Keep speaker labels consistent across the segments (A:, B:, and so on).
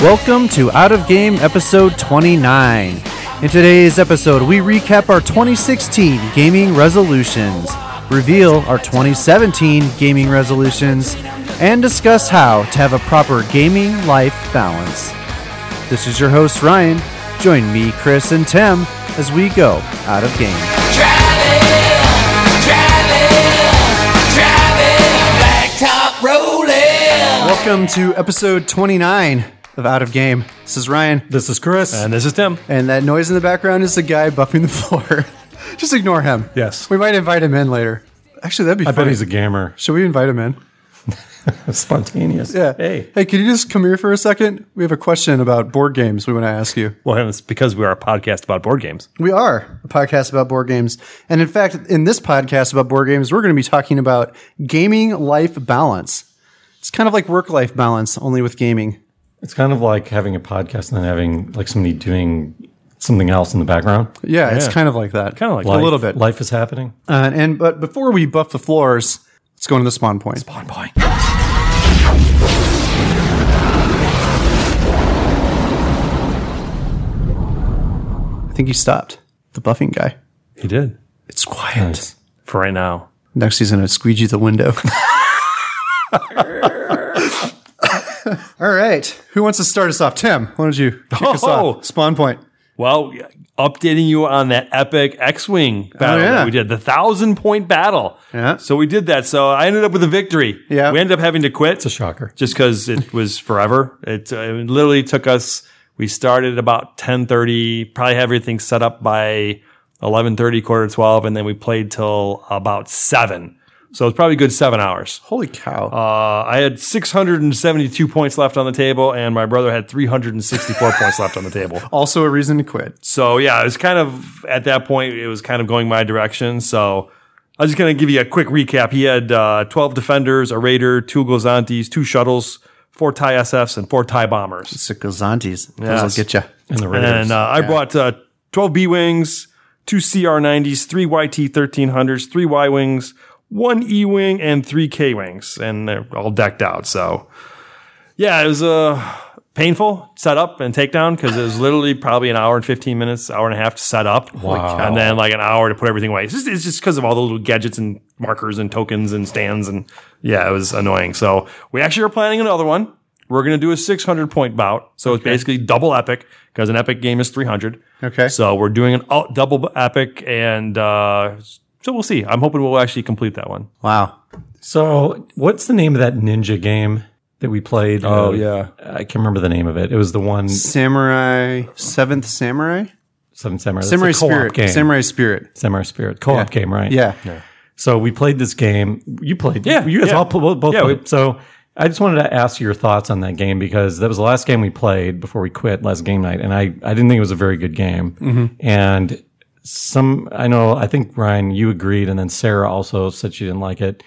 A: Welcome to Out of Game episode 29. In today's episode, we recap our 2016 gaming resolutions, reveal our 2017 gaming resolutions, and discuss how to have a proper gaming life balance. This is your host, Ryan. Join me, Chris, and Tim as we go out of game.
B: Blacktop rolling.
A: Welcome to episode 29 of Out of Game. This is Ryan.
C: This is Chris.
D: And this is Tim.
A: And that noise in the background is the guy buffing the floor. Just ignore him.
C: Yes.
A: We might invite him in later. Actually, that'd be
C: I
A: funny.
C: bet he's a gamer.
A: Should we invite him in?
C: Spontaneous.
A: Yeah.
C: Hey.
A: Hey, could you just come here for a second? We have a question about board games we want to ask you.
D: Well, it's because we are a podcast about board games.
A: We are a podcast about board games. And in fact, in this podcast about board games, we're going to be talking about gaming life balance. It's kind of like work life balance, only with gaming.
C: It's kind of like having a podcast and then having like somebody doing something else in the background.
A: Yeah, it's
D: Yeah.
A: kind of like that.
D: Kind of like
A: a
D: life.
A: little bit.
C: Life is happening.
A: Uh, and but before we buff the floors, let's go into the spawn point. Spawn point. I think he stopped. The buffing guy.
D: He did.
A: It's quiet.
C: Nice.
D: For right now.
A: Next, he's gonna squeegee the window. All right. Who wants to start us off? Tim, why don't you kick us
D: Oh!
A: off? Spawn point.
D: Well, updating you on that epic X Wing battle
A: Oh, yeah.
D: that we did, the thousand point battle.
A: Yeah.
D: So we did that. So I ended up with a victory.
A: Yeah.
D: We ended up having to quit.
C: It's a shocker.
D: Just because it was forever. It, uh, it literally took us, we started about 1030, probably have everything set up by 1130, quarter to 12, and then we played till about seven. So it's probably a good seven hours.
A: Holy cow!
D: Uh, I had 672 points left on the table, and my brother had 364 points left on the table.
A: also, a reason to quit.
D: So yeah, it was kind of at that point it was kind of going my direction. So I was just gonna give you a quick recap. He had uh, 12 defenders, a raider, two Glazantes, two shuttles, four Thai SFs, and four Thai bombers.
A: It's the Gazantes. Those will get you.
C: In the
D: And
C: Raiders.
D: then uh, I brought uh, 12 B Wings, two CR90s, three YT 1300s, three Y Wings, one E Wing, and three K Wings. And they're all decked out. So, yeah, it was uh, painful setup and takedown because it was literally probably an hour and 15 minutes, hour and a half to set up.
C: Wow.
D: And then like an hour to put everything away. It's just- It's just because of all the little gadgets and markers and tokens and stands. And yeah, it was annoying. So, we actually are planning another one. We're going to do a 600 point bout. So it's basically double epic because an epic game is 300.
A: Okay.
D: So we're doing an all, double epic and uh, so we'll see. I'm hoping we'll actually complete that one.
A: Wow.
C: so, what's the name of that ninja game that we played? Uh,
D: Oh, yeah.
C: I can't remember the name of it. It was the one
A: Samurai Seventh Samurai
C: Seven Samurai. That's
A: Samurai
C: a co-op
A: Spirit
C: game.
A: Samurai Spirit.
C: Samurai Spirit co-op game, right?
A: Yeah.
C: So we played this game. You played.
D: Yeah,
C: You guys
D: yeah.
C: all pl- both
D: Yeah,
C: played.
D: we-
C: so I just wanted to ask your thoughts on that game because that was the last game we played before we quit last game night, and I, I didn't think it was a very good game.
D: Mm-hmm.
C: And some I know I think Ryan you agreed, and then Sarah also said she didn't like it,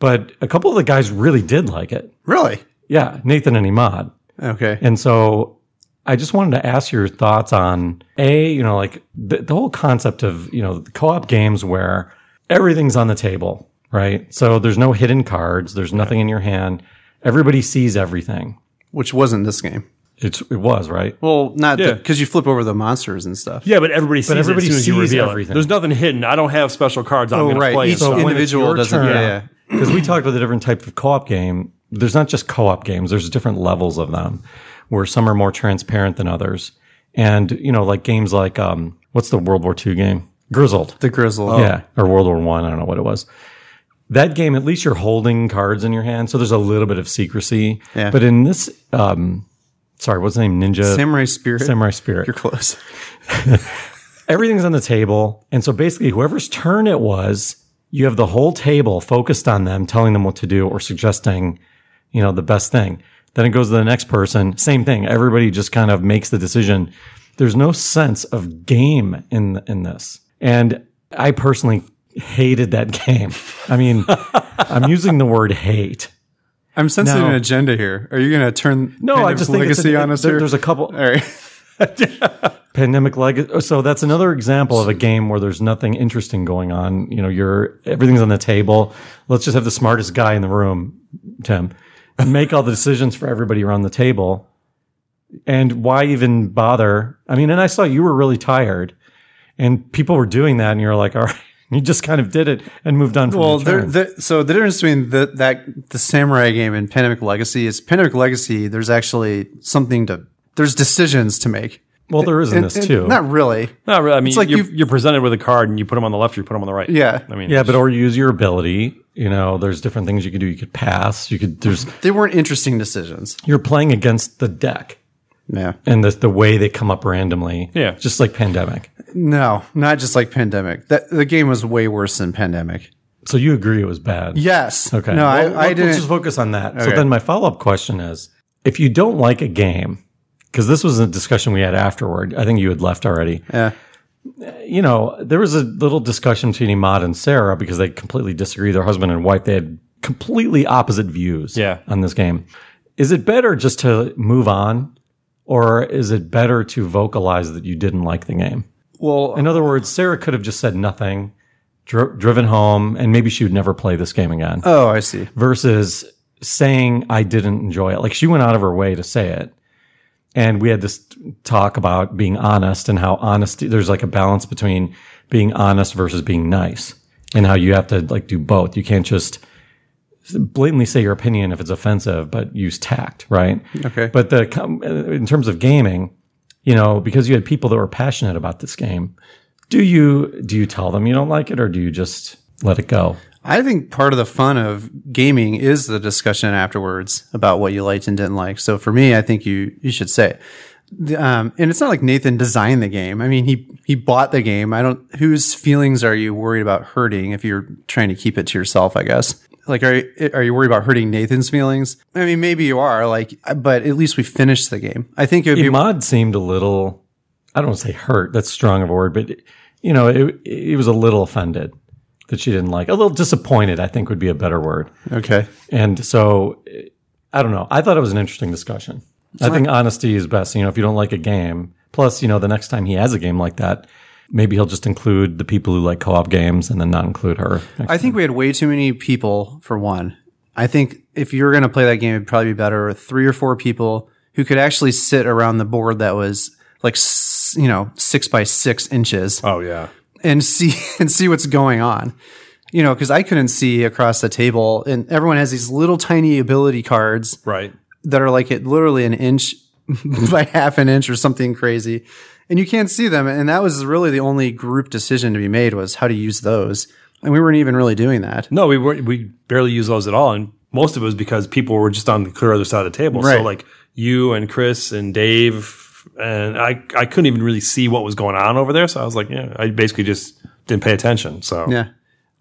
C: but a couple of the guys really did like it.
A: Really?
C: Yeah, Nathan and Imad.
A: Okay.
C: And so I just wanted to ask your thoughts on A, you know, like the, the whole concept of, you know, the co op games where everything's on the table, right? So there's no hidden cards, there's nothing in your hand, everybody sees everything.
A: Which wasn't this game.
C: It's, it was, right?
A: Well, not
D: Yeah.
A: because you flip over the monsters and stuff.
D: Yeah, but everybody sees
C: everybody
D: it as soon as you
C: sees
D: reveal it.
C: everything.
D: There's nothing hidden. I don't have special cards. I'm
A: Oh,
D: going to
A: right.
D: play.
A: Each
D: so
C: when it's
A: individual
C: your
A: doesn't.
C: turn-
A: Yeah, yeah.
C: because we talked about the different type of co-op game. There's not just co-op games. There's different levels of them, where some are more transparent than others. And you know, like games like um, what's the World War II game? Grizzled.
A: The Grizzle.
C: Oh. Yeah, or World War One. I, don't know what it was. That game, at least you're holding cards in your hand, so there's a little bit of secrecy.
A: Yeah.
C: But in this, um, sorry, what's the name? Ninja
A: Samurai Spirit.
C: Samurai Spirit
A: You're close.
C: everything's on the table. And so basically, whoever's turn it was, you have the whole table focused on them, telling them what to do or suggesting, you know, the best thing. Then it goes to the next person. Same thing. Everybody just kind of makes the decision. There's no sense of game in in this. And I personally hated that game. I mean, I'm using the word hate.
A: I'm sensing
C: No.
A: an agenda here. Are you going to turn
C: No,
A: kind
C: I
A: of
C: just think it's
A: legacy
C: an-
A: on us
C: there-
A: here?
C: there's a couple.
A: All right.
C: pandemic legacy. So that's another example of a game where there's nothing interesting going on. You know, you're everything's on the table. Let's just have the smartest guy in the room, Tim, make all the decisions for everybody around the table. And why even bother? I mean, and I saw you were really tired, and people were doing that, and you're like, all right, you just kind of did it and moved on. From
A: Well,
C: the
A: there
C: turn.
A: there- so the difference between the, that the samurai game and Pandemic Legacy is Pandemic Legacy. There's actually something to there's decisions to make.
C: well, there is in
A: And-
C: this
A: and
C: too.
A: Not really.
D: Not really. I mean,
A: like
D: you're,
A: you've-
D: you're presented with a card and you put them on the left or you put them on the right.
A: Yeah.
D: I mean,
C: yeah, but or you use your ability. You know, there's different things you could do. You could pass. You could. There's
A: They weren't interesting decisions.
C: you're playing against the deck
A: No.
C: and the the way they come up randomly.
D: Yeah.
C: just like pandemic.
A: No, not just like Pandemic. That the game was way worse than Pandemic.
C: So you agree it was bad?
A: Yes.
C: Okay.
A: No,
C: Well,
A: I, I
C: let's
A: didn't.
C: just focus on that. So
A: Okay.
C: then my follow up question is if you don't like a game, because this was a discussion we had afterward, I think you had left already.
A: Yeah.
C: You know, there was a little discussion between Imad and Sarah because they completely disagree. Their husband and wife, they had completely opposite views
D: Yeah.
C: on this game. Is it better just to move on? Or is it better to vocalize that you didn't like the game?
A: well,
C: In other words, Sarah could have just said nothing, dri- driven home, and maybe she would never play this game again
A: oh, I see.
C: versus saying I didn't enjoy it. Like she went out of her way to say it. And we had this talk about being honest and how honesty there's like a balance between being honest versus being nice and how you have to like do both. You can't just blatantly say your opinion if it's offensive, but use tact, right?
A: Okay.
C: But the com- in terms of gaming, you know, because you had people that were passionate about this game, do you do you tell them you don't like it or do you just let it go?
A: I think part of the fun of gaming is the discussion afterwards about what you liked and didn't like. So for me, I think you you should say. it. The, Um, and it's not like Nathan designed the game. I mean, he he bought the game. I don't. Whose feelings are you worried about hurting if you're trying to keep it to yourself? I guess. Like, are you- are you worried about hurting Nathan's feelings? I mean, maybe you are. Like, but at least we finished the game. I think it would be
C: Imad seemed a little, I don't want to say hurt, that's strong of a word, but you know, it, it was a little offended that she didn't like, a little disappointed, I think would be a better word.
A: okay.
C: And so, I don't know. I thought it was an interesting discussion. I think honesty is best. You know, if you don't like a game, plus, you know, the next time he has a game like that, maybe he'll just include the people who like co op games and then not include her.
A: I think we had way too many people for one. I think if you were going to play that game, it'd probably be better with three or four people who could actually sit around the board that was like, s- you know, six by six inches
D: Oh, yeah.
A: and see and see what's going on. You know, because I couldn't see across the table, and everyone has these little tiny ability cards
D: Right.
A: that are like at literally an inch by half an inch or something crazy and you can't see them and that was really the only group decision to be made was how to use those and we weren't even really doing that
D: No, we were we barely used those at all, and most of it was because people were just on the clear other side of the table.
A: Right.
D: So like you and Chris and Dave and I, I couldn't even really see what was going on over there. So I was like, yeah, I basically just didn't pay attention. So
A: yeah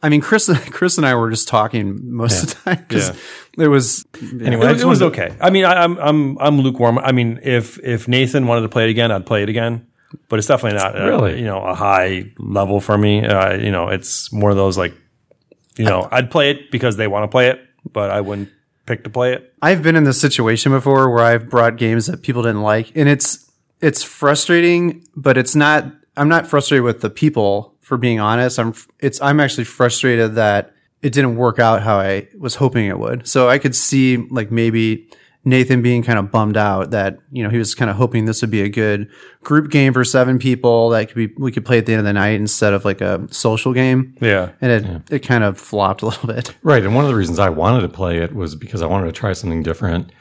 A: i mean chris chris and i were just talking most of the time because it was
C: anyway, I
D: It,
C: just
D: it was
C: wanted to-
D: okay. I mean, I, I'm I'm I'm lukewarm. I mean, if if Nathan wanted to play it again, I'd play it again. But it's definitely not uh,
C: Really?
D: you know a high level for me. Uh, you know, it's more of those like you know I'd play it because they want to play it, but I wouldn't pick to play it.
A: I've been in this situation before where I've brought games that people didn't like, and it's it's frustrating, but it's not. I'm not frustrated with the people for being honest. I'm it's I'm actually frustrated that it didn't work out how I was hoping it would. So I could see like maybe Nathan being kind of bummed out that you know he was kind of hoping this would be a good group game for seven people that could be we could play at the end of the night instead of like a social game.
D: Yeah.
A: And it, it kind of flopped a little bit.
C: Right. And one of the reasons I wanted to play it was because I wanted to try something different.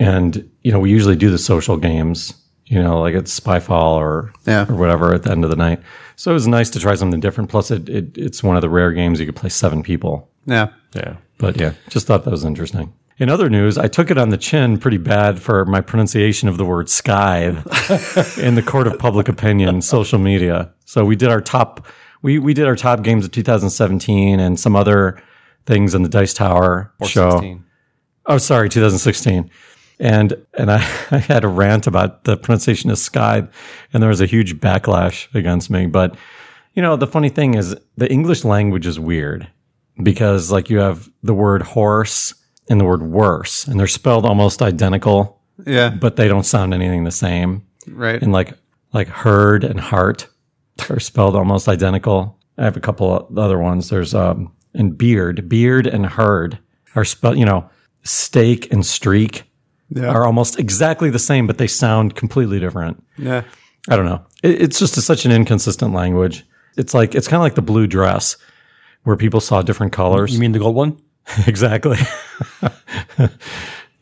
C: And, you know, we usually do the social games, you know, like it's Spyfall or,
A: Yeah.
C: or whatever at the end of the night. So it was nice to try something different. Plus, it, it it's one of the rare games you could play seven people.
A: Yeah.
D: Yeah.
C: But yeah, just thought that was interesting. In other news, I took it on the chin pretty bad for my pronunciation of the word scythe in the court of public opinion, social media. So we did our top we, we did our top games of 2017 and some other things in the Dice Tower show. Oh, sorry, 2016. And and I, I had a rant about the pronunciation of scythe, and there was a huge backlash against me. But you know, the funny thing is the English language is weird because like you have the word horse and the word worse, and they're spelled almost identical,
A: Yeah.
C: but they don't sound anything the same.
A: Right.
C: And like like herd and heart are spelled almost identical. I have a couple of other ones. There's um and beard, beard and herd are spelled. You know, stake and streak
A: Yeah.
C: are almost exactly the same, but they sound completely different.
A: Yeah.
C: I don't know. It, it's just such an inconsistent language. It's like it's kind of like the blue dress, where people saw different colors.
D: You mean the gold one?
C: exactly.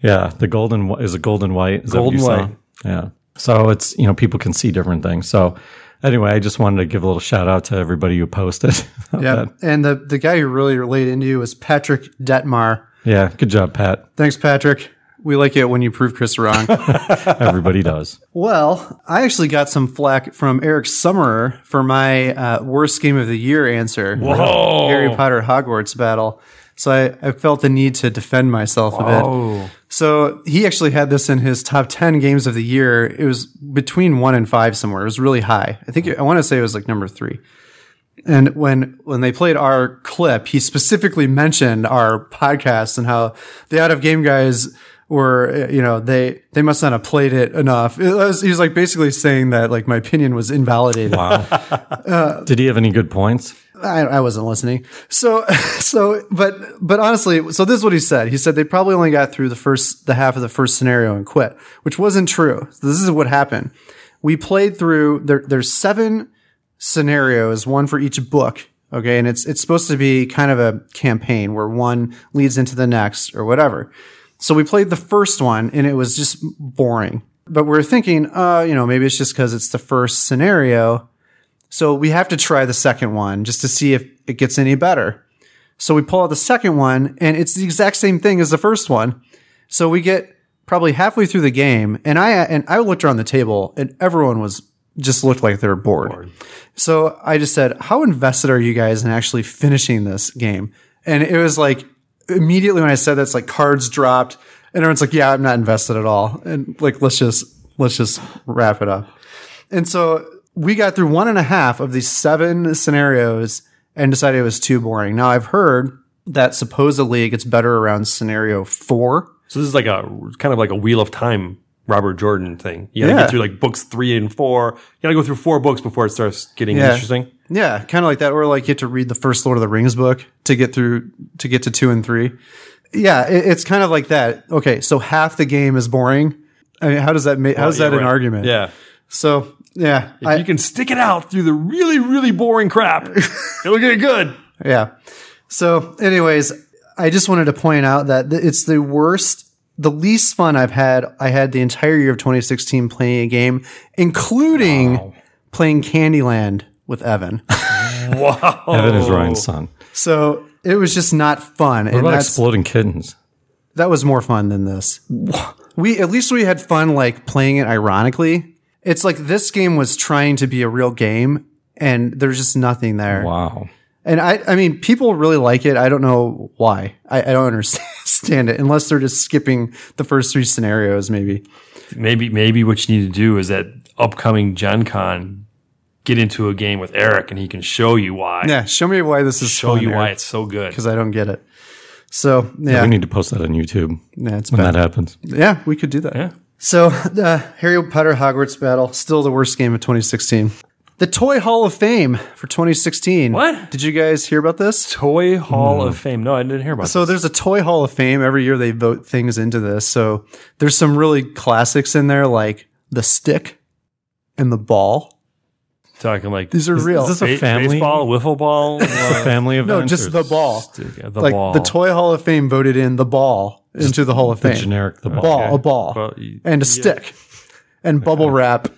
C: yeah, the golden wh- is a golden white. Is that what
D: Golden
C: you saw?
D: white.
C: Yeah. So it's you know people can see different things. So anyway, I just wanted to give a little shout out to everybody who posted.
A: Yeah. And the, the guy who really related into you was Patrick Detmar.
C: yeah. Good job, Pat.
A: Thanks, Patrick. We like it when you prove Chris wrong.
C: Everybody does.
A: well, I actually got some flack from Eric Summerer for my uh, worst game of the year answer.
D: Whoa.
A: Harry Potter Hogwarts battle. So I, I felt the need to defend myself a bit. So he actually had this in his top 10 games of the year. It was between one and five somewhere. It was really high. I think, I want to say it was like number three. And when, when they played our clip, he specifically mentioned our podcast and how the out of game guys were, uh, you know, they, they must not have played it enough. It was, he was like basically saying that like my opinion was invalidated.
C: Did he have any good points?
A: I, I wasn't listening. So, so, but, but honestly, so this is what he said. He said they probably only got through the first, the half of the first scenario and quit, which wasn't true. This is what happened. We played through, there, there's seven scenarios, one for each book. Okay. And it's, it's supposed to be kind of a campaign where one leads into the next or whatever. So we played the first one and it was just boring. But we we're thinking, uh, you know, maybe it's just because it's the first scenario. So we have to try the second one just to see if it gets any better. So we pull out the second one and it's the exact same thing as the first one. So we get probably halfway through the game and I and I looked around the table and everyone was just looked like they were bored. So I just said, "How invested are you guys in actually finishing this game?" And it was like immediately when I said that's like cards dropped and everyone's like, "Yeah, I'm not invested at all." And like let's just let's just wrap it up. And so we got through one and a half of these seven scenarios and decided it was too boring. Now I've heard that supposedly it gets better around scenario four.
D: So this is like a kind of like a Wheel of Time Robert Jordan thing. You gotta
A: Yeah.
D: get through like books three and four. You gotta go through four books before it starts getting
A: Yeah.
D: interesting.
A: Yeah, kind of like that, or like you have to read the first Lord of the Rings book to get through to get to two and three. Yeah, it, it's kind of like that. Okay, so half the game is boring. I mean, how does that make? How is
D: Yeah,
A: that an
D: right.
A: argument?
D: Yeah.
A: So yeah,
D: If you can stick it out through the really, really boring crap, it'll get good.
A: Yeah. So, anyways, I just wanted to point out that th- it's the worst, the least fun I've had. I had the entire year of 2016 playing a game, including playing Candyland with Evan.
D: Wow.
C: Evan is Ryan's son.
A: so it was just not fun.
C: What
A: Oh. and
C: about
A: that's,
C: exploding kittens?
A: that was more fun than this. We at least we had fun like playing it ironically. It's like this game was trying to be a real game, and there's just nothing there.
C: Wow.
A: And I, I mean, people really like it. I don't know why. I, I don't understand it unless they're just skipping the first three scenarios, maybe.
D: Maybe maybe what you need to do is at upcoming Gen Con, get into a game with Eric and he can show you why.
A: Yeah, show me why this is
D: Show you why it's so good.
A: because I don't get it. So yeah,
C: We need to post that on YouTube
A: yeah, it's
C: when
A: bad.
C: that happens.
A: yeah, we could do that.
D: Yeah.
A: So uh, Harry Potter Hogwarts Battle, still the worst game of 2016. The Toy Hall of Fame for 2016.
D: What?
A: did you guys hear about this?
D: Toy Hall of Fame. No, I didn't hear about
A: Mm-hmm. So there's a toy hall of fame every year. They vote things into this. So there's some really classics in there, like the stick and the ball.
D: this. Talking like
A: These are real.
C: Is this a
D: ba-
C: family?
D: baseball, wiffle ball,
C: A family event?
A: no, just
C: or
A: the ball.
D: the
A: like
D: ball.
A: the toy hall of fame voted in the ball into the hall of
C: The
A: fame.
C: generic the ball.
A: ball, a ball,
D: Well, you-
A: and a stick, and bubble wrap.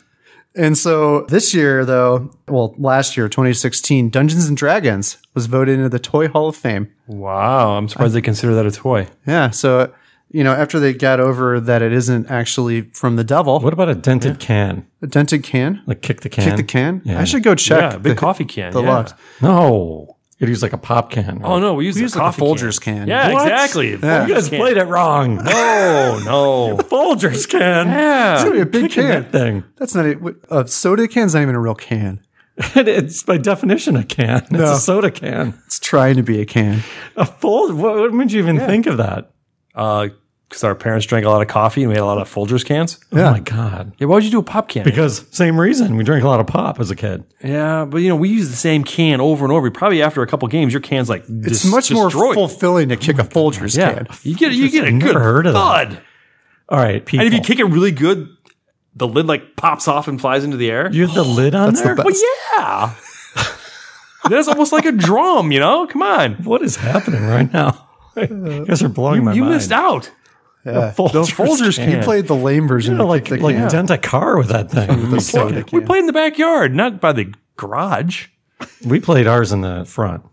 A: And so this year, though, well, last year, 2016, Dungeons and Dragons was voted into the Toy Hall of Fame.
D: Wow, I'm surprised they consider that a toy.
A: Yeah. So, you know, after they got over that it isn't actually from the devil,
C: What about a dented can?
A: a dented can.
C: Like kick the can.
A: Kick the can?
C: Yeah.
A: I should go check
D: Yeah, a big
A: the,
D: coffee can.
A: the
D: yeah.
A: locks.
C: No. It was like a pop can.
D: Oh no, we use, the
A: use, like, a
D: coffee
A: Folgers can.
D: Yeah,
C: What?
D: exactly.
C: You guys played it wrong.
D: Oh no.
C: Folgers can.
D: Yeah.
A: It's gonna be a big
C: Kicking
A: can.
C: that thing.
A: That's not a uh, soda can's not even a real can.
C: It's by definition a can. It's a soda can.
A: It's trying to be a can.
C: A fold. What, what made you even think of that?
D: because Uh, our parents drank a lot of coffee and we had a lot of Folgers cans.
C: Oh my god.
D: Yeah, why would you do a pop can?
C: Because same reason we drank a lot of pop as a kid.
D: yeah, but you know we use the same can over and over. Probably after a couple games, your can's like
A: It's much more
D: destroyed.
A: fulfilling to kick a Folgers
D: Yeah,
A: can.
D: you get you get a
C: I've never
D: good
C: heard of that.
D: thud.
C: All right, people.
D: And if you kick it really good, the lid like pops off and flies into the air.
C: you have the lid on
A: That's the
C: there.
A: best.
D: well, yeah. That's almost like a drum, you know? Come on.
C: what is happening right now? you guys are blowing my
D: you
C: mind.
D: missed out.
A: Yeah.
C: Folgers,
D: Folgers
C: can.
D: can.
A: You played the lame version.
C: You know,
A: of
C: like
A: Kick the
C: like
A: Can.
C: dent a car with that thing.
A: the soda
D: We
A: can.
D: played in the backyard, not by the garage.
C: we played ours in the front.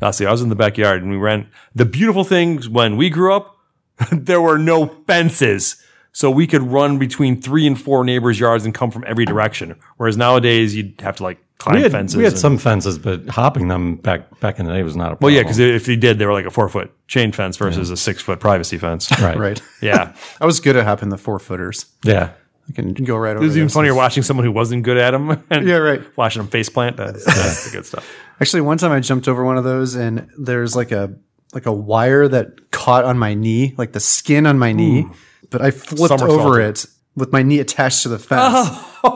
D: I see. I was in the backyard and we ran. The beautiful things when we grew up, there were no fences. So we could run between three and four neighbors' yards and come from every direction. Whereas nowadays, you'd have to like climb
C: We had,
D: fences.
C: we had
D: and-
C: some fences, but hopping them back back in the day was not a
D: Well,
C: problem.
D: yeah, because if they did, they were like a four foot chain fence versus a six foot privacy fence.
C: right,
A: right.
D: Yeah.
A: I was good at hopping the four footers.
C: yeah,
A: I can go right over.
D: It was even
A: those.
D: funnier watching someone who wasn't good at them. And
A: Yeah, right.
D: Watching them face plant. That's, that's the good stuff.
A: Actually, one time I jumped over one of those, and there's like a like a wire that caught on my knee, like the skin on my knee. But I flipped
D: Somersaulted.
A: over it with my knee attached to the fence.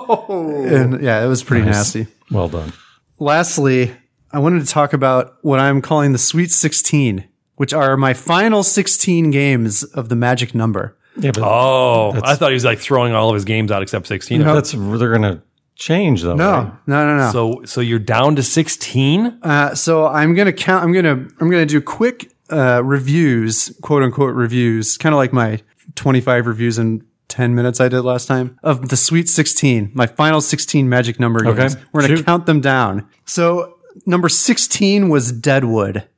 A: And yeah, it was pretty nasty.
C: well done.
A: Lastly, I wanted to talk about what I'm calling the Sweet 16, which are my final 16 games of the magic number.
C: Yeah, but
D: Oh, I thought he was like throwing all of his games out except 16.
C: that's they're gonna change though. right?
A: No, no, no, no.
D: So, so you're down to 16?
A: Uh, so I'm gonna count. I'm gonna I'm gonna do quick uh, reviews, quote unquote reviews, kind of like my 25 reviews in 10 minutes I did last time of the Sweet 16, my final 16 Magic number
C: Okay,
A: games. We're gonna
C: shoot.
A: count them down. So number 16 was Deadwood.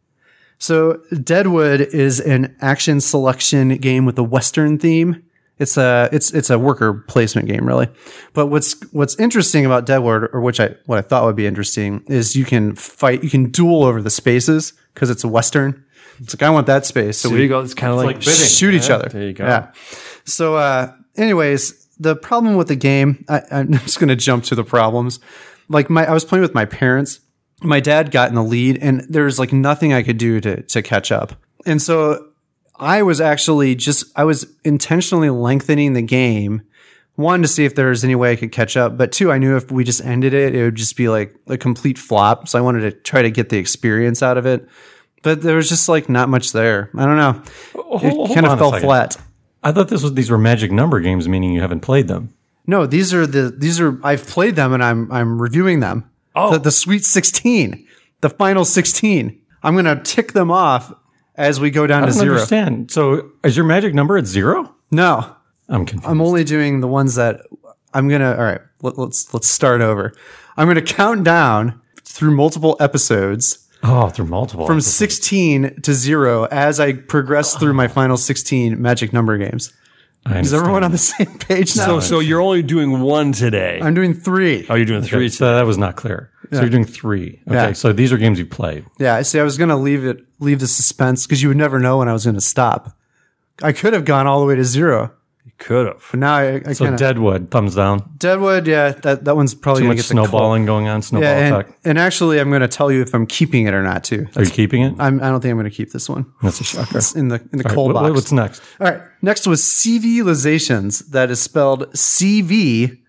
A: So Deadwood is an action selection game with a Western theme. It's a it's it's a worker placement game, really. But what's what's interesting about Deadwood, or which I what I thought would be interesting, is you can fight, you can duel over the spaces because it's a Western. It's like I want that space, so,
D: There you
A: we
D: go. It's kind of like,
A: shoot each other.
D: There you go.
A: Yeah. So, uh, anyways, the problem with the game, I, I'm just going to jump to the problems. Like my, I was playing with my parents. My dad got in the lead, and there was like nothing I could do to to catch up. And so, I was actually just I was intentionally lengthening the game. One to see if there was any way I could catch up, but two, I knew if we just ended it, it would just be like a complete flop. So I wanted to try to get the experience out of it, but there was just like not much there. I don't know.
C: hold
A: it kind
C: on a
A: of fell
C: second.
A: flat.
C: I thought this was these were magic number games, meaning you haven't played them.
A: No, these are the these are I've played them and I'm I'm reviewing them. Oh, the, the sweet sixteen, the final sixteen. I'm gonna tick them off as we go down
C: I
A: to
C: don't
A: zero.
C: understand. So is your magic number at zero?
A: No,
C: I'm confused.
A: I'm only doing the ones that I'm gonna. All right, let, let's let's start over. I'm gonna count down through multiple episodes
C: oh, they're multiple.
A: from 16 to zero as I progress through my final 16 magic number games.
C: I
A: Is everyone on the same page now?
D: So, so you're only doing one today.
A: I'm doing three.
D: oh, you're doing three.
C: three? So that was not clear. So you're doing three. Okay,
A: Yeah.
C: so these are games you played.
A: Yeah, see, I was gonna leave it, leave the suspense because you would never know when I was gonna stop. I could have gone all the way to zero,
D: Could have.
A: but now I, I
C: So
A: kind of
C: Deadwood, thumbs down.
A: Deadwood. Yeah, that that one's probably
C: Too
A: Oh, gonna
C: much
A: get the cult.
C: snowballing going on. Snowball
A: Yeah, and,
C: effect.
A: and actually, I'm gonna tell you if I'm keeping it or not too.
C: Are you keeping it?
A: I'm, I don't think I'm gonna keep this one.
C: That's a shocker.
A: It's in the in the
C: All right,
A: cold
C: what-
A: box.
C: What's next?
A: all right, next was civilizations. That is spelled C V.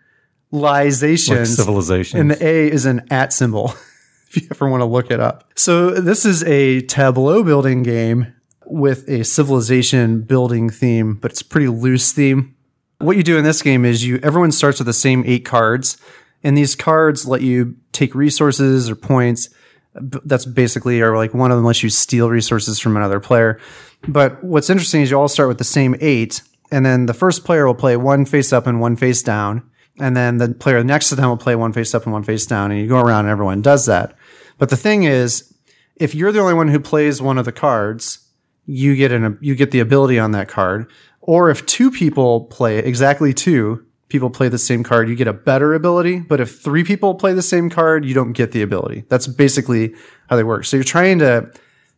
C: Like
A: Lizations.
C: civilization.
A: And the A is an at symbol if you ever want to look it up. So this is a tableau building game with a civilization building theme, but it's a pretty loose theme. What you do in this game is you everyone starts with the same eight cards, and these cards let you take resources or points. B- That's basically or like one of them lets you steal resources from another player. But what's interesting is you all start with the same eight, and then the first player will play one face up and one face down and then the player next to them will play one face up and one face down, and you go around and everyone does that. But the thing is, if you're the only one who plays one of the cards, you get an you get the ability on that card. Or if two people play exactly two people play the same card, you get a better ability. But if three people play the same card, you don't get the ability. That's basically how they work. So you're trying to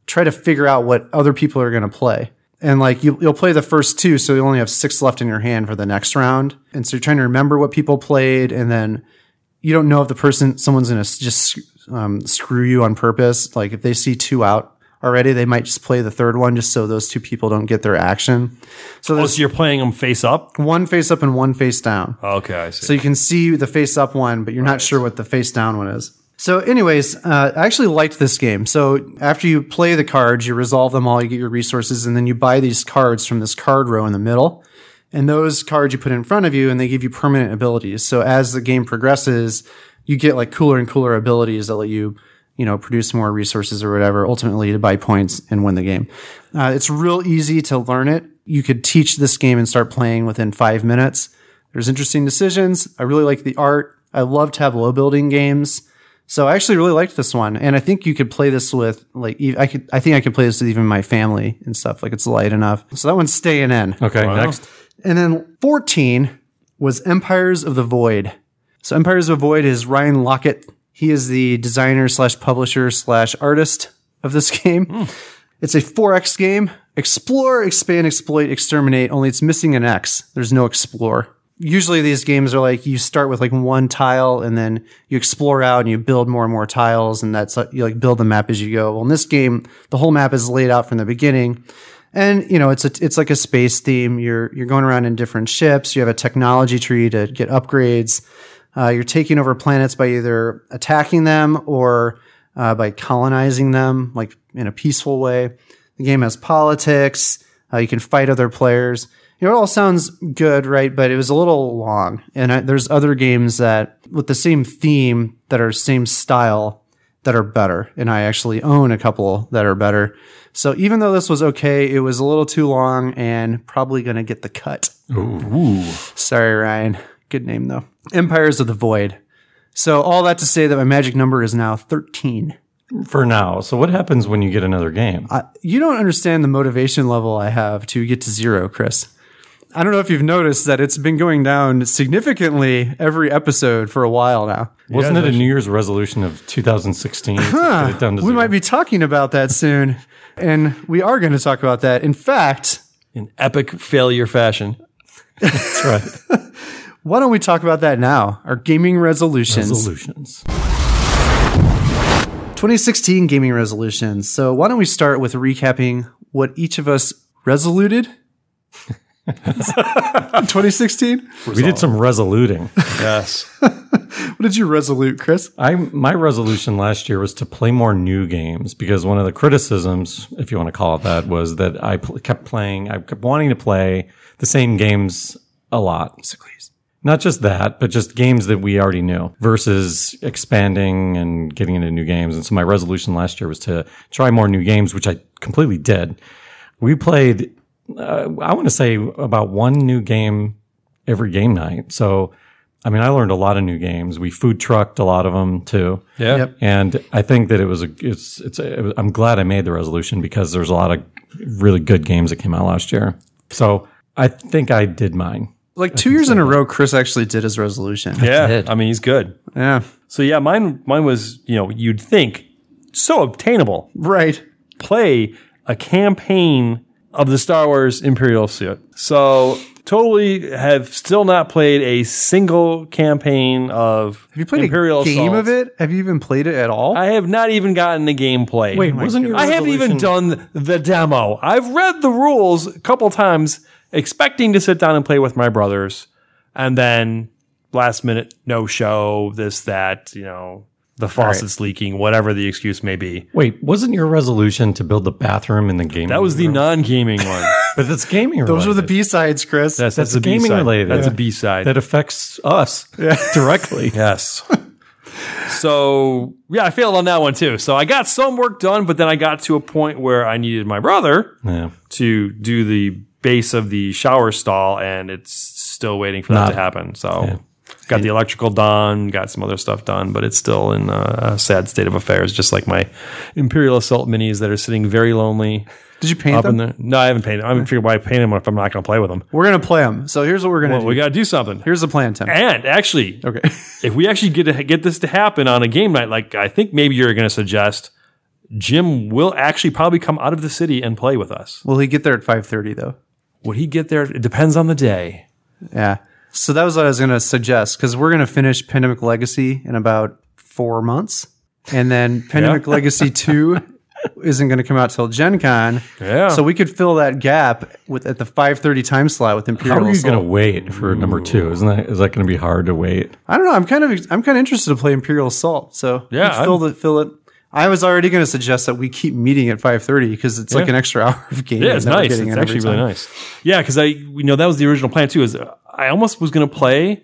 A: try to figure out what other people are going to play. And like you, you'll play the first two, so you only have six left in your hand for the next round. And so you're trying to remember what people played, and then you don't know if the person, someone's going to just um, screw you on purpose. Like if they see two out already, they might just play the third one just so those two people don't get their action. So
D: Oh,
A: there's
D: so you're playing them face up?
A: one face up and one face down.
D: Okay, I see.
A: So you can see the face up one, but you're not sure what the face down one is. So, anyways, uh, I actually liked this game. So, after you play the cards, you resolve them all, you get your resources, and then you buy these cards from this card row in the middle. And those cards you put in front of you and they give you permanent abilities. So as the game progresses, you get like cooler and cooler abilities that let you, you know, produce more resources or whatever, ultimately to buy points and win the game. Uh, it's real easy to learn it. You could teach this game and start playing within five minutes. There's interesting decisions. I really like the art. I love tableau building games. So I actually really liked this one, and I think you could play this with like ev- I could. I think I could play this with even my family and stuff. Like it's light enough. So that one's staying in.
C: Okay, next.
A: And then 14 was Empires of the Void. So Empires of the Void is Ryan Lockett. He is the designer slash publisher slash artist of this game. It's a 4X game. Explore, expand, exploit, exterminate, only it's missing an X. There's no explore. Usually these games are like you start with like one tile and then you explore out and you build more and more tiles and that's like you like build the map as you go. Well, in this game, the whole map is laid out from the beginning and you know it's a, it's like a space theme. You're you're going around in different ships. You have a technology tree to get upgrades. Uh, you're taking over planets by either attacking them or uh, by colonizing them, like in a peaceful way. The game has politics. Uh, you can fight other players. You know, it all sounds good, right? But it was a little long, and I, there's other games that with the same theme that are same style that are better. And I actually own a couple that are better. So even though this was okay, it was a little too long and probably going to get the cut. Sorry, Ryan. Good name, though. Empires of the Void. So all that to say that my magic number is now 13.
C: For now. So what happens when you get another game?
A: You don't understand the motivation level I have to get to zero, Chris. I don't know if you've noticed that it's been going down significantly every episode for a while now.
C: Wasn't it a New Year's resolution of 2016? to get it down to
A: We
C: zero?
A: might be talking about that soon. and we are going to talk about that. In fact,
D: in epic failure fashion.
C: That's right.
A: why don't we talk about that now? Our gaming resolutions.
C: Resolutions.
A: 2016 gaming resolutions. So why don't we start with recapping what each of us resoluted? in 2016?
C: We did some resoluting.
D: Yes.
A: What did you resolute, Chris?
C: I my resolution last year was to play more new games because one of the criticisms, if you want to call it that, was that I pl- kept playing, I kept wanting to play the same games a lot. Not just that, but just games that we already knew versus expanding and getting into new games. And so my resolution last year was to try more new games, which I completely did. We played, uh, I want to say about one new game every game night. So, I mean, I learned a lot of new games. We food trucked a lot of them too.
D: Yeah.
A: Yep.
C: And I think that it was a, it's, it's, a, I'm glad I made the resolution because there's a lot of really good games that came out last year. So I think I did mine.
A: Like two years in a row, Chris actually did his resolution.
D: Yeah. I mean, he's good.
A: Yeah.
D: So yeah, mine mine was, you know, you'd think so obtainable.
A: Right.
D: Play a campaign of the Star Wars Imperial suit. So totally have still not played a single campaign of
A: Have you played
D: Imperial
A: a game
D: Assault.
A: of it? Have you even played it at all?
D: I have not even gotten the game played.
C: Wait, wasn't your
D: Oh I haven't even
C: resolution-
D: done the demo. I've read the rules a couple times, expecting to sit down and play with my brothers, and then last minute no show, this that, you know, the faucets leaking, whatever the excuse may be.
C: Wait, wasn't your resolution to build the bathroom in the game?
D: That was the non-gaming one.
C: but that's gaming.
A: Those were the
C: related.
A: B sides, Chris.
D: Yes, that's,
C: That's
D: the
C: gaming
D: B-side.
C: related.
D: That's
C: Yeah.
D: a B-side.
C: that affects us directly.
D: Yes. so yeah, I failed on that one too. So I got some work done, but then I got to a point where I needed my brother
C: Yeah.
D: to do the base of the shower stall, and it's still waiting for that
C: Not-
D: to happen. So got the electrical done, got some other stuff done, but it's still in a, a sad state of affairs, just like my Imperial Assault minis that are sitting very lonely
A: Did you paint
D: up in
A: them?
D: there. No, I haven't painted. I haven't figured why I painted them if I'm not going to play with them.
A: We're gonna play them. So here's what we're gonna
D: Well,
A: do.
D: we Eh. got to do something.
A: here's the plan, Tim.
D: And actually,
A: Okay.
D: if we actually get to get this to happen on a game night, like I think maybe you're going to suggest, Jim will actually probably come out of the city and play with us.
A: Will he get there at 5:30 though?
D: Would he get there? It depends on the day.
A: Yeah. So that was what I was going to suggest because we're going to finish Pandemic Legacy in about four months. And then Pandemic Legacy 2 isn't going to come out till Gen Con.
D: Yeah.
A: So we could fill that gap with at the 5.30 time slot with Imperial
C: How are you
A: Assault.
C: going to wait for number two? Isn't that is that going to be hard to wait?
A: I don't know. I'm kind of I'm kind of interested to play Imperial Assault. So
D: Yeah,
A: let's fill, the, fill it. I was already going to suggest that we keep meeting at 5:30 because it's like
D: Yeah.
A: an extra hour of gaming.
D: Yeah, it's
A: that we're
D: nice.
A: getting
D: It's
A: in every
D: actually really
A: time.
D: nice. Yeah, because I, you know, that was the original plan too. Is uh, I almost was going to play,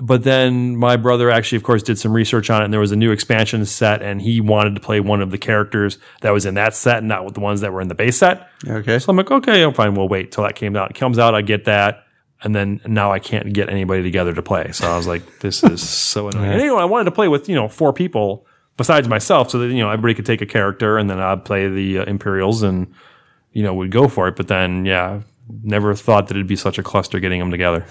D: but then my brother actually, of course, did some research on it, and there was a new expansion set, and he wanted to play one of the characters that was in that set, not with the ones that were in the base set.
A: Okay.
D: So I'm like, okay, I'm fine. We'll wait till that came out. It comes out, I get that, and then now I can't get anybody together to play. So I was like, this is so annoying. And anyway, I wanted to play with you know four people besides myself, so that you know everybody could take a character, and then I'd play the uh, Imperials, and you know would go for it. But then, yeah, never thought that it'd be such a cluster getting them together.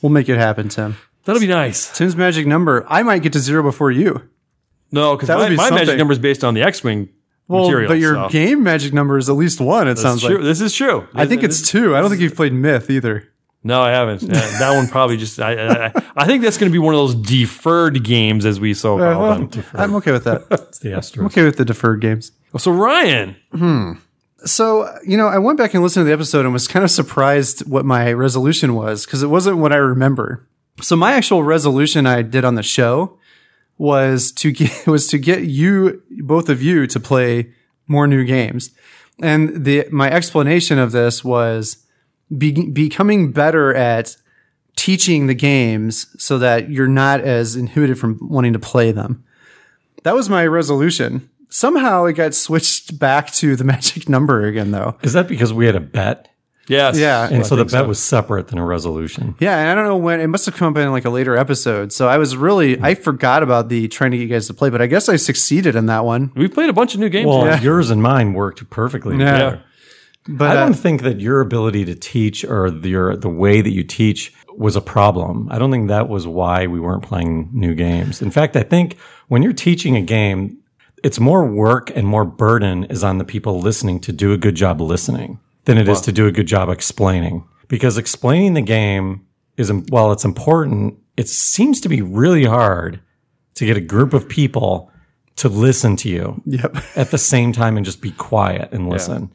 A: We'll make it happen, Tim.
D: That'll be nice.
A: Tim's magic number. I might get to zero before you.
D: No, because
A: That would
D: my,
A: be
D: my magic
A: something.
D: number is based on the X-wing
A: Well,
D: material.
A: but your
D: so.
A: game magic number is at least one. It sounds
D: It's true.
A: like.
D: this is true.
A: I think it's two. I don't think you've played Myth either.
D: No, I haven't. Uh, that one probably just. I, I, I- I think that's going to be one of those deferred games, as we so
A: Uh,
D: call
A: well,
D: them.
A: I'm okay with that. I'm
C: It's the asterisk.
A: okay with the deferred games.
D: So Ryan,
A: So, you know, I went back and listened to the episode and was kind of surprised what my resolution was because it wasn't what I remember. So, my actual resolution I did on the show was to get was to get you both of you to play more new games. And the my explanation of this was be, becoming better at teaching the games so that you're not as inhibited from wanting to play them. That was my resolution. Somehow it got switched back to the magic number again though.
C: Is that because we had a bet?
D: yes,
A: Yeah.
C: And Oh, so the bet was separate than a resolution.
A: Yeah, and I don't know when it must have come up in like a later episode. So I was really I forgot about the trying to get you guys to play, but I guess I succeeded in that one.
D: we played a bunch of new games.
C: Well, yours and mine worked perfectly. together.
A: But
C: I
A: uh,
C: don't think that your ability to teach or the- your the way that you teach was a problem. I don't think that was why we weren't playing new games. In fact, I think when you're teaching a game, it's more work and more burden is on the people listening to do a good job listening than it is to do a good job explaining. Because explaining the game is im- while it's important, it seems to be really hard to get a group of people to listen to you
A: yep.
C: at the same time and just be quiet and listen.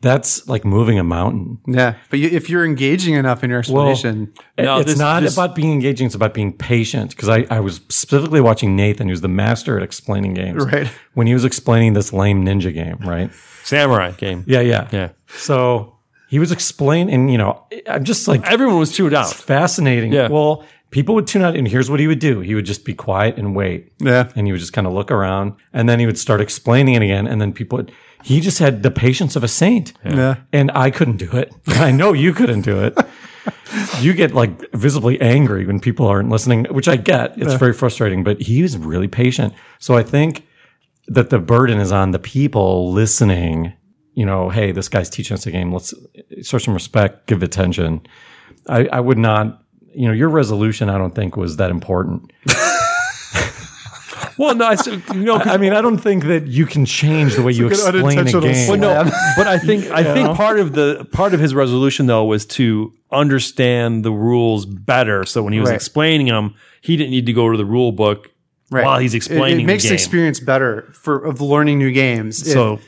C: That's like moving a mountain.
A: Yeah. But you, if you're engaging enough in your explanation,
D: No,
C: it's
D: this-
C: not
D: this-
C: about being engaging, it's about being patient. Because I, I was specifically watching Nathan, who's the master at explaining games.
A: Right.
C: When he was explaining this lame ninja game, right?
D: samurai game.
C: Yeah, yeah.
D: Yeah.
C: So he was explaining, and you know, I'm just like
D: Everyone was tuned out.
C: fascinating.
D: Yeah.
C: Well, people would tune out, and here's what he would do. He would just be quiet and wait.
A: yeah.
C: and he would just kind of look around and then he would start explaining it again and then people would, he just had the patience of a saint
A: Yeah.
C: and i couldn't do it i know you couldn't do it you get like visibly angry when people aren't listening which i get it's very frustrating but he was really patient so i think that the burden is on the people listening you know hey this guy's teaching us a game let's show some respect give attention i, I would not you know your resolution i don't think was that important
D: Well, no, I s- you know, 'cause-
C: I mean, I don't think that you can change the way you
A: like an
C: explain a
A: unintentional
C: game.
A: slip.
D: no,
A: Yeah.
D: but I think I think part of the part of his resolution though was to understand the rules better. So when he was
A: Right.
D: explaining them, he didn't need to go to the rule book
A: Right.
D: while he's explaining.
A: it, it makes
D: the
A: the,
D: game.
A: experience better for of learning new games. if
D: So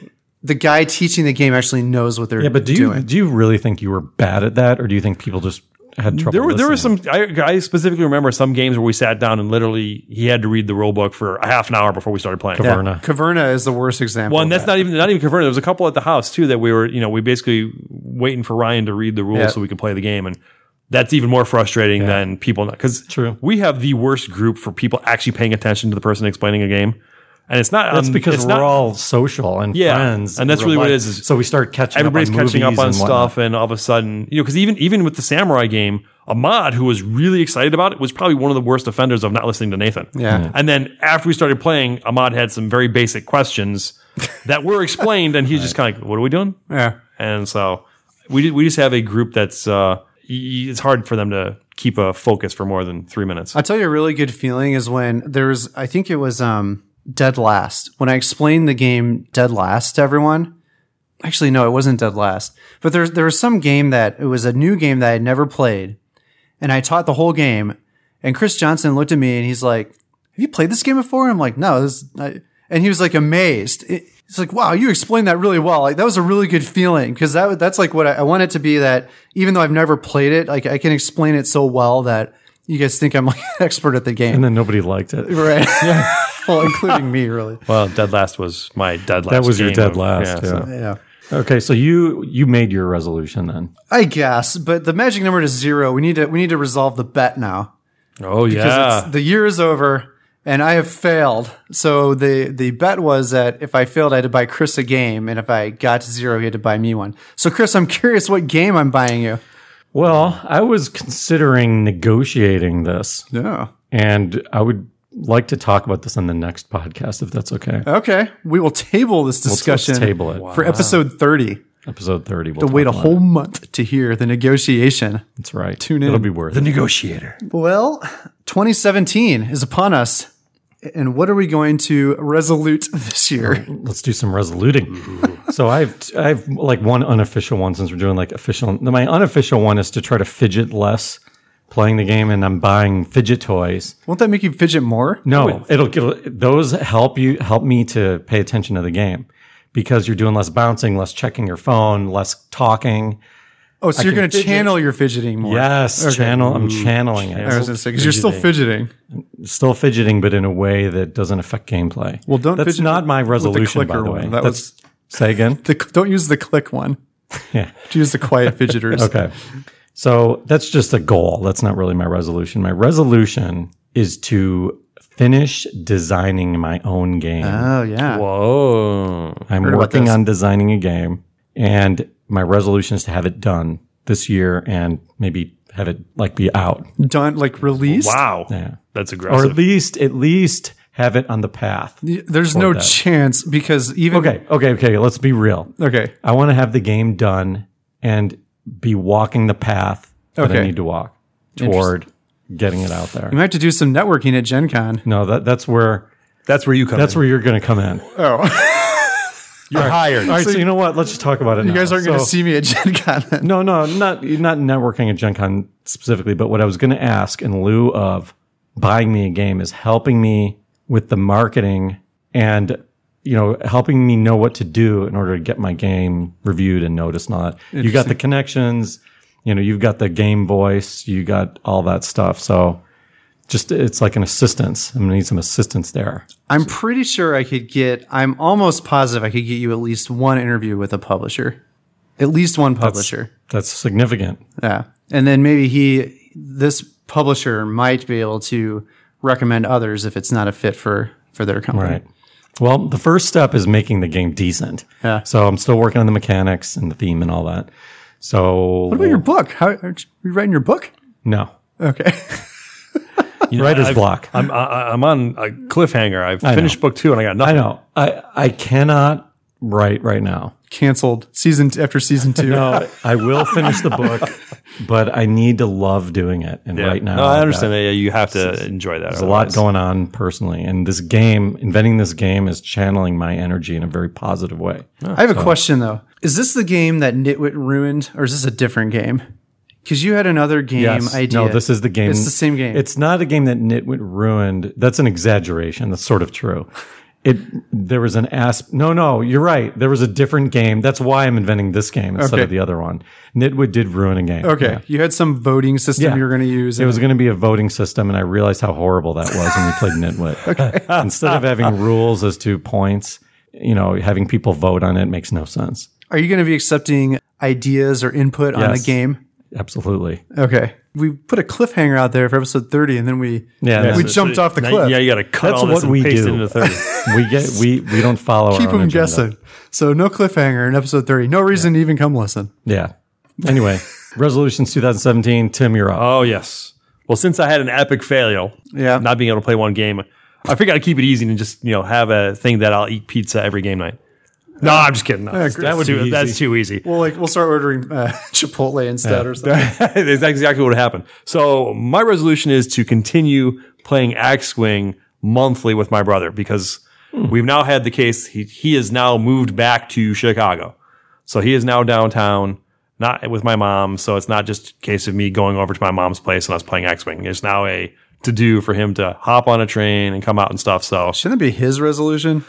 A: the guy teaching the game actually knows what they're
C: Yeah, but do you
A: doing.
C: do you really think you were bad at that, or do you think people just had trouble?
D: There were there were
C: listening?
D: some. I, I specifically remember some games where we sat down and literally he had to read the rule book for a half an hour before we started playing.
C: Yeah.
A: Caverna. Caverna is the worst example.
D: Well, and
A: of
D: that's
A: that.
D: not even not even converted. There was a couple at the house too that we were you know we basically waiting for Ryan to read the rules
A: Yeah.
D: so we could play the game and. That's even more frustrating than people not because
C: True.
D: we have the worst group for people actually paying attention to the person explaining a game, and it's not
C: That's
D: um,
C: because
D: it's
C: we're
D: not-
C: all social and
D: Yeah,
C: friends,
D: and that's
C: in
D: really
C: real
D: what it
C: life.
D: is, is
C: So we start catching.
D: everybody's
C: up on
D: catching up
C: movies
D: on
C: and whatnot.
D: stuff, and all of a sudden, you know, because even even with the samurai game, Ahmad, who was really excited about it, was probably one of the worst offenders of not listening to Nathan.
A: Yeah.
C: Mm.
A: Yeah.
D: And then after we started playing, Ahmad had some very basic questions that were explained, and he's just kind of like, "What are we doing?"
A: Yeah.
D: And so we did- we just have a group that's uh, y- it's hard for them to keep a focus for more than three minutes.
A: I'll tell you a really good feeling is when there's, I think it was um, Dead Last. When I explained the game Dead Last to everyone, actually, no, it wasn't Dead Last, but there's, there was some game that it was a new game that I had never played. And I taught the whole game. And Chris Johnson looked at me and he's like, Have you played this game before? I'm like, No. This, I, and he was like amazed. It- He's like, Wow, you explained that really well. Like, that was a really good feeling. Cause that, that's like what I, I want it to be that even though I've never played it, like I can explain it so well that you guys think I'm like an expert at the game.
C: and then nobody liked it.
A: Right. well, including me, really.
D: Well, dead last was my dead last.
C: That was your
D: game
C: dead
D: of-
C: last,
D: so-
C: yeah.
A: Yeah.
C: Okay, so you you made your resolution then.
A: I guess, but the magic number is zero. We need to we need to resolve the bet now
D: Oh
A: because
D: yeah.
C: Ah.
A: it's, the year is over and I have failed. So the the bet was that if I failed, I had to buy Chris a game, and if I got to zero, he had to buy me one. So Chris, I'm curious what game I'm buying you.
C: Well, I was considering negotiating this,
A: Yeah.
C: and I would like to talk about this on the next podcast if that's okay.
A: Okay. We will table this
C: Let's-
A: discussion
C: Let's table it.
A: for episode 30.
C: Episode thirty. We'll
A: To wait a
C: talk about it.
A: whole month to hear the negotiation.
C: That's right.
A: Tune in.
C: It'll be worth it.
D: negotiator.
A: Well, 2017 is upon us. And what are we going to resolute this year?
C: Let's do some resoluting.
A: Mm-hmm.
C: so I've I've like one unofficial one since we're doing like official. My unofficial one is to try to fidget less playing the game, and I'm buying fidget toys.
A: Won't that make you fidget more?
C: No, it'll get those help you help me to pay attention to the game because you're doing less bouncing, less checking your phone, less talking.
A: Oh, so you're going to
C: fidget.
A: channel your fidgeting more.
C: Yes, channel. I'm
A: Mm.
C: channeling
A: I was
C: it.
A: going to say, because you're still fidgeting.
C: Still fidgeting, but in a way that doesn't affect gameplay.
A: Well, don't
C: That's
A: fidget
C: not my
A: with the
C: resolution, by
A: clicker
C: the
A: one.
C: way.
A: That
C: That's say again.
A: The, don't use the click one.
C: Yeah.
A: Use the quiet fidgeters.
C: Okay. So that's just a goal. That's not really my resolution. My resolution is to finish designing my own game.
A: Oh, yeah.
D: Whoa.
C: I'm
A: Heard about
C: working
A: this.
C: on designing a game, and my resolution is to have it done this year and maybe have it like be out.
A: Done, like released.
D: Wow.
C: Yeah.
D: That's
C: Or
D: aggressive.
C: at least at least have it on the path.
A: There's no
C: that.
A: chance because even.
C: Okay, okay, okay. Let's be real.
A: Okay.
C: I want to have the game done and be walking the path that I
A: Okay.
C: need to walk toward getting it out there.
A: You might have to do some networking at Gen Con.
C: No, that that's where
D: that's where you come.
C: that's where you're going to come in. All
D: you're hired.
C: right, so, you know what? Let's just talk about it.
A: You guys aren't going to
C: see.
A: see me at Gen Con then.
C: No, no, not not networking at Gen Con specifically, but what I was going to ask in lieu of buying me a game is helping me with the marketing and you know helping me know what to do in order to get my game reviewed and noticed and all that. You got the connections, you know, you've got the game voice, you got all that stuff. So just it's like an assistance. I'm going to need some assistance there.
A: I'm pretty sure I could get, I'm almost positive I could get you at least one interview with a publisher. At least one publisher.
C: That's significant.
A: Yeah. And then maybe he, this publisher might be able to recommend others if it's not a fit for, for their company.
C: Right. Well, the first step is making the game decent.
A: Yeah.
C: So I'm still working on the mechanics and the theme and all that. So
A: What about Oh, your book? How, are you writing your book?
C: no
A: Okay.
C: writer's block? i
D: I'm I, I'm on a cliffhanger. I've
C: know.
D: finished book two and I got nothing.
C: know. I I cannot write right now.
A: Canceled season t- after season two.
C: No, I will finish the book, but I need to love doing it. And right now,
D: No, I
C: I've
D: understand
C: got-
D: that. Yeah, you have to enjoy that.
C: There's a lot going on personally, and this game, inventing this game, is channeling my energy in a very positive way.
A: I have a question though. Is this the game that Nitwit ruined or is this a different game? Because you had another game
C: Yes.
A: idea.
C: No, this is the game.
A: It's the same game.
C: It's not a game that Nitwit ruined. That's an exaggeration. That's sort of true. It there was an asp. No, no, you're right. There was a different game. That's why I'm inventing this game instead of
A: Okay.
C: the other one. Nitwit did ruin a game.
A: okay.
C: Yeah.
A: You had some voting system
C: Yeah.
A: you were going to use.
C: It was going to be a voting system, and I realized how horrible that was when we played Nitwit. Instead of having rules as to points, you know, having people vote on it makes no sense.
A: Are you going to be accepting ideas or input on the
C: Yes.
A: game?
C: Absolutely.
A: Okay. We put a cliffhanger out there for episode 30 and then we
C: Yeah,
A: we
C: that's-
A: jumped off the cliff.
D: Yeah, you got to cut
C: That's
D: all this
C: what
D: and
C: we
D: paste
C: do.
D: it into thirty.
C: We get we we don't follow. our
A: Keep
C: own
A: them
C: agenda.
A: guessing. So no cliffhanger in episode 30. No reason to even come listen.
C: Yeah. Anyway, resolutions 2017. Tim, you're up.
D: Oh yes. Well, since I had an epic failure,
A: Yeah.
D: not being able to play one game, I figured I'd keep it easy and just you know have a thing that I'll eat pizza every game night. No, I'm just kidding. No, that's,
A: great. That
C: would
D: too,
C: be
D: that's
C: easy.
D: too easy.
A: Well, like we'll start ordering uh, Chipotle instead or something.
D: that's exactly what happened. So my resolution is to continue playing Axe Wing monthly with my brother because
E: Hmm.
D: we've now had the case. He he is now moved back to Chicago, so he is now downtown, not with my mom. So it's not just a case of me going over to my mom's place and us playing Axe Wing. It's now a to do for him to hop on a train and come out and stuff. So
A: Shouldn't that be his resolution?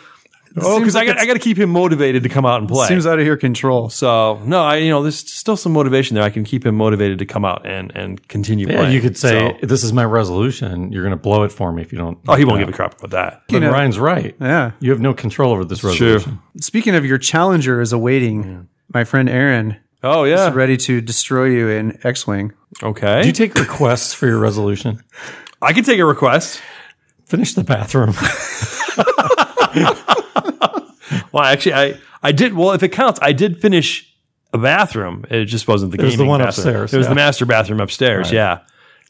D: Oh, because
E: Seems like
D: I got I got to keep him motivated to come out and play.
A: Seems out of your control.
D: so no, I you know there's still some motivation there. I can keep him motivated to come out and and continue.
C: Yeah,
D: playing.
C: you could say
D: So-
C: this is my resolution. You're going to blow it for me if you don't.
D: oh, he won't give a crap about that.
C: But Ryan's right.
A: Yeah.
C: You have no control over this resolution.
A: Speaking of your challenger is awaiting. My friend Aaron
D: Oh
A: is
D: yeah,
A: ready to destroy you in X-wing.
D: okay.
C: Do you take requests for your resolution?
D: I can take a request.
C: Finish the bathroom.
D: Well, actually, I I did. Well, if it counts, I did finish a bathroom. It just wasn't the
C: There's the
D: gaming
C: one
D: bathroom.
C: upstairs,
D: There was
C: yeah.
D: the master bathroom upstairs. Yeah.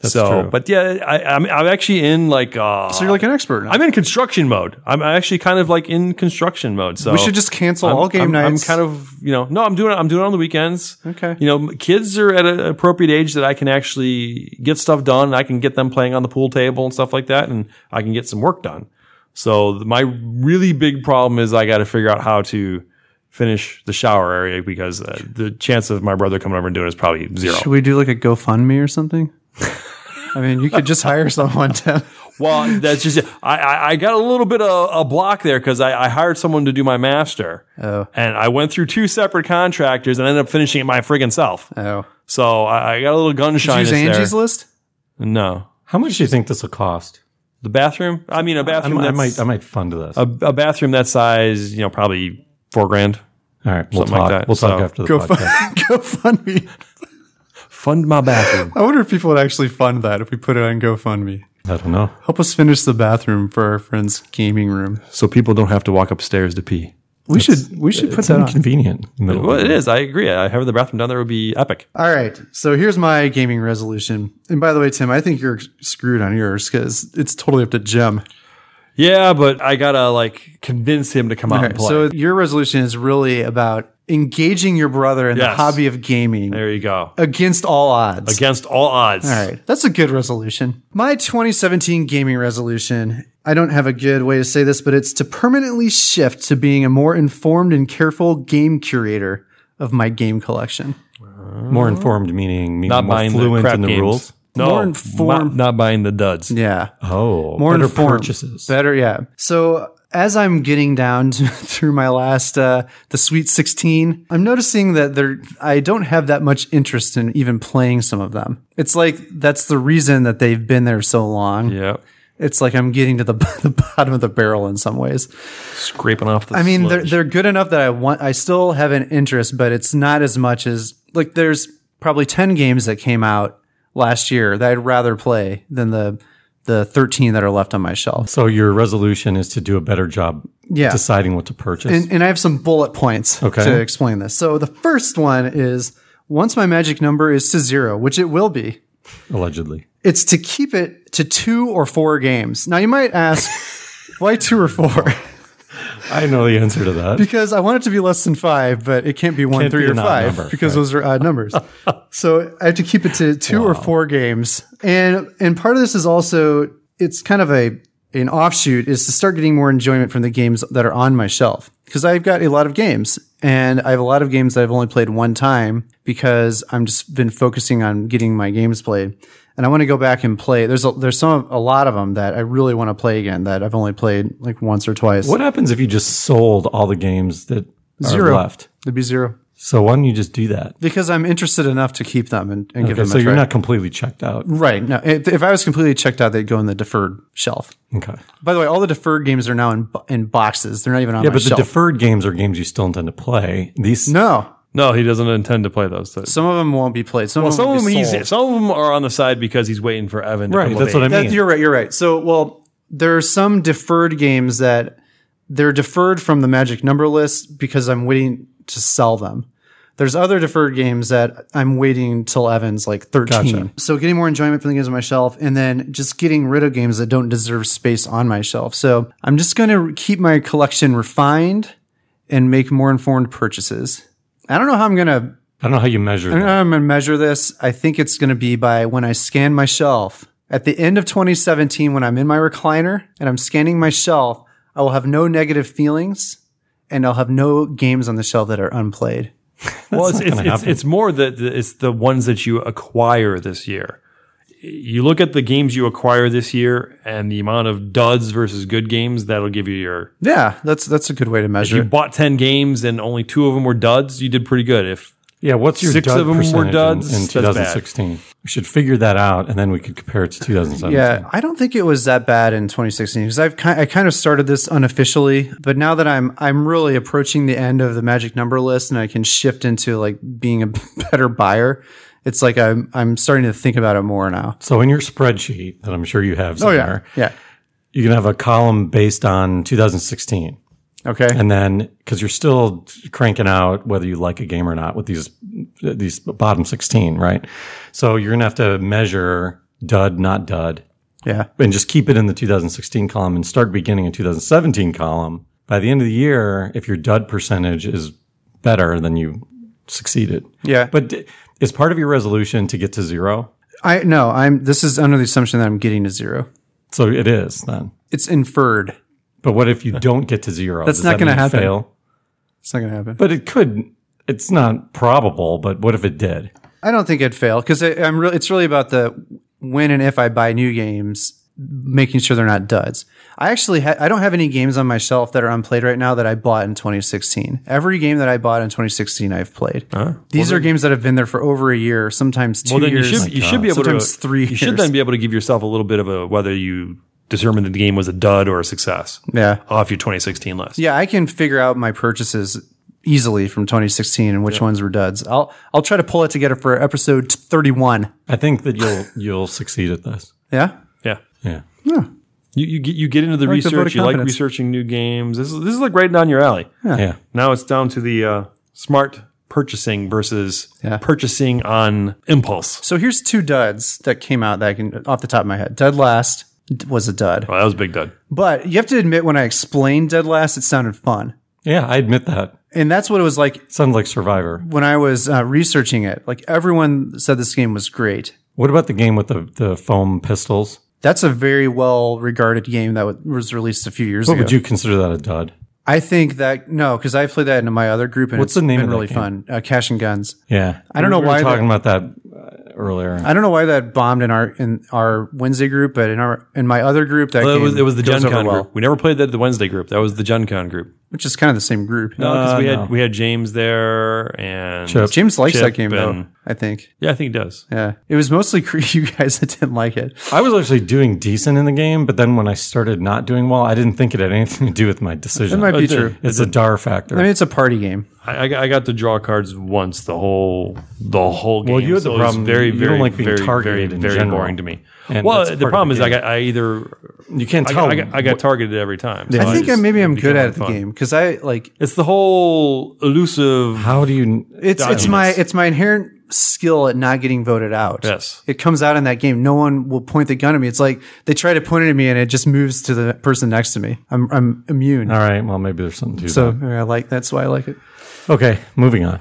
D: so,
C: true.
D: but yeah, I, I'm I'm actually in like uh,
A: So you're like an expert. Now.
D: I'm in construction mode. I'm actually kind of like in construction mode. So
A: we should just cancel
D: I'm-
A: all game
D: I'm,
A: nights.
D: I'm kind of you know no, I'm doing it. I'm doing it on the weekends.
A: Okay.
D: You know, kids are at an appropriate age that I can actually get stuff done. I can get them playing on the pool table and stuff like that, and I can get some work done. So th- my really big problem is I got to figure out how to finish the shower area because uh, the chance of my brother coming over and doing it is probably zero.
A: Should we do like a GoFundMe or something? I mean, you could just hire someone to.
D: Well, that's just it. I, I, I got a little bit of a block there because I, I hired someone to do my master.
A: Oh.
D: And I went through two separate contractors and ended up finishing it my friggin' self.
A: Oh,
D: So I, I got a little gun
A: Did you
D: shyness
A: use
D: there.
A: Angie's list.
D: No.
C: How much do you think this will cost?
D: The bathroom? I mean, a
C: I,
D: bathroom
C: I
D: that's,
C: might. I might fund this.
D: a, a bathroom that size, you know, probably four grand.
C: All right, we'll
D: something
C: talk.
D: like that.
C: We'll talk
D: So-
C: after the
A: Go
C: podcast.
A: GoFundMe.
D: Fund my bathroom.
A: I wonder if people would actually fund that if we put it on GoFundMe.
C: I don't know.
A: Help us finish the bathroom for our friend's gaming room.
D: so people don't have to walk upstairs to pee.
A: We should we should put
C: It's
A: that on.
C: inconvenient. in the middle of
D: Well,
C: the
D: it
C: night.
D: is. I agree. I have the bathroom down there would be epic.
A: All right. So here's my gaming resolution. And by the way, Tim, I think you're screwed on yours because it's totally up to Jim.
D: Yeah, but I got to like convince him to come out and play.
A: So your resolution is really about engaging your brother in the
D: Yes.
A: hobby of gaming
D: there you go.
A: against all odds.
D: Against all odds.
A: All right. That's a good resolution. My 2017 gaming resolution, I don't have a good way to say this, but it's to permanently shift to being a more informed and careful game curator of my game collection.
C: More informed, meaning, meaning
D: Not
C: more
D: buying the
C: fluent
D: crap
C: in the
D: games.
C: rules.
D: No,
A: More informed-
D: Not, not buying the duds.
A: Yeah.
C: Oh,
A: More
C: better
A: informed.
C: purchases.
A: Better, yeah. So as I'm getting down to, through my last uh the sweet 16, I'm noticing that there I don't have that much interest in even playing some of them. It's like that's the reason that they've been there so long.
D: Yeah,
A: It's like I'm getting to the, the bottom of the barrel in some ways.
D: scraping off the.
A: I mean, they're
D: sludge.
A: they're good enough that I want. I still have an interest, but it's not as much as like there's probably ten games that came out last year that I'd rather play than the the thirteen that are left on my shelf.
C: So your resolution is to do a better job
A: Yeah.
C: deciding what to purchase.
A: And, and I have some bullet points
C: Okay.
A: to explain this. So the first one is once my magic number is to zero, which it will be,
C: allegedly.
A: it's to keep it to two or four games. Now you might ask, why two or four?
C: I know the answer to that.
A: because I want it to be less than five, but it can't be one,
C: Can't
A: three,
C: be
A: or
C: an odd
A: five
C: number,
A: because
C: right.
A: those are odd numbers. so I have to keep it to two or four games, and and part of this is also it's kind of a an offshoot is to start getting more enjoyment from the games that are on my shelf because I've got a lot of games and I have a lot of games that I've only played one time because I'm just been focusing on getting my games played. And I want to go back and play. There's a, there's some a lot of them that I really want to play again that I've only played like once or twice.
C: What happens if you just sold all the games that
A: Zero.
C: are left?
A: It'd be zero.
C: So why don't you just do that?
A: because I'm interested enough to keep them and, and give
C: Okay,
A: them
C: so
A: a try.
C: you're not completely checked out.
A: right. No, if, if I was completely checked out, they'd go in the deferred shelf.
C: Okay.
A: By the way, all the deferred games are now in bo- in boxes. They're not even on
C: Yeah,
A: my
C: but the
A: shelf.
C: deferred games are games you still intend to play. These
A: no,
D: no, he doesn't intend to play those. Things.
A: some of them won't be played. Some
D: Well,
A: of them
D: some
A: will
D: of them
A: be
D: he's
A: sold.
D: some of them are on the side because he's waiting for Evan. To
C: right.
D: come
C: That's what I
A: That-
C: mean.
A: you're right. You're right. So, well, there are some deferred games that they're deferred from the magic number list because I'm waiting to sell them. There's other deferred games that I'm waiting till Evans like 13.
C: Gotcha.
A: So getting more enjoyment from the games on my shelf and then just getting rid of games that don't deserve space on my shelf. So I'm just going to keep my collection refined and make more informed purchases. I don't know how I'm going to
C: I don't know how you measure
A: I don't know
C: that.
A: how I'm going to measure this. I think it's going to be by when I scan my shelf. At the end of 2017, when I'm in my recliner and I'm scanning my shelf, I will have no negative feelings and I'll have no games on the shelf that are unplayed.
D: well, it's it's,
C: gonna
D: it's,
C: happen.
D: it's more that the- it's the ones that you acquire this year. you look at the games you acquire this year and the amount of duds versus good games, that'll give you your.
A: Yeah, that's that's a good way to measure.
D: If you
A: it.
D: bought 10 games and only two of them were duds, you did pretty good. If
C: Yeah, what's your
D: Six
C: dud
D: of 'em were
C: percentage in-
D: duds,
C: in,
D: that's bad.
C: 2016? We should figure that out, and then we could compare it to 2017.
A: Yeah, I don't think it was that bad in 2016 because I've ki- I kind of started this unofficially, but now that I'm I'm really approaching the end of the magic number list and I can shift into like being a better buyer, it's like I'm I'm starting to think about it more now.
C: So in your spreadsheet that I'm sure you have
D: Oh,
C: somewhere,
A: Oh, yeah,
C: you can have a column based on 2016.
A: okay,
C: and then because you're still cranking out whether you like a game or not with these these bottom 16 right so you're gonna have to measure dud not dud
A: yeah,
C: and just keep it in the 2016 column and start beginning in 2017 column by the end of the year if your dud percentage is better then you succeeded
A: yeah.
C: but d- is part of your resolution to get to zero
A: I no, I'm this is under the assumption that I'm getting to zero.
C: so it is then
A: It's inferred.
C: but what if you don't get to zero
A: That's
C: Does
A: not
C: that
A: gonna
C: mean you
A: happen.
C: fail?
A: It's not gonna happen.
C: but it could it's not probable but what if it did
A: I don't think it'd fail because I'm really. It's really about the when and if I buy new games, making sure they're not duds. I actually ha- I don't have any games on my shelf that are unplayed right now that I bought in 2016. Every game that I bought in 2016, I've played. These are games that have been there for over a year, sometimes two
D: well, then
A: years.
D: you should you should be able
A: sometimes
D: to
A: three.
D: uh, You should
A: years.
D: then be able to give yourself a little bit of a whether you determined that the game was a dud or a success
A: yeah,
D: off your 2016 list.
A: yeah. I can figure out my purchases easily from 2016 and which ones were duds. I'll I'll try to pull it together for episode 31.
C: I think that you'll you'll succeed at this.
A: Yeah,
D: yeah.
C: Yeah.
D: You, you get you get into the
A: like the vote
D: research.
A: of
D: you like
A: confidence.
D: researching new games. This is this is like right down your alley.
C: Yeah.
D: Now it's down to the uh, smart purchasing versus
A: Yeah.
D: purchasing on impulse.
A: So here's two duds that came out that I can off the top of my head. Dead Last d- was a dud,
D: Well, Oh, that was a big dud.
A: but you have to admit when I explained Dead Last, it sounded fun,
C: Yeah, I admit that.
A: and that's what it was like
C: Sounds like Survivor.
A: when I was uh, researching it. Like everyone said, this game was great.
C: What about the game with the, the foam pistols?
A: That's a very well regarded game that wa- was released a few years ago.
C: Would you consider that a dud?
A: I think that no, because I played that into my other group and
C: What's
A: it's
C: the name
A: been
C: of that
A: really
C: game?
A: fun. Uh, Cash and Guns.
C: Yeah.
A: I don't know
C: we were
A: why
C: talking about that uh, earlier.
A: I don't know why that bombed in our in our Wednesday group, but in our in my other group that
D: Well, it
A: game
D: was it was the
A: goes
D: Gen
A: over
D: Con
A: well,
D: group. We never played that at the Wednesday group. That was the Gen Con group.
A: which is kind of the same group.
D: No, because
C: Uh,
D: we had
C: no.
D: we had James there and
C: Chip.
A: James likes
D: Chip
A: that game though.
D: and-
A: I think.
D: yeah, I think he does.
A: Yeah, it was mostly cre- you guys that didn't like it.
C: I was actually doing decent in the game, but then when I started not doing well, I didn't think it had anything to do with my decision.
A: That might be
D: did.
A: true.
C: it's a dar factor.
A: I mean, it's a party game.
D: I, I got- I got to draw cards once the whole the whole game.
C: Well, you had the
D: so it was
C: problem-
D: very
C: you don't
D: very
C: like being
D: very,
C: targeted
D: very,
C: in
D: very
C: general.
D: boring to me.
C: And
D: well,
C: that's part
D: the
C: of the
D: problem is I
C: game.
D: got I either
C: you can't
D: I
C: tell.
D: got, I got, I got targeted every time. so
A: I think I,
D: just-
A: maybe I'm
D: it became
A: good at the
D: unfun.
A: game because I like
D: It's the whole elusive.
C: how do you?
A: it's it's my it's my inherent skill at not getting voted out.
D: Yes.
A: it comes out in that game. No one will point the gun at me. It's like they try to point it at me and it just moves to the person next to me. I'm I'm immune.
C: all right. Well, maybe there's something to
A: So
C: that.
A: maybe I like that's why I like it.
C: Okay, moving on.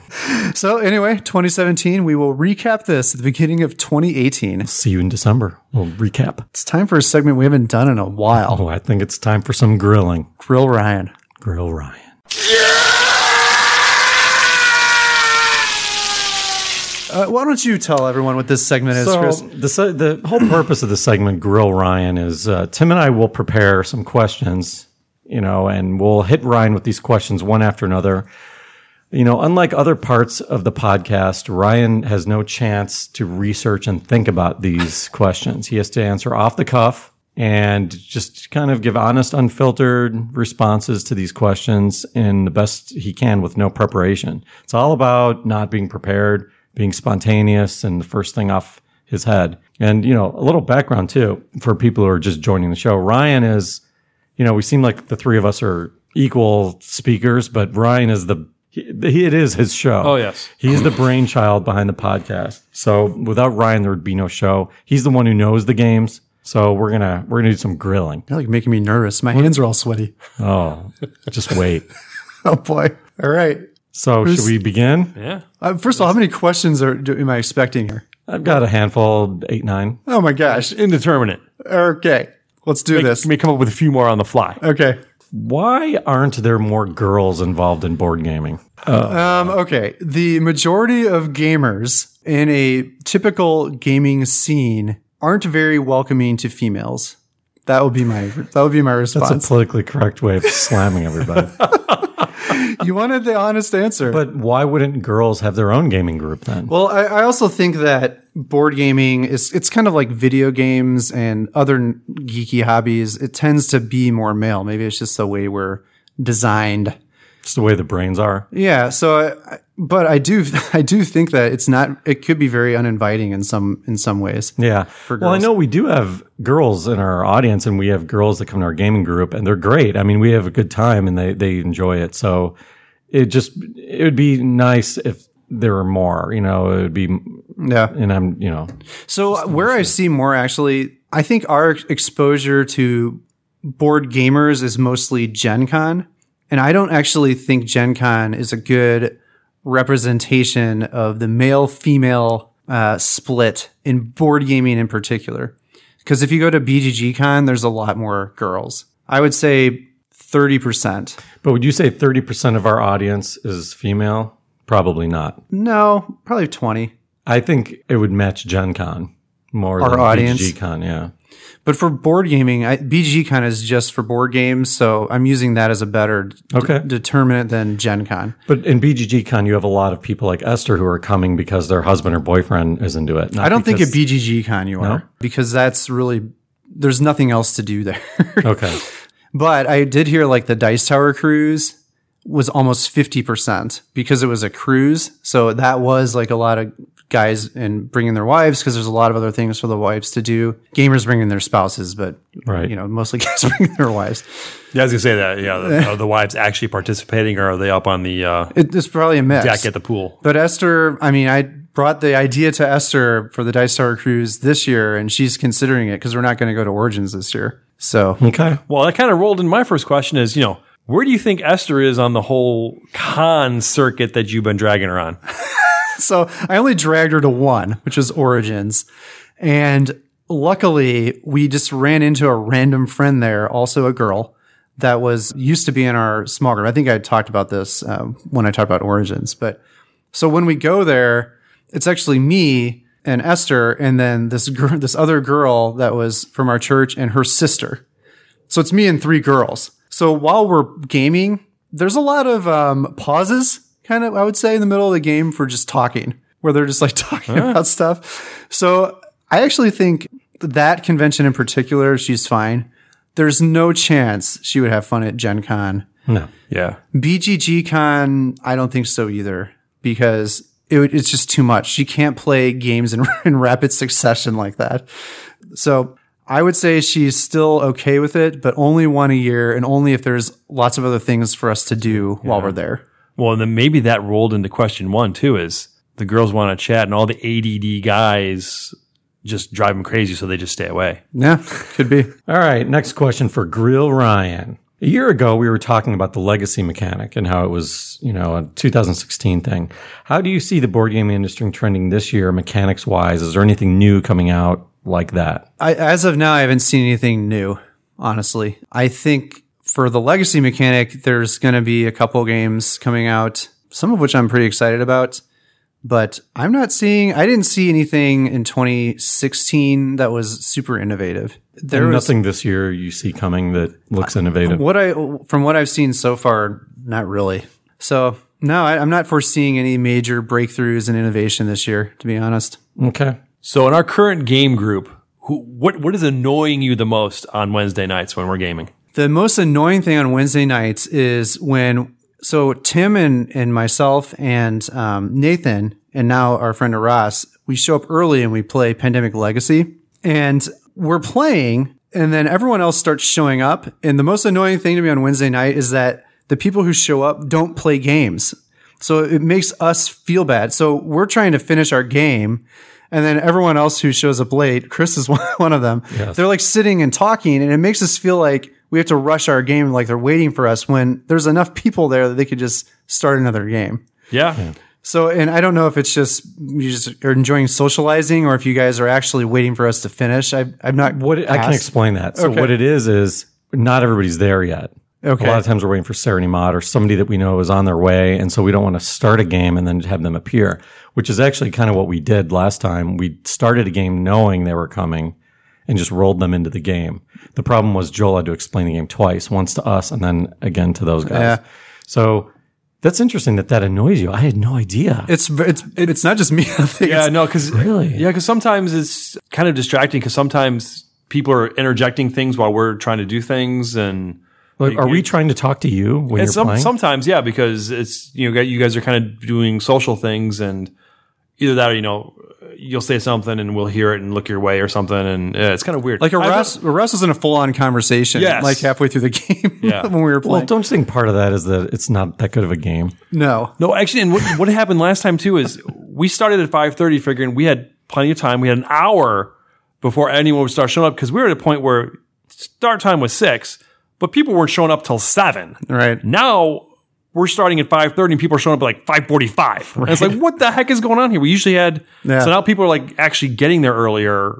A: So anyway, 2017, we will recap this at the beginning of 2018.
C: See you in December. We'll recap.
A: It's time for a segment we haven't done in a while.
C: Oh, I think it's time for some grilling.
A: Grill Ryan.
C: Grill Ryan.
A: Uh, why don't you tell everyone what this segment is, Chris?
C: So the se- the whole purpose of the segment Grill Ryan is uh, Tim and I will prepare some questions, you know, and we'll hit Ryan with these questions one after another. You know, unlike other parts of the podcast, Ryan has no chance to research and think about these questions. He has to answer off the cuff and just kind of give honest, unfiltered responses to these questions in the best he can with no preparation. It's all about not being prepared, being spontaneous, and the first thing off his head. And, you know, a little background too for people who are just joining the show. Ryan is you know, we seem like the three of us are equal speakers, but Ryan is the he, he- it is his show.
D: Oh, yes.
C: he's the brainchild behind the podcast. So without Ryan, there would be no show. He's the one who knows the games. So we're gonna we're gonna do some grilling.
A: You're like making me nervous. My hands are all sweaty.
C: Oh, just wait.
A: Oh boy! All right.
C: So should we begin?
D: Yeah.
A: Uh, first of all, how many questions are do, am I expecting here?
C: I've got a handful, eight nine.
A: Oh my gosh!
D: Indeterminate.
A: Okay, let's do
D: This
A: this.
D: may come up with a few more on the fly.
A: Okay.
C: Why aren't there more girls involved in board gaming?
A: Um, okay. The majority of gamers in a typical gaming scene aren't very welcoming to females. That would be my that would be my
C: That's a
A: response.
C: politically correct way of slamming everybody.
A: you wanted the honest answer.
C: but why wouldn't girls have their own gaming group then?
A: Well, I, I also think that board gaming is it's kind of like video games and other n- geeky hobbies. It tends to be more male. Maybe it's just the way we're designed.
C: It's the way the brains are.
A: Yeah. So, I, I- but I do I do think that it's not. It could be very uninviting in some in some ways.
C: Yeah. Well, I
A: girls.
C: know we do have girls in our audience, and we have girls that come to our gaming group, and they're great. I mean, we have a good time, and they they enjoy it. So it just it would be nice if there were more. You know, it would be,
A: Yeah.
C: and I'm you know,
A: So where I see more actually, I think our exposure to board gamers is mostly Gen Con. And I don't actually think Gen Con is a good representation of the male female uh, split in board gaming in particular. Because if you go to BGG Con, there's a lot more girls. I would say 30%.
C: But would you say 30% of our audience is female? Probably not.
A: No, probably 20.
C: I think it would match Gen Con more
A: Our
C: than
A: audience?
C: BGG Con, yeah.
A: But for board gaming, I, BGG Con is just for board games. So I'm using that as a better
C: Okay.
A: determinant than Gen Con.
C: But in BGG Con, you have a lot of people like Esther who are coming because their husband or boyfriend is into it.
A: I don't think at BGG Con you are
C: No?
A: because that's really there's nothing else to do there.
C: Okay.
A: but I did hear like the Dice Tower cruise was almost 50% because it was a cruise. So that was like a lot of guys and bringing their wives because there's a lot of other things for the wives to do. Gamers bringing their spouses, but
C: Right.
A: you know, mostly guys bringing their wives.
D: Yeah, I was gonna say that. Yeah, the, are the wives actually participating, or are they up on the uh,
A: It, it's probably a mix.
D: deck at the pool?
A: But Esther, I mean, I brought the idea to Esther for the Dice Tower Cruise this year, and she's considering it because we're not going to go to Origins this year. So
C: Okay.
D: Well, that kind of rolled in my first question. Is you know where do you think Esther is on the whole con circuit that you've been dragging her on?
A: so I only dragged her to one, which was Origins. And luckily, we just ran into a random friend there, also a girl that was used to be in our small group. I think I talked about this um, when I talked about Origins. But so when we go there, it's actually me and Esther, and then this girl, this other girl that was from our church, and her sister. So it's me and three girls. So while we're gaming, there's a lot of um, pauses, kind of, I would say, in the middle of the game for just talking, where they're just like talking about stuff. So I actually think that convention in particular, she's fine. There's no chance she would have fun at Gen Con.
C: No.
D: Yeah,
A: BGG Con, I don't think so either, because it, would- it's just too much. She can't play games in, in rapid succession like that. So I would say she's still okay with it, but only one a year and only if there's lots of other things for us to do while we're there.
D: Well, and then maybe that rolled into question one too. Is the girls want to chat, and all the ADD guys just drive them crazy, so they just stay away.
A: Yeah, could be.
C: All right. Next question for Grill Ryan. A year ago, we were talking about the legacy mechanic and how it was, you know, a 2016 thing. How do you see the board gaming industry trending this year, mechanics wise? Is there anything new coming out like that?
A: I, as of now, I haven't seen anything new, honestly. I think for the legacy mechanic, there's going to be a couple games coming out, some of which I'm pretty excited about. But I'm not seeing, I didn't see anything in 2016 that was super innovative. There
C: And
A: was
C: nothing this year you see coming that looks innovative.
A: what I, from what I've seen so far, not really. So, no, I, I'm not foreseeing any major breakthroughs in innovation this year, to be honest.
C: Okay.
D: So, in our current game group, who, what what is annoying you the most on Wednesday nights when we're gaming?
A: the most annoying thing on Wednesday nights is when so Tim and and myself and um, Nathan and now our friend Ross we show up early and we play Pandemic Legacy and we're playing and then everyone else starts showing up and the most annoying thing to me on Wednesday night is that the people who show up don't play games so it makes us feel bad so we're trying to finish our game and then everyone else who shows up late, Chris is one one of them. They're like sitting and talking, and it makes us feel like we have to rush our game, like they're waiting for us when there's enough people there that they could just start another game.
D: Yeah,
A: So, and I don't know if it's just you just are enjoying socializing or if you guys are actually waiting for us to finish. I, I'm not.
C: What I can
A: asked.
C: explain that. So
A: Okay.
C: what it is is not everybody's there yet.
A: Okay.
C: A lot of times we're waiting for Serenity Mod or somebody that we know is on their way. And so we don't want to start a game and then have them appear, which is actually kind of what we did last time. We started a game knowing they were coming and just rolled them into the game. The problem was Joel had to explain the game twice, once to us and then again to those guys. So that's interesting that that annoys you. I had no idea.
A: It's it's it's not just me. I think
D: Yeah,
A: it's-
D: no, because
C: Really?
D: yeah, because sometimes it's kind of distracting because sometimes people are interjecting things while we're trying to do things, and
C: Like, are we trying to talk to you when
D: and
C: you're
D: some,
C: playing?
D: sometimes yeah, because it's you know you guys are kind of doing social things, and either that or you know you'll say something and we'll hear it and look your way or something, and yeah, it's kind of weird.
A: like a
D: I've-
A: Russ, Russ was in a full on conversation.
D: Yes.
A: like halfway through the game
D: Yeah.
A: when we were
C: well,
A: playing.
C: don't you think part of that is that it's not that good of a game?
A: no,
D: No, actually, and what, what happened last time too is we started at five thirty, figuring we had plenty of time. We had an hour before anyone would start showing up because we were at a point where start time was six, but people weren't showing up till seven.
A: right?
D: Now we're starting at five thirty, and people are showing up at like five forty-five. And it's like, what the heck is going on here? We usually had
A: Yeah.
D: so now people are like actually getting there earlier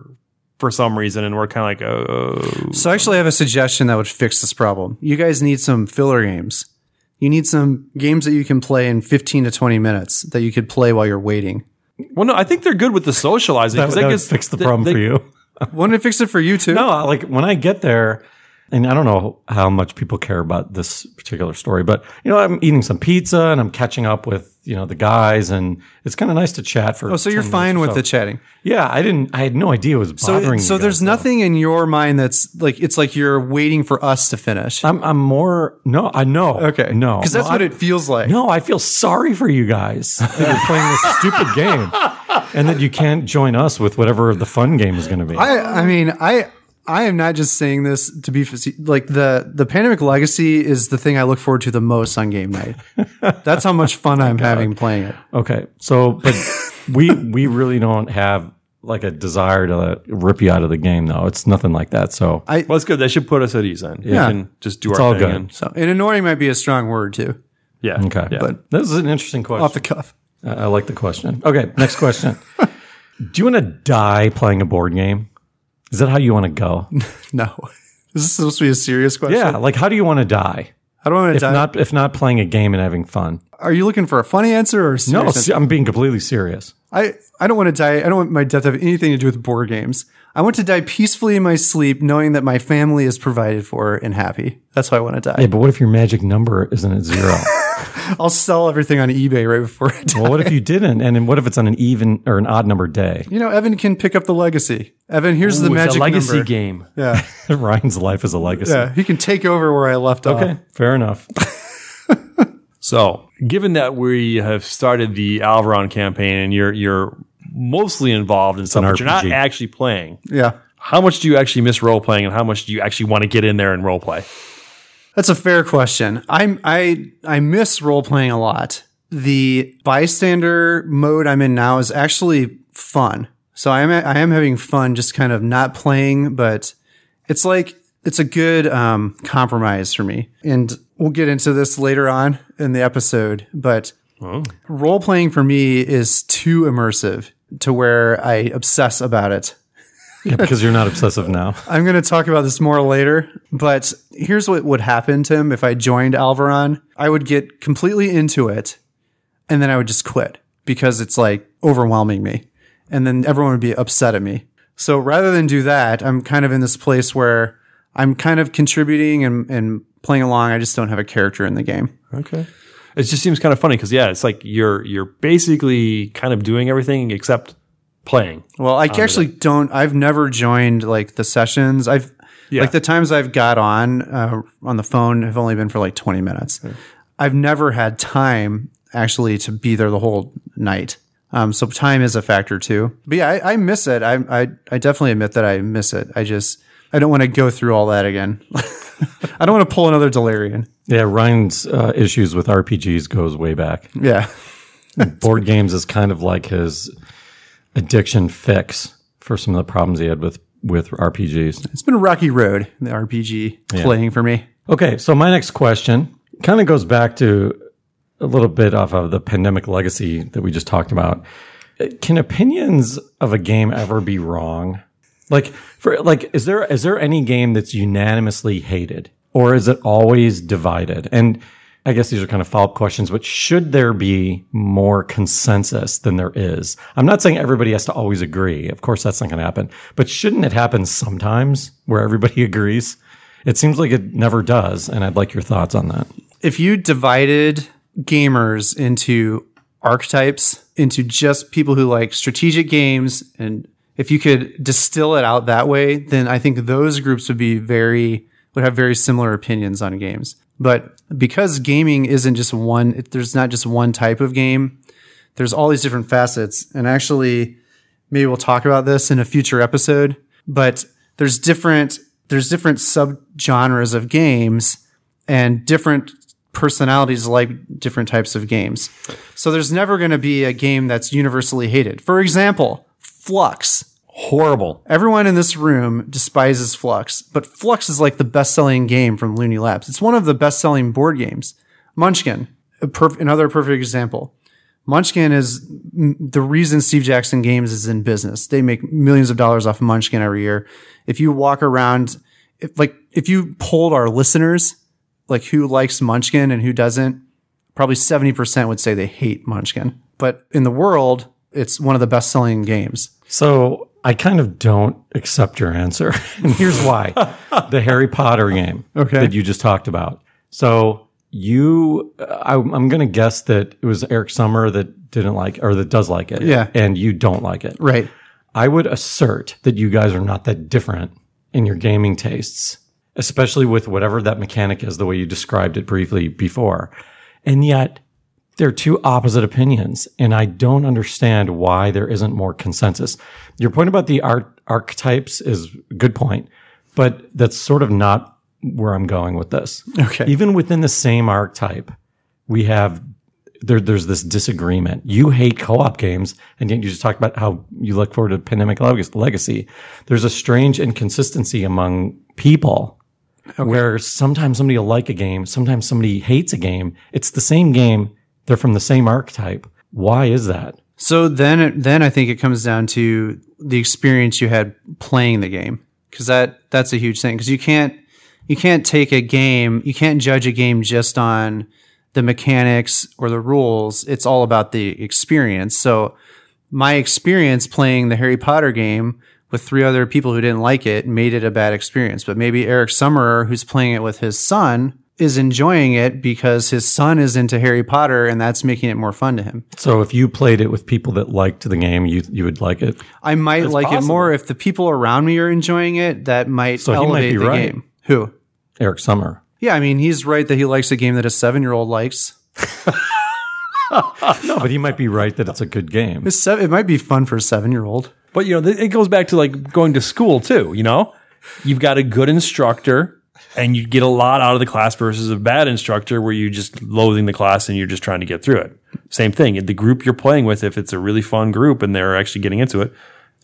D: for some reason, and we're kind of like, oh,
A: So I actually have a suggestion that would fix this problem. You guys need some filler games. You need some games that you can play in 15 to 20 minutes that you could play while you're waiting.
D: well, no, I think they're good with the socializing
C: That,
D: because
C: that,
D: that
C: would
D: gets
C: fix the
D: they-
C: problem
D: they-
C: for you.
A: Wouldn't it fix it for you too?
C: No, like when I get there, and I don't know how much people care about this particular story, but you know, I'm eating some pizza and I'm catching up with you know the guys, and it's kind of nice to chat for.
A: Oh, so you're
C: 10 minutes
A: fine
C: or
A: with
C: so.
A: the chatting.
C: Yeah, I didn't. I had no idea it was
A: So,
C: bothering.
A: so
C: you
A: there's
C: guys, though.
A: nothing in your mind that's like it's like you're waiting for us to finish.
C: I'm. I'm more. No, I know.
A: okay,
C: Uh, no,
A: because that's
C: No,
A: what
C: I-
A: it feels like.
C: No, I feel sorry for you guys that you're playing this stupid game, and that you can't join us with whatever the fun game is going to be.
A: I, I mean, I I am not just saying this to be face- like the the pandemic legacy is the thing I look forward to the most on game night. That's how much fun I'm having playing it.
C: Okay. So, but we we really don't have like a desire to rip you out of the game, though. It's nothing like that. So,
D: Well, that's good. That should put us at ease then.
A: Yeah.
D: We can just do
C: It's
D: our
C: all
D: thing.
C: good.
D: and-
A: So, and annoying might be a strong word too.
D: yeah.
C: okay.
D: Yeah.
C: But this is an interesting
A: Off
C: question.
A: the cuff.
C: I I like the question. Okay. Next question. Do you want to die playing a board game? Is that how you want to go?
A: No. Is this supposed to be a serious question?
C: Yeah. Like, how do you want to die?
A: I don't want to
C: If
A: die.
C: not, if not playing a game and having fun.
A: Are you looking for a funny answer or a serious
C: No,
A: answer?
C: see, I'm being completely serious.
A: I, I don't want to die. I don't want my death to have anything to do with board games. I want to die peacefully in my sleep, knowing that my family is provided for and happy. That's why I want to die.
C: Yeah, but what if your magic number isn't at zero?
A: I'll sell everything on eBay right before I die.
C: well, what if you didn't? And then what if it's on an even or an odd number day?
A: You know, Evan can pick up the legacy. Evan, here's the
D: Ooh,
A: magic
D: it's a legacy
A: number.
D: game.
A: Yeah,
C: Ryan's life is a legacy.
A: yeah. He can take over where I left off.
C: Okay, fair enough.
D: So, given that we have started the Alvaron campaign and you're you're mostly involved in something, but you're not
C: RPG.
D: actually playing.
A: Yeah,
D: How much do you actually miss role playing, and how much do you actually want to get in there and role play?
A: that's a fair question. I'm I I miss role playing a lot. The bystander mode I'm in now is actually fun. So I am I am having fun, just kind of not playing, but it's like it's a good um, compromise for me. And we'll get into this later on in the episode, but role playing for me is too immersive to where I obsess about it.
C: Yeah, because you're not obsessive now.
A: I'm going to talk about this more later, but here's what would happen, Tim, if I joined Alvaron. I would get completely into it and then I would just quit because it's like overwhelming me. And then everyone would be upset at me. So rather than do that, I'm kind of in this place where I'm kind of contributing and, and playing along. I just don't have a character in the game.
D: Okay. It just seems kind of funny because yeah, it's like you're you're basically kind of doing everything except playing.
A: Well, I actually don't. I've never joined like the sessions. I've like the times I've got on uh, on the phone have only been for like twenty minutes. I've never had time actually to be there the whole night. Um, so time is a factor too. But yeah, I, I miss it. I, I I definitely admit that I miss it. I just I don't want to go through all that again. I don't want to pull another Delirium.
C: Yeah, Ryan's uh, issues with RPGs goes way back.
A: Yeah,
C: Board games is kind of like his addiction fix for some of the problems he had with with RPGs.
A: it's been a rocky road the RPG playing for me.
C: Okay, so my next question kind of goes back to a little bit off of the pandemic legacy that we just talked about. Uh, Can opinions of a game ever be wrong? Like for like is there is there any game that's unanimously hated? or is it always divided? And I guess these are kind of follow up questions, but should there be more consensus than there is? I'm not saying everybody has to always agree. Of course, that's not going to happen, but shouldn't it happen sometimes where everybody agrees? It seems like it never does. And I'd like your thoughts on that.
A: if you divided gamers into archetypes, into just people who like strategic games, and if you could distill it out that way, then I think those groups would be very, would have very similar opinions on games. But because gaming isn't just one, it- there's not just one type of game, there's all these different facets. And actually, maybe we'll talk about this in a future episode, but there's different, there's different subgenres of games and different personalities like different types of games. So there's never going to be a game that's universally hated. For example, Flux.
C: Horrible.
A: Everyone in this room despises Flux, but Flux is like the best-selling game from Looney Labs. It's one of the best-selling board games. Munchkin, a perf- another perfect example. Munchkin is m- the reason Steve Jackson Games is in business. They make millions of dollars off Munchkin every year. If you walk around, if, like if you polled our listeners, like who likes Munchkin and who doesn't, probably 70% would say they hate Munchkin. But in the world, it's one of the best-selling games.
C: So I kind of don't accept your answer. and here's why the Harry Potter game
A: Okay.
C: that you just talked about. So you, I, I'm going to guess that it was Eric Summer that didn't like or that does like it.
A: Yeah.
C: And you don't like it.
A: Right.
C: I would assert that you guys are not that different in your gaming tastes, especially with whatever that mechanic is, the way you described it briefly before. And yet, they're two opposite opinions, and I don't understand why there isn't more consensus. Your point about the art archetypes is a good point, but that's sort of not where I'm going with this.
A: Okay.
C: Even within the same archetype, we have there, there's this disagreement. You hate co-op games, and yet you just talked about how you look forward to Pandemic Leg- Legacy. There's a strange inconsistency among people where sometimes somebody will like a game, sometimes somebody hates a game. It's the same game. They're from the same archetype. Why is that?
A: So then, it, then I think it comes down to the experience you had playing the game, because that that's a huge thing. Because you can't you can't take a game, you can't judge a game just on the mechanics or the rules. It's all about the experience. So my experience playing the Harry Potter game with three other people who didn't like it made it a bad experience. But maybe Eric Summerer, who's playing it with his son, is enjoying it because his son is into Harry Potter and that's making it more fun to him.
C: So if you played it with people that liked the game, you you would like it.
A: I might like it
C: possible.
A: more if the people around me are enjoying it. That might
C: So he might
A: elevate
C: be
A: the
C: right.
A: game. Who?
C: Eric Summer.
A: Yeah, I mean, he's right that he likes a game that a seven-year-old likes.
C: No, but he might be right that it's a good game.
A: It's se- it might be fun for a seven-year-old.
D: But you know, th- it goes back to like going to school too. You know, you've got a good instructor, and you get a lot out of the class versus a bad instructor where you're just loathing the class and you're just trying to get through it. Same thing. The group you're playing with, if it's a really fun group and they're actually getting into it,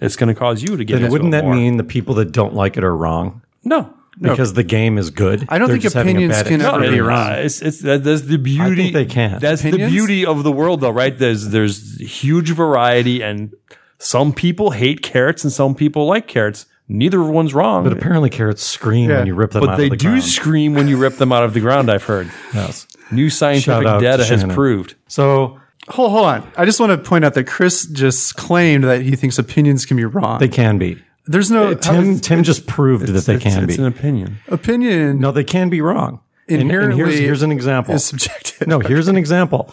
D: it's going to cause you to get.
C: Then
D: into
C: wouldn't
D: it
C: that
D: more.
C: mean the people that don't like it are wrong?
D: no? No,
C: Because the game is good.
A: I don't
C: They're
A: think
C: just having a
A: opinions
C: bad
A: can ever
D: No,
A: be
C: experience.
D: it's-
A: wrong.
D: It's, it's that, that's the beauty.
C: they can.
D: That's
A: Opinions?
D: the beauty of the world, though, right? There's there's huge variety, and some people hate carrots, and some people like carrots. Neither one's wrong,
C: But apparently carrots scream when you rip them
D: but
C: out
D: they
C: of the
D: do
C: ground.
D: scream when you rip them out of the ground. I've heard.
C: Yes.
D: New scientific
C: out to
D: data has
C: Shannon.
D: proved.
C: So
A: Hold, hold on. I just want to point out that Chris just claimed that he thinks opinions can be wrong.
C: they can be.
A: There's no uh, how
C: Tim
A: is-
C: Tim just proved that they can
D: it's
C: be.
D: an opinion.
A: opinion
C: no, they can be wrong. And- and
A: inherently
C: here's, here's an example.
A: is subjective.
C: No, here's an example.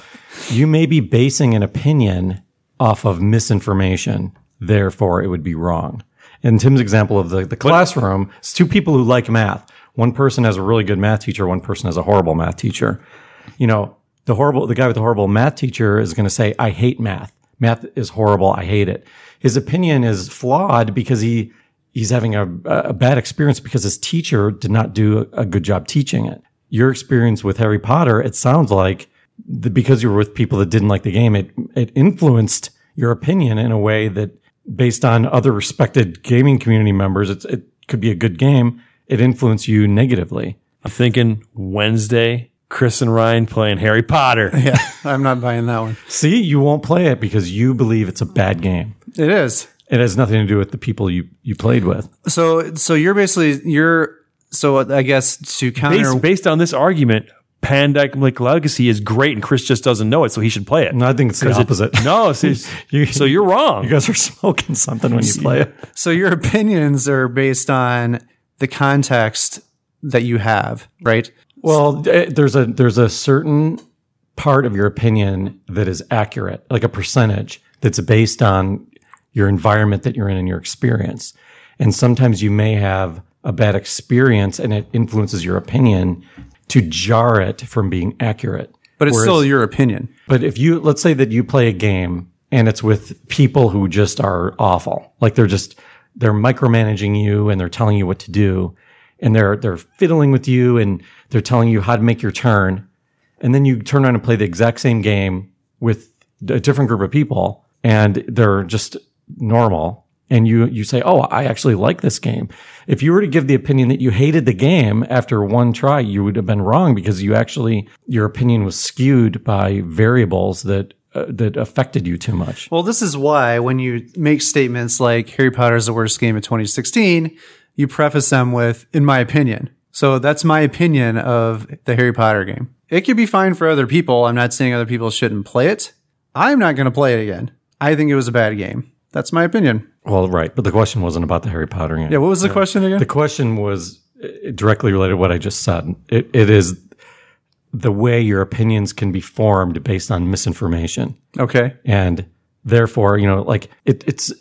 C: You may be basing an opinion off of misinformation, therefore it would be wrong. And Tim's example of the, the classroom, it's two people who like math. One person has a really good math teacher, one person has a horrible math teacher. You know, the horrible the guy with the horrible math teacher is gonna say, I hate math. Math is horrible, I hate it. His opinion is flawed because he he's having a, a bad experience because his teacher did not do a good job teaching it. Your experience with Harry Potter, it sounds like the, because you were with people that didn't like the game, it it influenced your opinion in a way that, based on other respected gaming community members, it's, it could be a good game. It influenced you negatively.
D: I'm thinking Wednesday. Chris and Ryan playing Harry Potter.
A: Yeah, I'm not buying that one.
C: See, you won't play it because you believe it's a bad game.
A: It is.
C: It has nothing to do with the people you you played with.
A: So so you're basically you're So I guess to counter,
D: Based, based on this argument, Pandemic Legacy is great, and Chris just doesn't know it, so he should play it.
C: No, I think it's the
D: 'Cause it-
C: opposite.
D: no, see,
C: You-
D: so you're wrong.
C: You guys are smoking something when you play it.
A: so your opinions are based on the context that you have, right?
C: Well, eh, there's a there's a certain part of your opinion that is accurate, like a percentage that's based on your environment that you're in and your experience. And sometimes you may have a bad experience and it influences your opinion to jar it from being accurate.
A: But it's still your opinion.
C: But if you let's say that you play a game and it's with people who just are awful, like they're just they're micromanaging you and they're telling you what to do, and they're they're fiddling with you and they're telling you how to make your turn, and then you turn around and play the exact same game with a different group of people and they're just normal and you you say oh i actually like this game if you were to give the opinion that you hated the game after one try you would have been wrong because you actually your opinion was skewed by variables that uh, that affected you too much
A: Well, this is why when you make statements like Harry Potter is the worst game of 2016, you preface them with, in my opinion. So that's my opinion of the Harry Potter game. It could be fine for other people. I'm not saying other people shouldn't play it. I'm not going to play it again. I think it was a bad game. That's my opinion.
C: well right but the question wasn't about the harry potter game.
A: Yeah, what was the question again?
C: The question was uh, directly related to what I just said. It, it is the way your opinions can be formed based on misinformation.
A: okay.
C: And therefore, you know, like it, it's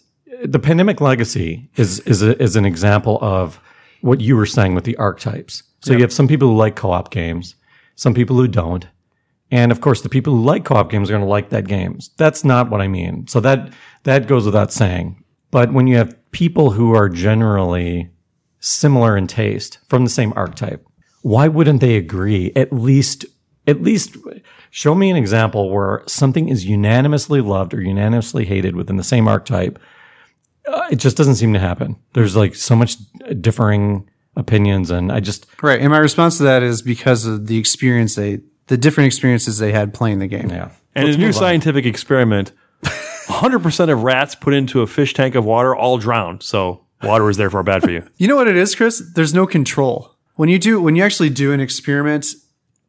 C: the pandemic legacy is, is, a, is an example of what you were saying with the archetypes. So you have some people who like co op games, some people who don't. And of course, the people who like co-op games are going to like that games. That's not what I mean. So that that goes without saying. But when you have people who are generally similar in taste from the same archetype, why wouldn't they agree? At least, at least, show me an example where something is unanimously loved or unanimously hated within the same archetype. Uh, it just doesn't seem to happen. There's like so much differing opinions, and I just
A: Right. And my response to that is because of the experience they, the different experiences they had playing the game.
C: yeah.
D: And a new scientific experiment 100% of rats put into a fish tank of water all drowned. So water is therefore bad for you.
A: You know what it is, Chris? There's no control. When you do when you actually do an experiment,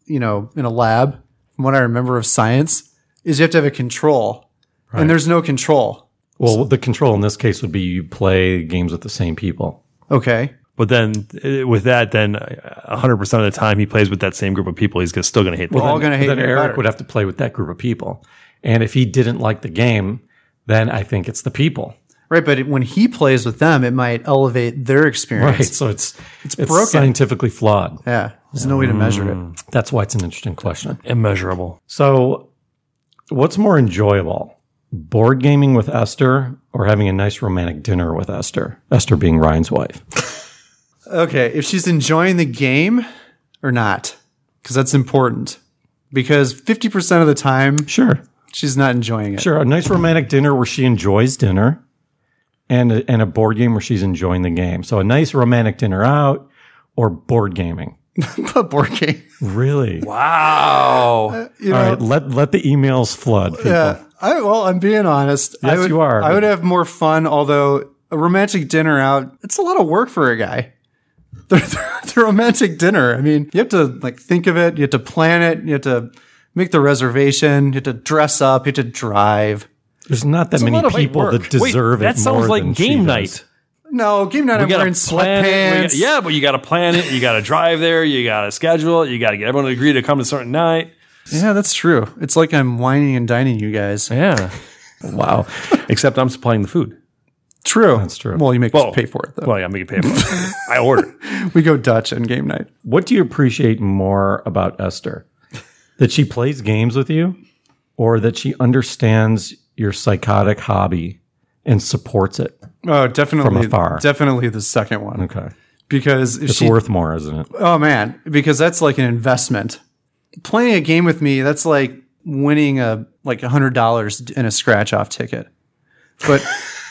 A: you know, in a lab, from what I remember of science, is you have to have a control. And there's no control.
C: Well, the control in this case would be you play games with the same people.
A: Okay.
D: But then uh, with that, then uh, 100% of the time he plays with that same group of people, he's gonna- still going to hate them.
A: all gonna hate
C: Then
A: Harry
C: Eric
A: Potter.
C: would have to play with that group of people, and if he didn't like the game, then I think it's the people,
A: Right, but when he plays with them, it might elevate their experience.
C: right? So it's it's,
A: broken.
C: scientifically flawed.
A: Yeah. There's no way to measure it.
C: That's why it's an interesting question.
D: Immeasurable.
C: So, what's more enjoyable, board gaming with Esther or having a nice romantic dinner with Esther? Esther being Ryan's wife.
A: Okay, if she's enjoying the game or not, because that's important. Because 50% of the time,
C: Sure,
A: she's not enjoying it.
C: Sure, a nice romantic dinner where she enjoys dinner, and a, and a board game where she's enjoying the game. So a nice romantic dinner out or board gaming.
A: But board game.
C: Really? Wow.
A: Uh, You
C: All
A: know,
C: right, let let the emails flood. People.
A: Yeah. I, well, I'm being honest. I
C: Yes,
A: would-
C: you are.
A: I would have more fun, although a romantic dinner out, it's a lot of work for a guy. The, the, romantic dinner. I mean, you have to like think of it. You have to plan it. You have to make the reservation. You have to dress up. You have to drive.
C: There's not that many
D: lot of
C: people
D: work.
C: that deserve
D: Wait,
C: it.
D: That sounds
C: more
D: like
C: than she does.
D: game night.
A: No, game night. I'm
D: gotta
A: wearing
D: plan it. We
A: sweatpants.
D: gotta- yeah, but you got to plan it. You got to drive there. You got to schedule it. You got to get everyone to agree to come a certain night.
A: yeah, that's true. It's like I'm whining and dining you guys.
D: Yeah.
C: Wow.
D: Except I'm supplying the food.
A: True.
C: That's true.
A: Well, you make
D: Well,
A: us pay for it though.
D: Well, yeah, I'm making pay for it. I order.
A: we go Dutch on game night.
C: What do you appreciate more about Esther? That she plays games with you, or that she understands your psychotic hobby and supports it?
A: Oh, definitely
C: afar.
A: Definitely the second one
C: Okay.
A: because if
C: It's
A: she
C: worth more, isn't it?
A: Oh man, because that's like an investment. Playing a game with me, that's like winning a like hundred dollars in a scratch off ticket. But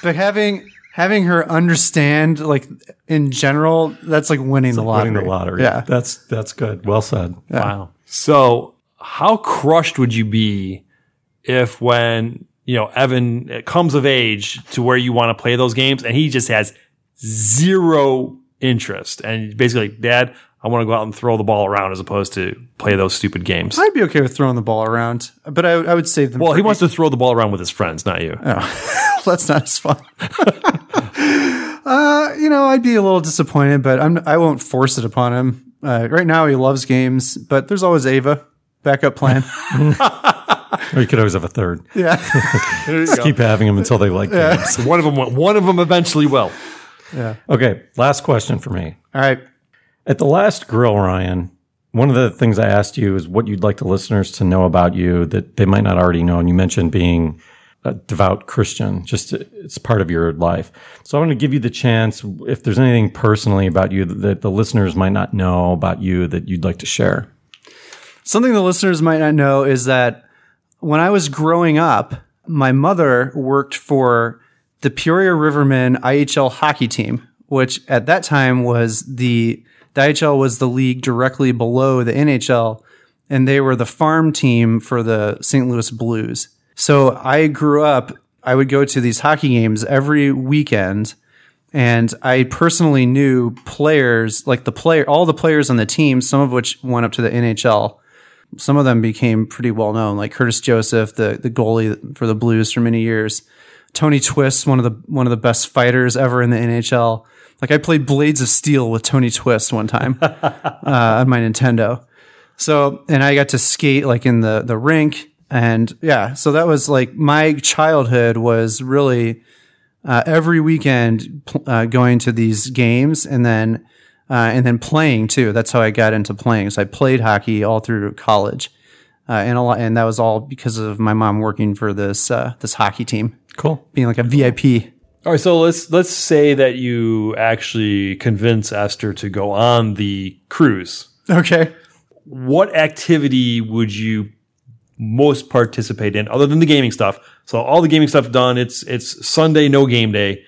A: but having having her understand like in general, that's like winning the lottery.
C: Winning the lottery.
A: Yeah.
C: That's that's good. Well said.
D: Wow. So, how crushed would you be if when, you know, uh, Evan comes of age to where you want to play those games and he just has zero interest. And basically, like, Dad, I want to go out and throw the ball around as opposed to play those stupid games.
A: I'd be okay with throwing the ball around, but I, I would save them.
D: Well,
A: for-
D: he wants to throw the ball around with his friends, not you.
A: that's not as fun. uh, you know, I'd be a little disappointed, but I'm I won't force it upon him. Uh, right now, he loves games, but there's always Ava backup plan.
C: Or you could always have a third.
A: yeah,
C: Just keep having them until they like games.
D: One of them, one of them eventually will.
C: Okay, last question for me.
A: all right.
C: At the last grill, Ryan, one of the things I asked you is what you'd like the listeners to know about you that they might not already know. And you mentioned being a devout Christian, just uh, it's part of your life. So I'm going to give you the chance if there's anything personally about you that- that the listeners might not know about you that you'd like to share.
A: Something the listeners might not know is that when I was growing up, my mother worked for the Peoria Rivermen IHL hockey team, which at that time was the the IHL was the league directly below the NHL, and they were the farm team for the St. Louis Blues. So I grew up, I would go to these hockey games every weekend and I personally knew players like the player, all the players on the team, some of which went up to the NHL. Some of them became pretty well known, like Curtis Joseph, the the goalie for the Blues for many years. Tony Twist, one of the one of the best fighters ever in the NHL. Like I played Blades of Steel with Tony Twist one time uh, on my Nintendo. So, and I got to skate like in the the rink, and yeah, so that was like my childhood was really uh, every weekend pl- uh, going to these games and then uh, and then playing too. That's how I got into playing. So I played hockey all through college, uh, and a lot, and that was all because of my mom working for this uh, this hockey team,
C: Cool.
A: being like a VIP.
D: All right, so let's let's say that you actually convince Esther to go on the cruise.
A: Okay.
D: What activity would you most participate in other than the gaming stuff? So all the gaming stuff done, it's it's Sunday no game day.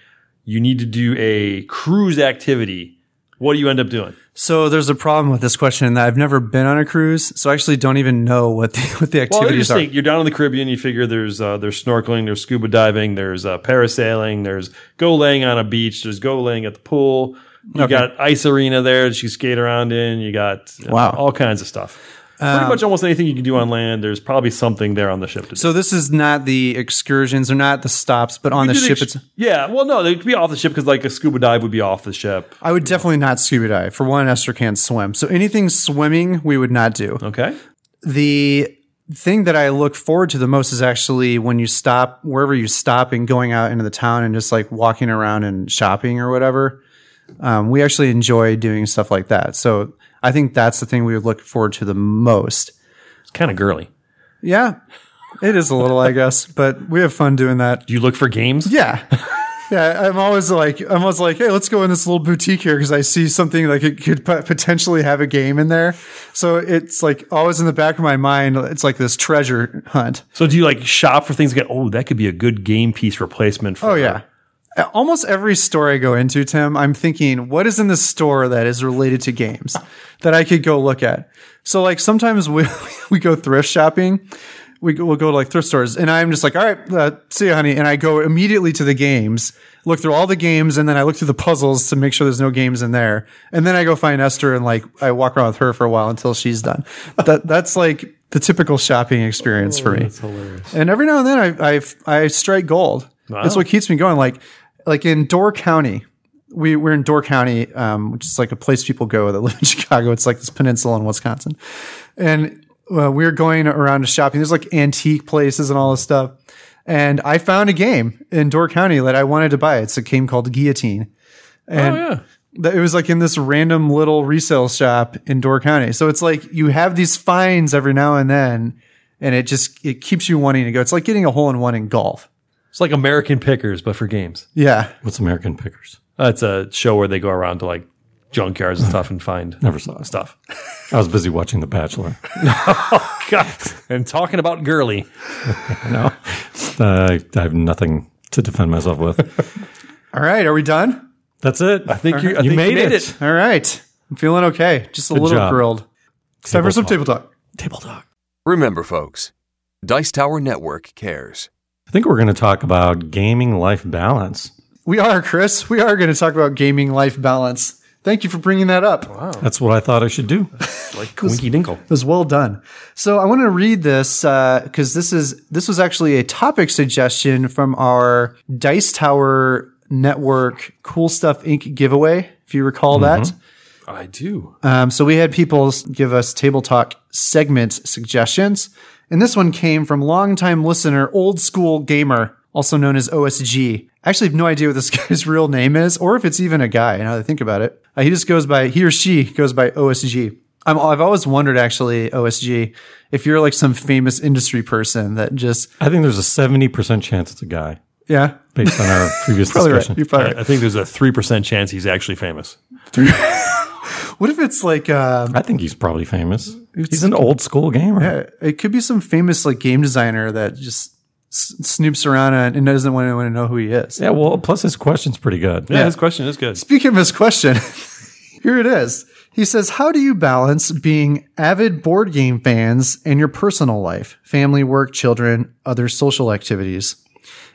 D: You need to do a cruise activity. What do you end up doing?
A: So there's a problem with this question in that I've never been on a cruise, so I actually don't even know what the, what the
D: Well, you
A: activities
D: just
A: are.
D: think you're down in the Caribbean. You figure there's uh, there's snorkeling, there's scuba diving, there's uh, parasailing, there's go laying on a beach, there's go laying at the pool. You got ice arena there that you skate around in. You got you know,
A: Wow.
D: all kinds of stuff. Pretty much almost anything you can do on land. There's probably something there on the ship to do.
A: so this is not the excursions or not the stops, but on the
D: You do
A: ship.
D: ex-
A: it's
D: yeah. Well, no, they could be off the ship because like a scuba dive would be off the ship.
A: I would definitely not scuba dive. For one, Esther can't swim, so anything swimming we would not do.
D: Okay.
A: the thing that I look forward to the most is actually when you stop wherever you stop and going out into the town and just like walking around and shopping or whatever. Um, we actually enjoy doing stuff like that. So I think that's the thing we would look forward to the most.
D: It's kind of girly.
A: Yeah, it is a little, I guess, but we have fun doing that.
D: Do you look for games?
A: Yeah. Yeah, I'm always like, I'm always like, hey, let's go in this little boutique here because I see something like it could pot- potentially have a game in there. So it's like always in the back of my mind. It's like this treasure hunt.
D: So do you like shop for things? That, oh, that could be a good game piece replacement. for
A: Oh yeah. Almost every store I go into, Tim, I'm thinking, what is in this store that is related to games that I could go look at? So like sometimes we we go thrift shopping, we go, we'll go to like thrift stores, and I'm just like, all right, uh, see you, honey, and I go immediately to the games, look through all the games, and then I look through the puzzles to make sure there's no games in there, and then I go find Esther and like I walk around with her for a while until she's done. that that's like the typical shopping experience for me. And every now and then I I, I strike gold. That's what keeps me going. Like like in Door County, we we're in Door County, um, which is like a place people go that live in Chicago. It's like this peninsula in Wisconsin, and uh, we are going around to shopping. There's like antique places and all this stuff. And I found a game in Door County that I wanted to buy. It's a game called Guillotine. And that it was like in this random little resale shop in Door County. So it's like you have these finds every now and then, and it just it keeps you wanting to go. It's like getting a hole in one in golf.
D: It's like American Pickers, but for games.
A: Yeah,
C: What's American Pickers?
D: That's a show where they go around to like junkyards and stuff and find
C: Never saw it.
D: stuff.
C: I was busy watching The Bachelor.
D: God. And talking about girly.
C: No, uh, I have nothing to defend myself with.
A: All right, are we done?
C: That's it. I
D: think you- I think you
C: made,
D: made
C: it.
D: it.
A: All right, I'm feeling okay. Just a little
C: job.
A: grilled. It's time for some table talk.
C: Table talk.
F: Remember, folks, Dice Tower Network cares.
C: I think we're going to talk about gaming life balance.
A: We are Chris. We are going to talk about gaming life balance. Thank you for bringing that up.
C: That's what I thought I should do.
E: Like Winky Dinkle.
A: It was well done. So I want to read this because this is this was actually a topic suggestion from our Dice Tower Network Cool Stuff Inc. giveaway. If you recall that,
E: I do.
A: um, so we had people s- give us table talk segment suggestions, and this one came from longtime listener, old school gamer, also known as OSG. I actually have no idea what this guy's real name is, or if it's even a guy. Now that I think about it, uh, he just goes by he or she goes by OSG. I'm, I've always wondered, actually, OSG, if you're like some famous industry person that just
C: I think there's a 70% chance it's a guy
A: yeah,
C: based on our previous
A: probably right.
C: discussion.
A: You're probably
D: I think there's a 3% chance he's actually famous.
A: right. What if it's like uh,
C: I think he's probably famous. He's an old school gamer.
A: it could be some famous like game designer that just s- snoops around and and doesn't want anyone to know who he is.
C: Yeah, well, plus his question's pretty good.
D: Yeah, his question is good.
A: Speaking of his question, here it is. He says, "How do you balance being avid board game fans and your personal life, family, work, children, other social activities?"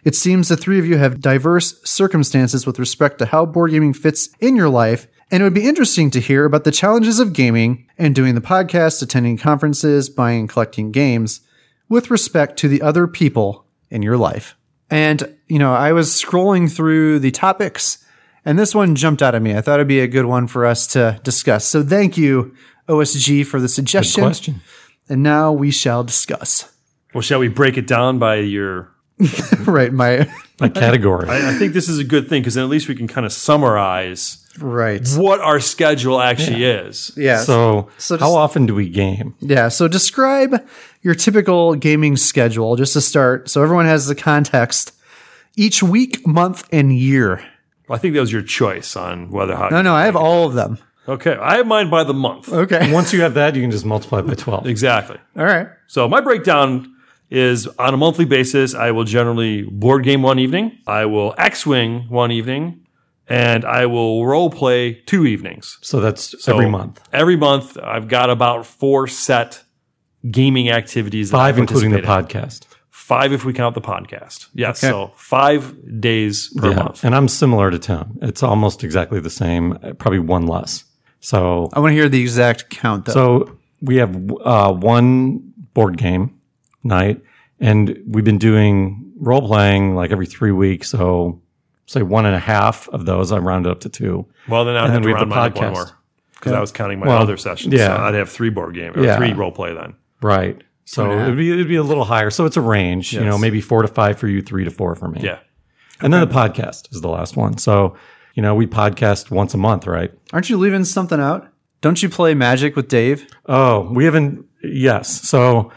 A: It seems the three of you have diverse circumstances with respect to how board gaming fits in your life, and it would be interesting to hear about the challenges of gaming and doing the podcast, attending conferences, buying and collecting games with respect to the other people in your life. And, you know, I was scrolling through the topics and this one jumped out at me. I thought it'd be a good one for us to discuss. So thank you, OSG, for the
C: Good
A: suggestion.
C: question.
A: And now we shall discuss.
D: Well, shall we break it down by your.
A: right, my
C: Like category.
D: I I think this is a good thing because then at least we can kind of summarize
A: right.
D: what our schedule actually is.
A: Yeah.
C: so,
A: so just-
C: how often do we game?
A: Yeah. So describe your typical gaming schedule just to start. So everyone has the context each week, month, and year.
D: Well, I think that was your choice on whether how.
A: No, no, I have all of them.
D: Okay, I have mine by the month.
A: Okay.
C: Once you have that, you can just multiply by 12.
D: Exactly.
A: All right.
D: So my breakdown is on a monthly basis. I will generally board game one evening. I will X Wing one evening, and I will role play two evenings.
C: So that's
D: So
C: every month.
D: Every month, I've got about four set gaming activities. that I
C: Five, including the
D: participate in.
C: podcast.
D: Five if we count the podcast. Yes. So five days per
C: Yeah.
D: month.
C: And I'm similar to Tim. It's almost exactly the same, uh, probably one less. So,
A: I want to hear the exact count though.
C: so we have uh, one board game night, and we've been doing role playing like every three weeks. So, say one and a half of those, I rounded up to two.
D: Well, then I'd
C: And
D: have
C: then
D: to
C: we have
D: round
C: the
D: mine up one
C: podcast.
D: more because I was counting my
C: Well,
D: other sessions.
C: yeah.
D: So I'd have three board game or
C: Yeah.
D: three role play then.
C: Right. So it'd be it'd be a little higher. So it's a range, you know, maybe four to five for you, three to four for me.
D: Yeah.
C: And then the podcast is the last one. So, you know, we podcast once a month, right?
A: Aren't you leaving something out? Don't you play Magic with Dave?
C: Oh, we haven't. Yes. So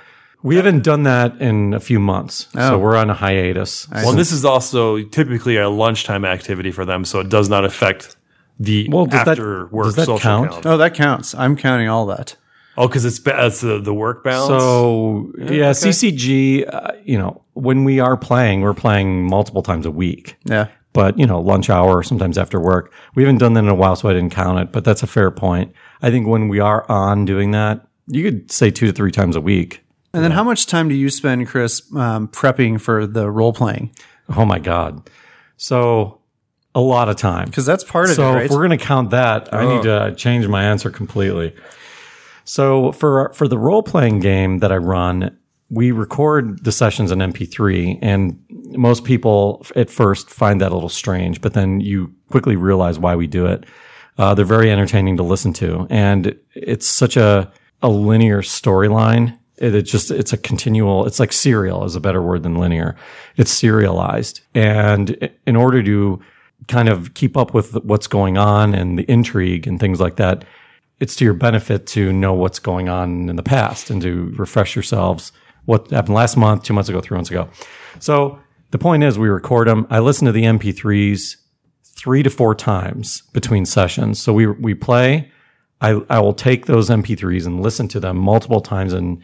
C: we haven't done that in a few months. So we're on a hiatus.
D: Well, this is also typically a lunchtime activity for them, so it does not affect the
C: Well, does that-
D: after work
C: does that
D: social
C: count?
D: calendar.
A: Oh, that counts. I'm counting all that.
D: Oh, because it's, ba- it's the, the work balance.
C: So yeah, CCG. Uh, you know, when we are playing, we're playing multiple times a week.
A: Yeah.
C: But you know, lunch hour, sometimes after work. We haven't done that in a while, so I didn't count it. But that's a fair point. I think when we are on doing that, you could say two to three times a week.
A: And then how much time do you spend, Chris, um, prepping for the role playing?
C: Oh my god! So a lot of time.
A: Because that's part of it,
C: so if
A: right? Oh.
C: we're going to count that, I need to change my answer completely. So for for the role playing game that I run, we record the sessions in MP3, and most people f- at first find that a little strange, but then you quickly realize why we do it. Uh, they're very entertaining to listen to, and it's such a a linear storyline. It, it just it's a continual. It's like serial is a better word than linear. It's serialized, and i- in order to kind of keep up with what's going on and the intrigue and things like that, it's to your benefit to know what's going on in the past and to refresh yourselves what happened last month, two months ago, three months ago. So the point is, we record them. I listen to the MP3s three to four times between sessions. So we we play. I I will take those MP3s and listen to them multiple times and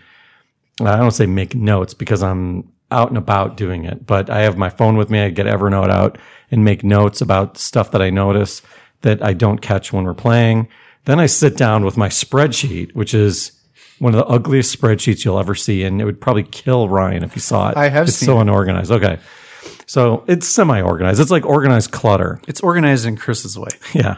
C: I don't say make notes because I'm out and about doing it, but I have my phone with me. I get Evernote out and make notes about stuff that I notice that I don't catch when we're playing. Then I sit down with my spreadsheet, which is one of the ugliest spreadsheets you'll ever see. And it would probably kill Ryan if he saw it.
A: I have
C: It's
A: seen
C: so unorganized. Okay. So it's semi organized. It's like organized clutter.
A: it's organized in Chris's way.
C: Yeah.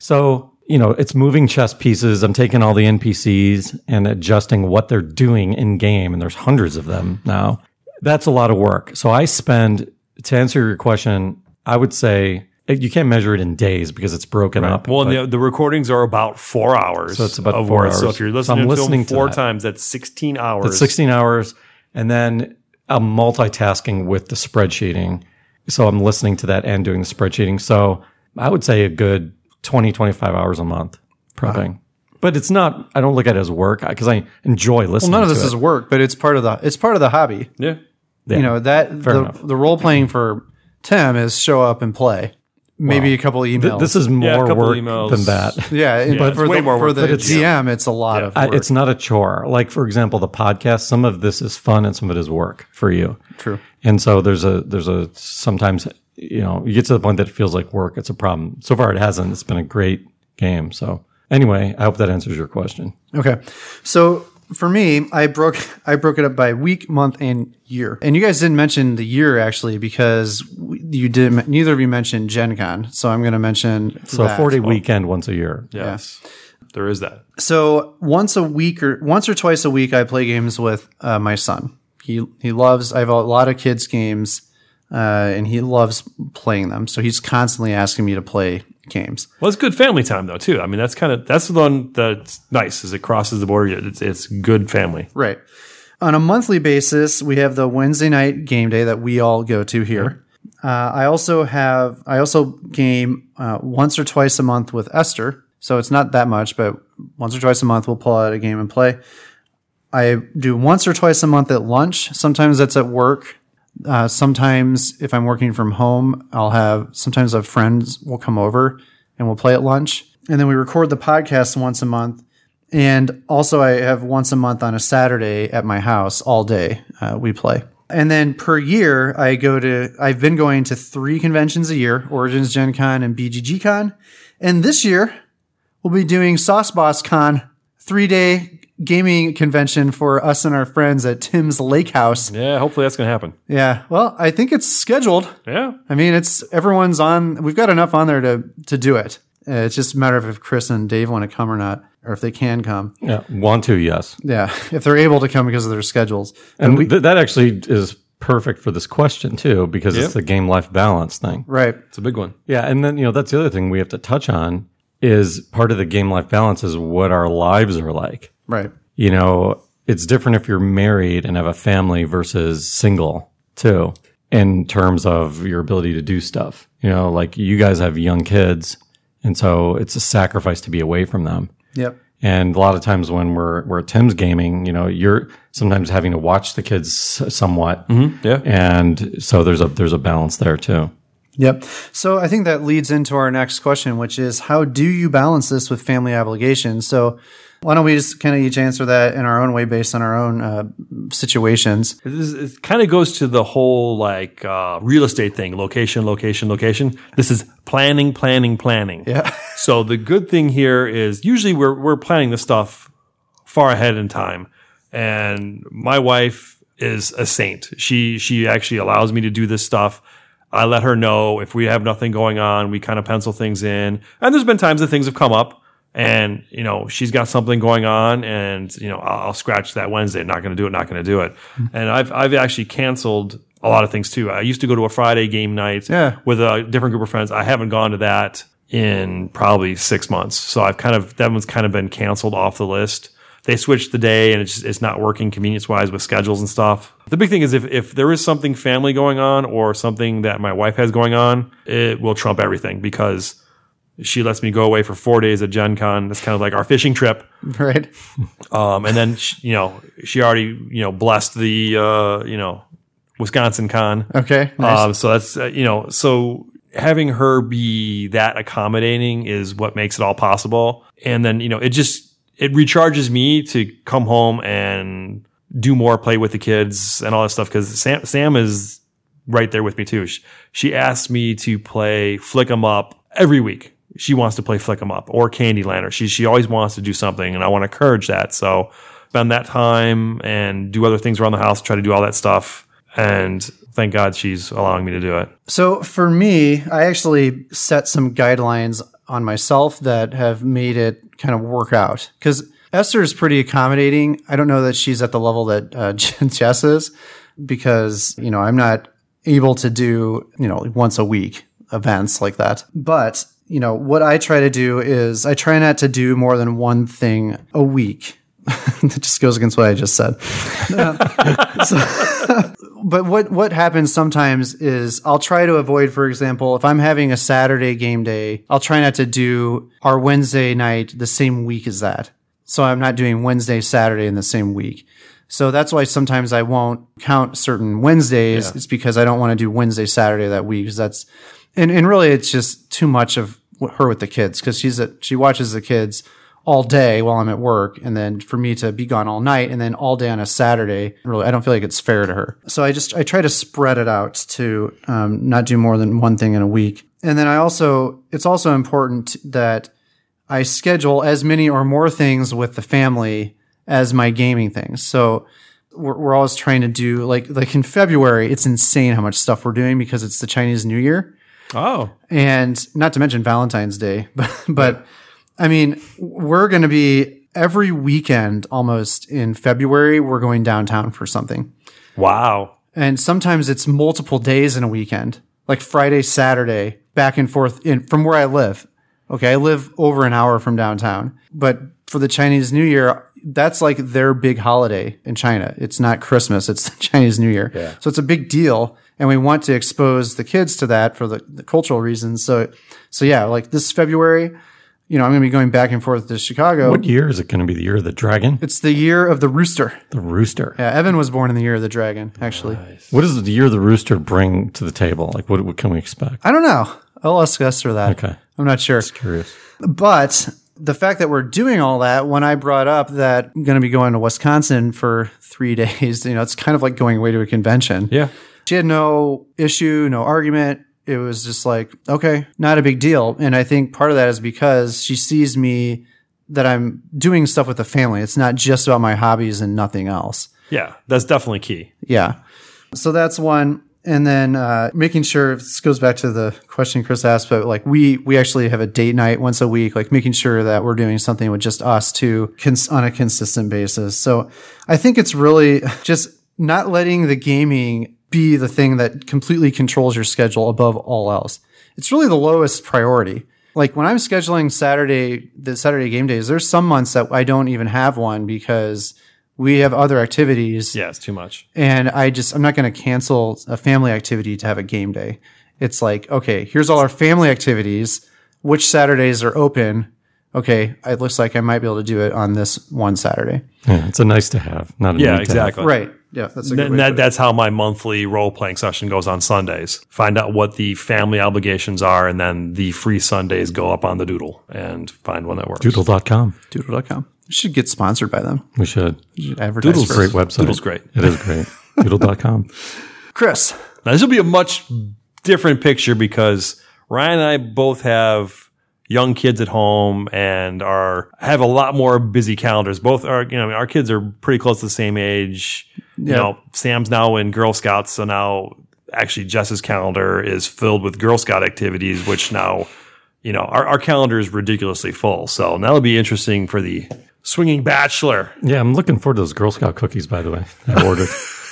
C: So you know, it's moving chess pieces. I'm taking all the NPCs and adjusting what they're doing in game, and there's hundreds of them now. That's a lot of work. So I spend to answer your question, I would say you can't measure it in days because it's broken up.
D: Well, and
C: but-
D: the, the recordings are about four hours.
C: So it's about
D: of
C: four
D: words. So
C: hours.
D: if you're
C: So I'm
D: listening,
C: listening
D: to
C: to
D: them four
C: that.
D: times, that's 16 hours.
C: It's 16 hours. And then I'm multitasking with the spreadsheeting. So I'm listening to that and doing the spreadsheeting. So I would say a good 20, 25 hours a month prepping. But it's not, I don't look at it as work because I enjoy listening
A: None of
C: to
A: this
C: it.
A: is work, but it's part of the it's part of the hobby.
D: Yeah.
A: You know that the,
C: enough.
A: the role playing for Tim is show up and play, maybe a couple emails.
C: Th- this is
D: Yeah, a
C: more
D: couple
C: work
D: emails.
C: than that.
A: yeah, and
D: it's
A: for
D: way
A: the,
D: more
A: for
D: work
A: the
D: than it's-
A: DM, it's a lot of
C: I,
A: work.
C: it's not a chore. Like, for example, the podcast, some of this is fun and some of it is work for you.
A: True.
C: And so there's a there's a sometimes you know you get to the point that it feels like work. It's a problem. So far, it hasn't. It's been a great game. So anyway, I hope that answers your question.
A: Okay. So for me, I broke I broke it up by week, month, and year. And you guys didn't mention the year actually because we- you didn't. Neither of you mentioned Gen Con, so I'm going to mention.
C: So
A: that.
C: a four day weekend once a year.
D: Yes. There is that.
A: So once a week or once or twice a week, I play games with uh, my son. He he loves. I have a lot of kids games, uh, and he loves playing them. So he's constantly asking me to play games.
D: Well, it's good family time though too. I mean, that's kind of that's the one that's nice is it crosses the border. It's, it's good family.
A: Right. On a monthly basis, we have the Wednesday night game day that we all go to here. Uh, I also have I also game uh, once or twice a month with Esther, so it's not that much, but once or twice a month we'll pull out a game and play. I do once or twice a month at lunch. Sometimes that's at work. Uh, sometimes if I'm working from home, I'll have sometimes have friends will come over and we'll play at lunch. And then we record the podcast once a month. And also, I have once a month on a Saturday at my house all day. Uh, we play. And then per year, I go to, I've been going to three conventions a year Origins Gen Con and BGG Con. And this year, we'll be doing Sauce Boss Con, three day gaming convention for us and our friends at Tim's Lake House.
D: Yeah, hopefully that's gonna happen.
A: Yeah. Well, I think it's scheduled.
D: Yeah,
A: I mean, it's everyone's on. We've got enough on there to to do it. Uh, it's just a matter of if Chris and Dave want to come or not, or if they can come.
C: Yeah, want to yes.
A: Yeah, if they're able to come because of their schedules.
C: And th- that actually is perfect for this question too because it's the game life balance thing.
A: Right.
D: it's a big one.
C: Yeah, and then you know that's the other thing we have to touch on is part of the game life balance is what our lives are like.
A: Right.
C: you know, it's different if you're married and have a family versus single too, in terms of your ability to do stuff. You know, like you guys have young kids, and so it's a sacrifice to be away from them.
A: Yep.
C: And a lot of times when we're we're at Tim's gaming, you know, you're sometimes having to watch the kids s- somewhat,
D: yeah.
C: and so there's a there's a balance there too.
A: Yep. So I think that leads into our next question, which is how do you balance this with family obligations? So why don't we just kind of each answer that in our own way based on our own uh, situations?
D: This is, it kind of goes to the whole like uh, real estate thing: location, location, location. This is planning, planning, planning.
A: Yeah.
D: So the good thing here is usually we're we're planning this stuff far ahead in time, and my wife is a saint. She she actually allows me to do this stuff. I let her know if we have nothing going on, we kind of pencil things in. And there's been times that things have come up, and you know she's got something going on, and you know I'll, I'll scratch that Wednesday. Not going to do it. Not going to do it. And I've I've actually canceled a lot of things too. I used to go to a Friday game night
A: Yeah.
D: with a different group of friends. I haven't gone to that in probably six months. So I've kind of that one's kind of been canceled off the list. They switched the day and it's just, it's not working convenience wise with schedules and stuff. The big thing is if if there is something family going on or something that my wife has going on, it will trump everything because she lets me go away for four days at Gen Con. That's kind of like our fishing trip.
A: Right.
D: Um, and then she, you know she already you know blessed the uh, you know Wisconsin Con.
A: Okay. Nice.
D: Um, so that's uh, you know, so having her be that accommodating is what makes it all possible. And then you know, it just it recharges me to come home and do more, play with the kids, and all that stuff. Because Sam Sam is right there with me too. She, she asked me to play Flick 'em Up every week. She wants to play Flick 'em Up or Candyland, or she she always wants to do something, and I want to encourage that. So spend that time and do other things around the house, try to do all that stuff. And thank God she's allowing me to do it.
A: So for me, I actually set some guidelines on myself that have made it kind of work out. Because Esther is pretty accommodating. I don't know that she's at the level that uh, Jess is, because you know I'm not able to do you know like once a week events like that. But you know what I try to do is I try not to do more than one thing a week. that just goes against what I just said. but what what happens sometimes is I'll try to avoid, for example, if I'm having a Saturday game day, I'll try not to do our Wednesday night the same week as that. So I'm not doing Wednesday, Saturday in the same week. So that's why sometimes I won't count certain Wednesdays. It's because I don't want to do Wednesday, Saturday that week. 'cause that's and and really it's just too much of wh- her with the kids because she's a, she watches the kids all day while I'm at work, and then for me to be gone all night and then all day on a Saturday, really, I don't feel like it's fair to her. So I just I try to spread it out to um, not do more than one thing in a week, and then I also it's also important that I schedule as many or more things with the family as my gaming things. So we're, we're always trying to do like like in February, it's insane how much stuff we're doing because it's the Chinese New Year
D: Oh,
A: and not to mention Valentine's Day. But, but I mean, we're going to be every weekend almost in February, we're going downtown for something.
D: wow.
A: And sometimes it's multiple days in a weekend, like Friday, Saturday, back and forth in, from where I live. Okay, I live over an hour from downtown. But for the Chinese New Year, that's like their big holiday in China. It's not Christmas, it's the Chinese New Year. So it's a big deal. And we want to expose the kids to that for the, the cultural reasons. So, so yeah, like this February, you know, I'm going to be going back and forth to Chicago.
C: What year is it going to be? The year of the dragon?
A: It's the year of the rooster.
C: The rooster.
A: Yeah, Evan was born in the year of the dragon, actually.
C: What does the year of the rooster bring to the table? Like, what, what can we expect?
A: I don't know. I'll ask Esther that.
C: Okay.
A: I'm not sure.
C: Curious.
A: But the fact that we're doing all that, when I brought up that I'm going to be going to Wisconsin for three days, you know, it's kind of like going away to a convention.
D: Yeah.
A: She had no issue, no argument. It was just like, okay, not a big deal. And I think part of that is because she sees me that I'm doing stuff with the family. It's not just about my hobbies and nothing else.
D: Yeah, that's definitely key.
A: Yeah. So that's one. And then uh, making sure this goes back to the question Chris asked, but like we we actually have a date night once a week, like making sure that we're doing something with just us two cons- on a consistent basis. So I think it's really just not letting the gaming be the thing that completely controls your schedule above all else. It's really the lowest priority. Like when I'm scheduling Saturday the Saturday game days, there's some months that I don't even have one because we have other activities
D: Yeah, it's too much.
A: and I just I'm not going to cancel a family activity to have a game day. It's like, okay, here's all our family activities. Which Saturdays are open? Okay, it looks like I might be able to do it on this one Saturday.
C: Yeah, it's a nice to have, not a need to
D: Yeah,
C: have.
D: exactly.
A: Right. Yeah, that's a good
D: Th-
A: way to
D: that,
A: put it.
D: that's how my monthly role playing session goes on Sundays. Find out what the family obligations are, and then the free Sundays go up on the Doodle and find one that works.
C: Doodle.com.
A: Doodle.com. We should get sponsored by them.
C: We should.
A: We should advertise
C: Doodle's a
A: first.
C: great website.
D: Doodle's great.
C: It is great. Doodle.com.
A: Chris,
D: Now, this will be a much different picture because Ryan and I both have young kids at home and are have a lot more busy calendars. Both are, you know, our kids are pretty close to the same age. You know, Sam's now in Girl Scouts, so now actually Jess's calendar is filled with Girl Scout activities, which now, you know, our, our calendar is ridiculously full. So that'll be interesting for the swinging bachelor.
C: Yeah, I'm looking forward to those Girl Scout cookies, by the way. I ordered.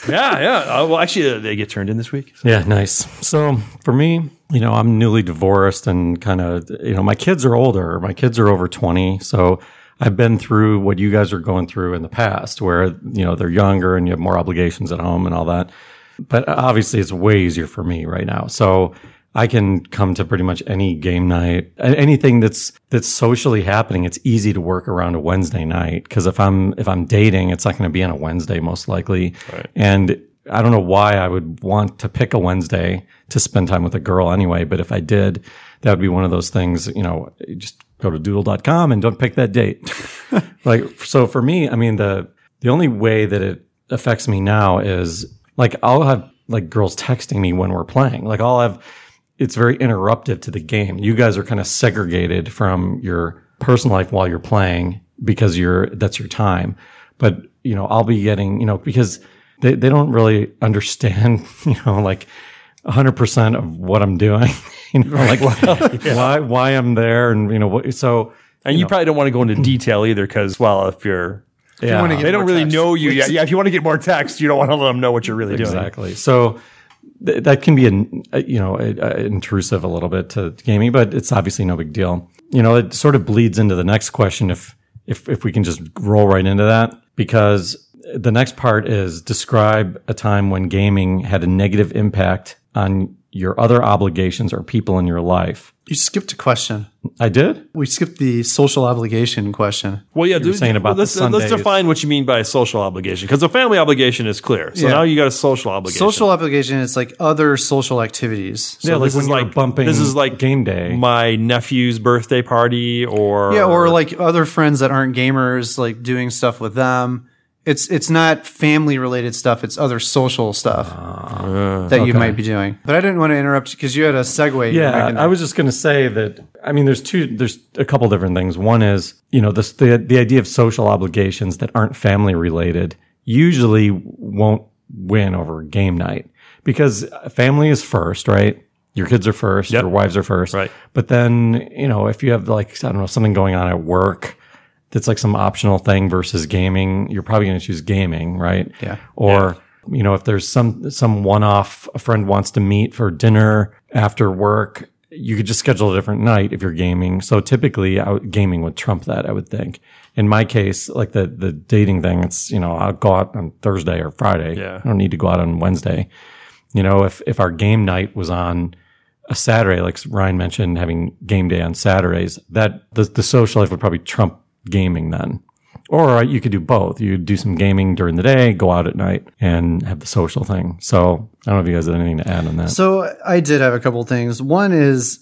D: yeah, yeah. Uh, well, actually, uh, they get turned in this week.
C: Yeah, nice. So for me, you know, I'm newly divorced and kind of, you know, my kids are older. My kids are over 20. So I've been through what you guys are going through in the past where, you know, they're younger and you have more obligations at home and all that. But obviously it's way easier for me right now. So I can come to pretty much any game night, a- anything that's that's socially happening. It's easy to work around a Wednesday night because if I'm if I'm dating, it's not going to be on a Wednesday most likely. And I don't know why I would want to pick a Wednesday to spend time with a girl anyway, but if I did, that would be one of those things, you know, just go to doodle.com and don't pick that date. like so for me, I mean the the only way that it affects me now is like I'll have like girls texting me when we're playing. Like I'll have it's very interruptive to the game. You guys are kind of segregated from your personal life while you're playing because you're that's your time. But you know, I'll be getting you know because they they don't really understand you know like 100 percent of what I'm doing. you know, like why why I'm there, and you know, what, so
D: And you, probably don't want to go into detail either because, well, if you're,
C: yeah,
A: wanna get
D: they don't
A: more
D: really
A: text.
D: know you yet. Yeah, if you want to get more text, you don't want to let them know what you're really doing.
C: exactly. So th- that can be an uh, you know a, a intrusive a little bit to gaming, but it's obviously no big deal. You know, it sort of bleeds into the next question if if if we can just roll right into that because the next part is describe a time when gaming had a negative impact on your other obligations or people in your life.
A: You skipped a question.
C: I did.
A: We skipped the social obligation question.
D: Well, yeah,
C: were saying about the
D: let's, let's
C: Sundays.
D: define what you mean by a social obligation because a family obligation is clear. So
A: Yeah.
D: now you got a social obligation.
A: Social obligation is like other social activities. So
C: yeah, like
D: this
C: when
D: is
C: you were
D: like-
C: bumping.
D: this is like
C: game day.
D: my nephew's birthday party or
A: Yeah, or like other friends that aren't gamers, like doing stuff with them. It's it's not family related stuff. It's other social stuff that you might be doing. But I didn't want to interrupt because you had a segue. back in
C: Yeah,
A: there.
C: I was just going to say that. I mean, there's two. There's a couple different things. One is you know this, the the idea of social obligations that aren't family related usually won't win over game night because family is first, right? Your kids are first. Your wives are first.
D: Right.
C: But then you know if you have like I don't know something going on at work. That's like some optional thing versus gaming. You're probably going to choose gaming, right?
A: Yeah.
C: or you know if there's some some one off a friend wants to meet for dinner after work you could just schedule a different night if you're gaming so typically I would, gaming would trump that i would think in my case like the the dating thing it's you know i'll go out on thursday or friday
D: Yeah.
C: i don't need to go out on wednesday you know if if our game night was on a saturday like ryan mentioned having game day on saturdays that the, the social life would probably trump gaming then or you could do both. You could do some gaming during the day, go out at night, and have the social thing. So I don't know if you guys have anything to add on that.
A: So I did have a couple things. One is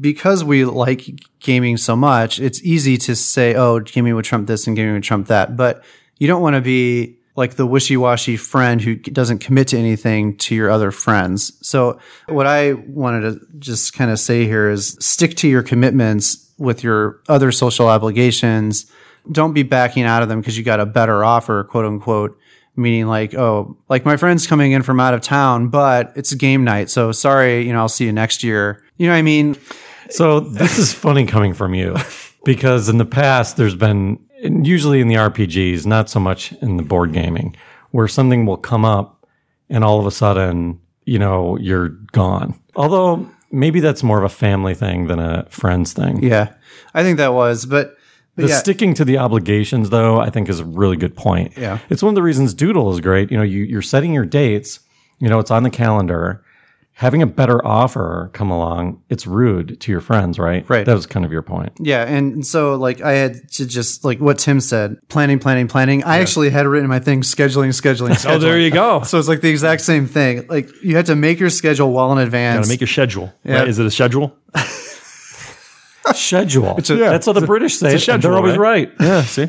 A: because we like gaming so much, it's easy to say, "Oh, gaming would trump this and gaming would trump that," but you don't want to be like the wishy-washy friend who doesn't commit to anything to your other friends. So what I wanted to just kind of say here is stick to your commitments with your other social obligations. Don't be backing out of them because you got a better offer, quote unquote meaning like oh like my friend's coming in from out of town but it's game night so sorry you know i'll see you next year you know what i mean
C: So this is funny coming from you because in the past there's been and usually in the RPGs, not so much in the board gaming, where something will come up and all of a sudden, you know, you're gone. Although maybe that's more of a family thing than a friends thing.
A: yeah i think that was but, but
C: The
A: yeah
C: sticking to the obligations, though, I think is a really good point.
A: Yeah.
C: It's one of the reasons Doodle is great. You know, you, you're setting your dates, you know, it's on the calendar. Having a better offer come along, it's rude to your friends, right?
A: Right.
C: That was kind of your point.
A: yeah and so like i had to just like what tim said planning planning planning i actually had written in my thing scheduling scheduling scheduling
D: oh, there you go.
A: so it's like the exact same thing like you had to make your schedule well in
D: Got
A: advance
D: to make your schedule.
A: Yeah.
D: Right? Is it a schedule?
C: Schedule. That's what the British say.
D: it's a
C: and they're
D: schedule,
C: always right.
D: Yeah. See.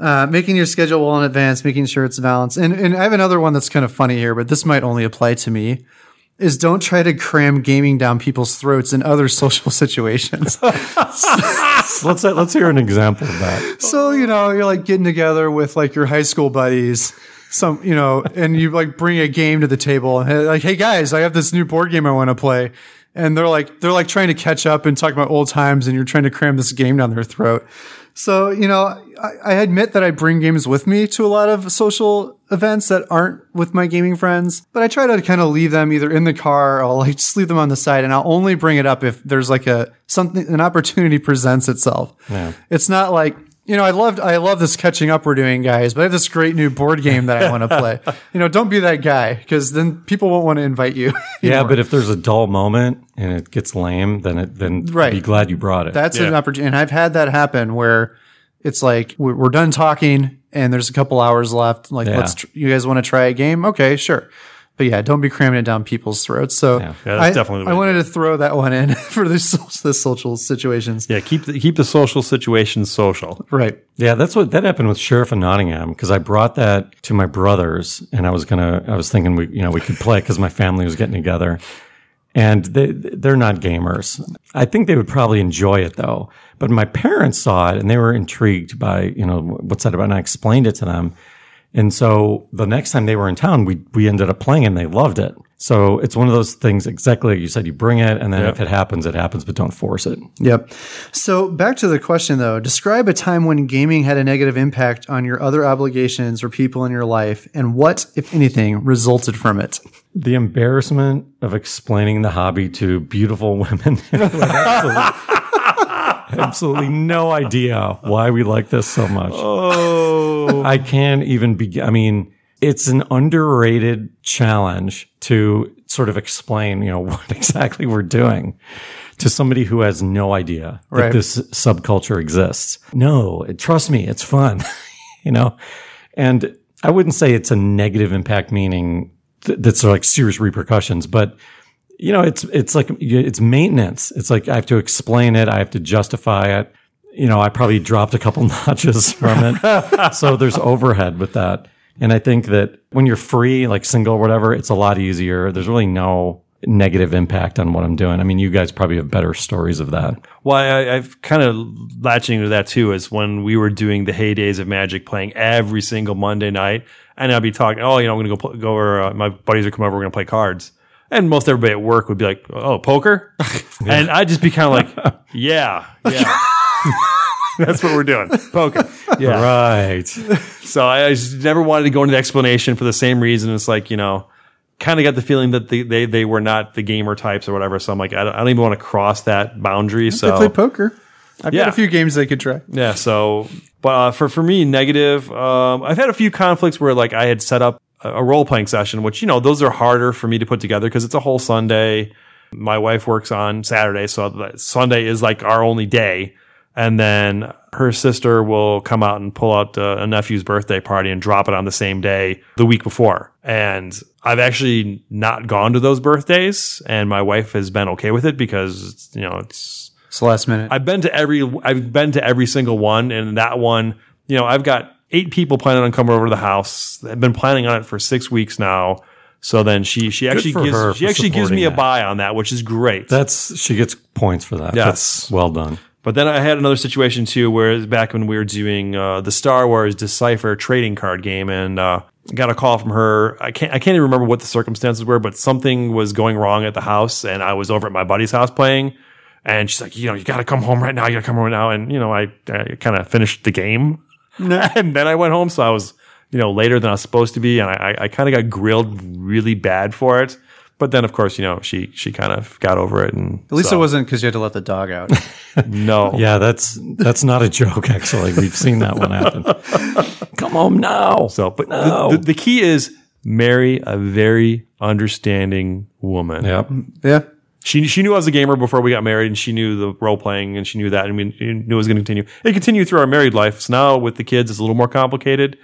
A: uh, making your schedule well in advance, making sure it's balanced. And and I have another one that's kind of funny here, but this might only apply to me. Is don't try to cram gaming down people's throats in other social situations.
C: let's uh, let's hear an example of that.
A: so you know you're like getting together with like your high school buddies, some you know, and you like bring a game to the table and like, hey guys, I have this new board game I want to play, and they're like they're like trying to catch up and talk about old times, and you're trying to cram this game down their throat. So, you know, I, I admit that I bring games with me to a lot of social events that aren't with my gaming friends, but I try to kind of leave them either in the car or I'll like just leave them on the side and I'll only bring it up if there's like a something an opportunity presents itself. It's not like you know, I loved I love this catching up we're doing, guys, but I have this great new board game that I want to play. You know, don't be that guy because then people won't want to invite you.
C: Yeah, but if there's a dull moment and it gets lame, then it then
A: Right.
C: be glad you brought it.
A: That's an opportunity. And I've had that happen where it's like we're, we're done talking and there's a couple hours left. Like,
C: Yeah.
A: let's, tr- you guys want to try a game? Okay, sure. But yeah, don't be cramming it down people's throats. So
D: Yeah, that's
A: I,
D: definitely the way
A: I
D: to
A: wanted to throw that one in for the, so- the social situations.
D: Yeah. Keep the, keep the social situation social.
A: Right.
C: Yeah, that's what that happened with Sheriff of Nottingham because I brought that to my brothers and I was gonna I was thinking we you know we could play because my family was getting together and they they're not gamers. I think they would probably enjoy it though. But my parents saw it and they were intrigued by you know what's that about and I explained it to them And so the next time they were in town, we we ended up playing and they loved it. So it's one of those things exactly like you said, you bring it and then if it happens, it happens, but don't force it.
A: Yep. So back to the question though, describe a time when gaming had a negative impact on your other obligations or people in your life and what, if anything, resulted from it.
C: The embarrassment of explaining the hobby to beautiful women. who have absolutely, absolutely no idea why we like this so much.
E: Oh,
C: I can't even begin. I mean, it's an underrated challenge to sort of explain, you know, what exactly we're doing to somebody who has no idea
A: Right.
C: that this subculture exists. No, it, trust me, it's fun, you know? And I wouldn't say it's a negative impact, meaning th- that's like serious repercussions, but you know, it's, it's like, it's maintenance. It's like I have to explain it. I have to justify it. You know, I probably dropped a couple notches from it so there's overhead with that. And I think that when you're free, like single or whatever, it's a lot easier. There's really no negative impact on what I'm doing. I mean, you guys probably have better stories of that.
D: Well, I, I've kind of latching to that too is when we were doing the heydays of Magic, playing every single Monday night, and I'd be talking, oh, you know, I'm gonna go pl- go over. Uh, my buddies would come over, we're gonna play cards, and most everybody at work would be like, oh, poker, and I'd just be kind of like, yeah, yeah,
E: that's what we're doing.
D: poker.
C: Right.
D: So I I just never wanted to go into the explanation for the same reason. It's like you know, kind of got the feeling that the, they they were not the gamer types or whatever. So I'm like, I don't, I don't even want to cross that boundary.
A: They
D: So
A: played poker. I've got
D: Oh. Yeah.
A: a few games they could try.
D: Yeah. So, but uh, for for me, negative. Um, I've had a few conflicts where like I had set up a role playing session, which you know those are harder for me to put together because it's a whole Sunday. My wife works on Saturday, so that Sunday is like our only day. And then her sister will come out and pull out uh, a nephew's birthday party and drop it on the same day the week before. And I've actually not gone to those birthdays, and my wife has been okay with it because you know it's
A: It's the last minute.
D: I've been to every I've been to every single one, and that one, you know, I've got eight people planning on coming over to the house. I've been planning on it for six weeks now. So then she she actually
C: for her
D: gives she
C: for
D: actually gives
C: supporting
D: me a
C: that.
D: buy on that, which is great.
C: That's, she gets points for that.
D: Yes.
C: That's well done.
D: but then I had another situation too, where it was back when we were doing uh, the Star Wars Decipher trading card game, and uh, got a call from her. I can't I can't even remember what the circumstances were, but something was going wrong at the house, and I was over at my buddy's house playing. And she's like, you know, you got to come home right now. You got to come home right now. And, you know, I, I kind of finished the game. and then I went home. So I was, you know, later than I was supposed to be. And I, I kind of got grilled really bad for it. But then, of course, you know, she she kind of got over it. And
A: At least it wasn't because you had to let the dog out.
D: no.
C: Yeah. That's, that's not a joke. Actually, we've seen that one happen. Come home now.
D: So, but the-
C: No.
D: the, the key is marry a very understanding woman.
C: Yep.
A: yeah.
D: She she knew I was a gamer before we got married, and she knew the role playing, and she knew that, and we knew it was going to continue. It continued through our married life. So now with the kids, it's a little more complicated,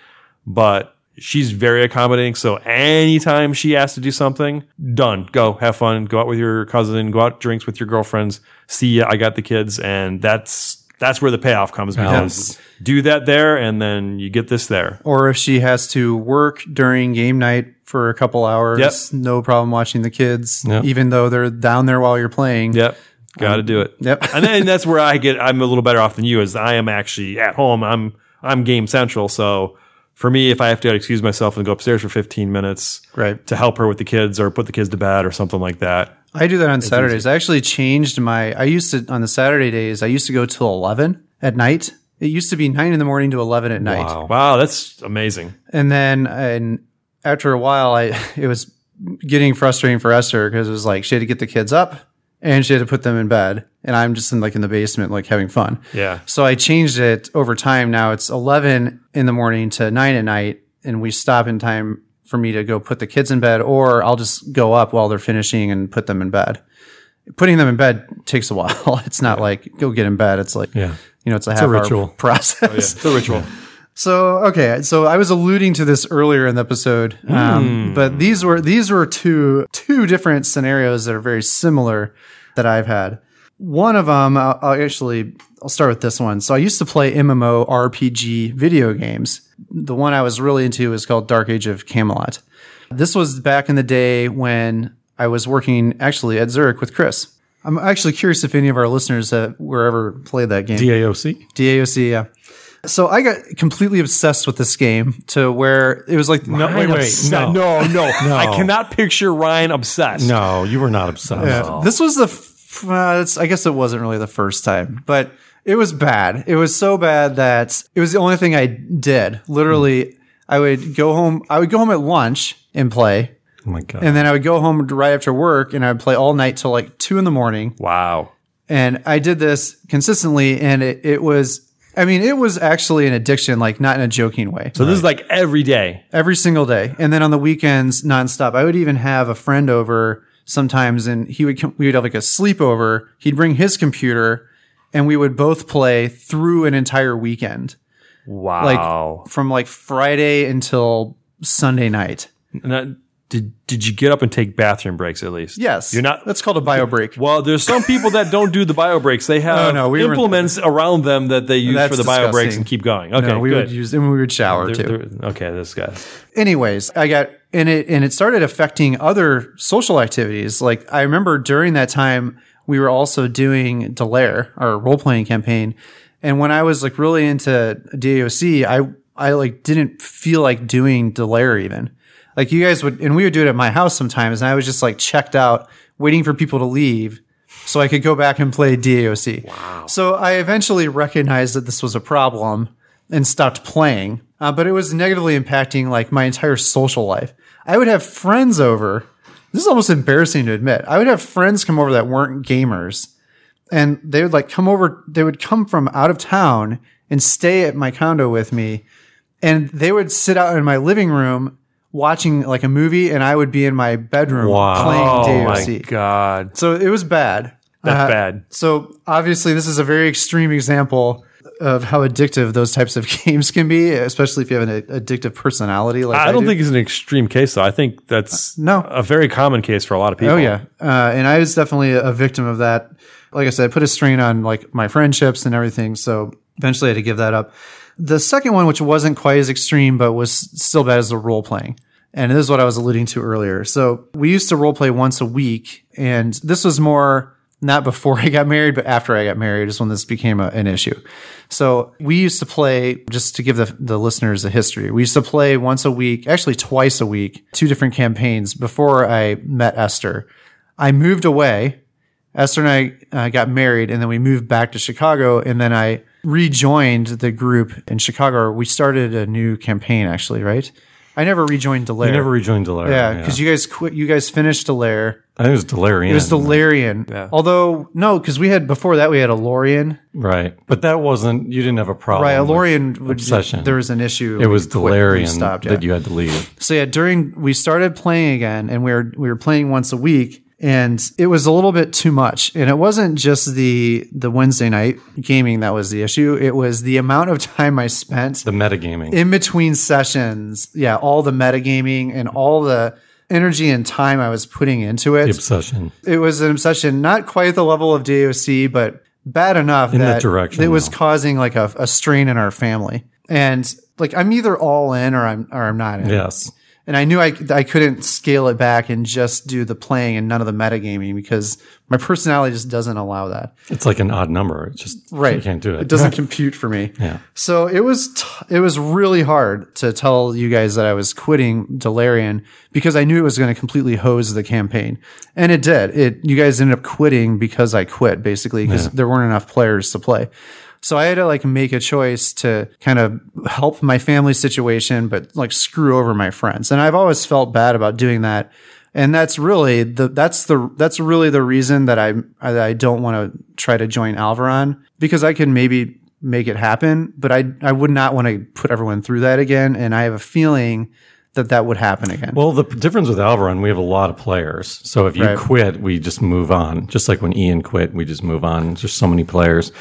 D: but she's very accommodating. So anytime she asks to do something, done. Go have fun. Go out with your cousin. Go out drinks with your girlfriends. See ya. I got the kids, and that's that's where the payoff comes because do that there, and then you get this there.
A: Or if she has to work during game night for a couple hours,
D: Yep.
A: no problem watching the kids,
C: Yep.
A: even though they're down there while you're playing.
D: Yep. Got to do it.
A: yep.
D: and then that's where I get I'm a little better off than you is I am actually at home. I'm I'm game central. So for me, if I have to excuse myself and go upstairs for 15 minutes
A: Right.
D: to help her with the kids or put the kids to bed or something like that.
A: I do that on Saturdays. I actually changed my. I used to on the Saturday days. I used to go till eleven at night. It used to be nine in the morning to eleven at night,
D: Wow, that's amazing.
A: and then and after a while, I it was getting frustrating for Esther because it was like she had to get the kids up and she had to put them in bed, and I'm just in like in the basement like having fun.
D: Yeah.
A: So I changed it over time. Now it's 11 in the morning to 9 at night, and we stop in time for me to go put the kids in bed, or I'll just go up while they're finishing and put them in bed. Putting them in bed takes a while. It's not like go get in bed. It's like,
C: Yeah.
A: you know, it's a half
C: ritual.
A: hour process.
D: It's a ritual.
A: So okay, so I was alluding to this earlier in the episode, um, but these were these were two two different scenarios that are very similar that I've had. One of them, I'll, I'll actually I'll start with this one. So I used to play MMO RPG video games. The one I was really into was called Dark Age of Camelot. This was back in the day when I was working actually at Zurich with Chris. I'm actually curious if any of our listeners that were ever played that game.
C: DAOC.
A: DAOC, yeah. So I got completely obsessed with this game to where it was like no,
C: Wait, wait, no.
D: no, no,
C: No.
D: I cannot picture Ryan obsessed.
C: No, you were not obsessed.
A: Yeah. Uh, This was the. f- Uh, it's, I guess it wasn't really the first time, but it was bad. It was so bad that it was the only thing I did. Literally, I would go home. I would go home at lunch and play,
C: Oh my god.
A: and then I would go home right after work, and I would play all night till like two in the morning.
D: Wow.
A: And I did this consistently, and it, it was. I mean, it was actually an addiction, like not in a joking way
D: So this is like every day.
A: every single day and then on the weekends nonstop i would even have a friend over sometimes and he would come, we would have like a sleepover he'd bring his computer and we would both play through an entire weekend like
D: Wow.
A: from like friday until sunday night
D: And that- did did you get up and take bathroom breaks at least?
A: yes
D: You're not
A: that's called a bio break
D: Well, there's some people that don't do the bio breaks. They have
A: Oh, no, we were-
D: implements around them that they use
A: That's
D: for the bio breaks
A: disgusting.
D: and keep going. Okay,
A: no, we
D: good.
A: would use and we would shower
D: They're-
A: too
D: they're- okay, this guy.
A: anyways, I got and it and it started affecting other social activities. Like I remember during that time we were also doing Delaire, our role playing campaign, and when I was like really into DAOC, I I like didn't feel like doing Delaire even. Like you guys would, and we would do it at my house sometimes, and I was just like checked out, waiting for people to leave. So I could go back and play DAOC. Wow. So I eventually recognized that this was a problem and stopped playing. Uh, but it was negatively impacting like my entire social life. I would have friends over. This is almost embarrassing to admit. I would have friends come over that weren't gamers, and they would like come over. They would come from out of town and stay at my condo with me, and they would sit out in my living room watching like a movie, and I would be in my bedroom
C: Wow.
A: playing DOC.
D: Oh My God,
A: So it was bad. Uh,
D: that's bad.
A: So obviously, this is a very extreme example of how addictive those types of games can be, especially if you have an a- addictive personality. Like I,
D: I don't
A: do. Uh,
D: think it's an extreme case though. I think that's
A: No.
D: a very common case for a lot of people.
A: Oh yeah, uh, and I was definitely a victim of that. Like I said, I put a strain on like my friendships and everything. So eventually, I had to give that up. The second one, which wasn't quite as extreme, but was still bad, is the role playing. And this is what I was alluding to earlier. So we used to role play once a week, and this was more not before I got married, but after I got married is when this became a, an issue. So we used to play, just to give the, the listeners a history, we used to play once a week, actually twice a week, two different campaigns before I met Esther. I moved away. Esther and I uh, got married, and then we moved back to Chicago. And then I rejoined the group in Chicago. We started a new campaign, actually, right? I never rejoined Delaire.
C: You never rejoined Delirium.
A: yeah, because you guys quit. You guys finished Delaire.
C: I think it was Delirium.
A: It was Delarian. Although no, because we had before that we had a Lorian.
C: Right. But that wasn't, you didn't have a problem.
A: Right, a
C: with-
A: Lorian would
C: obsession.
A: there was an issue.
C: It was
A: We quit, we
C: Delirium
A: stopped, yeah.
C: that you had to leave.
A: So yeah, during we started playing again, and we were we were playing once a week, and it was a little bit too much. And it wasn't just the the Wednesday night gaming that was the issue; it was the amount of time I spent
C: The metagaming.
A: in between sessions. Yeah, all the metagaming and all the energy and time I was putting into
C: the
A: it.
C: obsession.
A: It was an obsession, not quite the level of DOC, but bad enough
C: In that
A: that
C: direction,
A: it was
C: though.
A: causing like a, a strain in our family. And like I'm either all in or I'm or I'm not in
C: Yes.
A: and I knew I, I couldn't scale it back and just do the playing and none of the metagaming because my personality just doesn't allow that.
C: It's like an odd number. It's just,
A: Right.
C: you can't do it.
A: It doesn't compute for me.
C: Yeah.
A: So it was t- it was really hard to tell you guys that I was quitting Delarian because I knew it was going to completely hose the campaign, and it did. It you guys ended up quitting because I quit basically because there weren't enough players to play. So I had to like make a choice to kind of help my family situation, but like screw over my friends. And I've always felt bad about doing that. And that's really the that's the that's really the reason that I I don't want to try to join Alvaron because I can maybe make it happen, but I I would not want to put everyone through that again. And I have a feeling that that would happen again.
C: Well, the p- difference with Alvaron, we have a lot of players. So if you
A: Right.
C: quit, we just move on. Just like when Ian quit, we just move on. There's just so many players.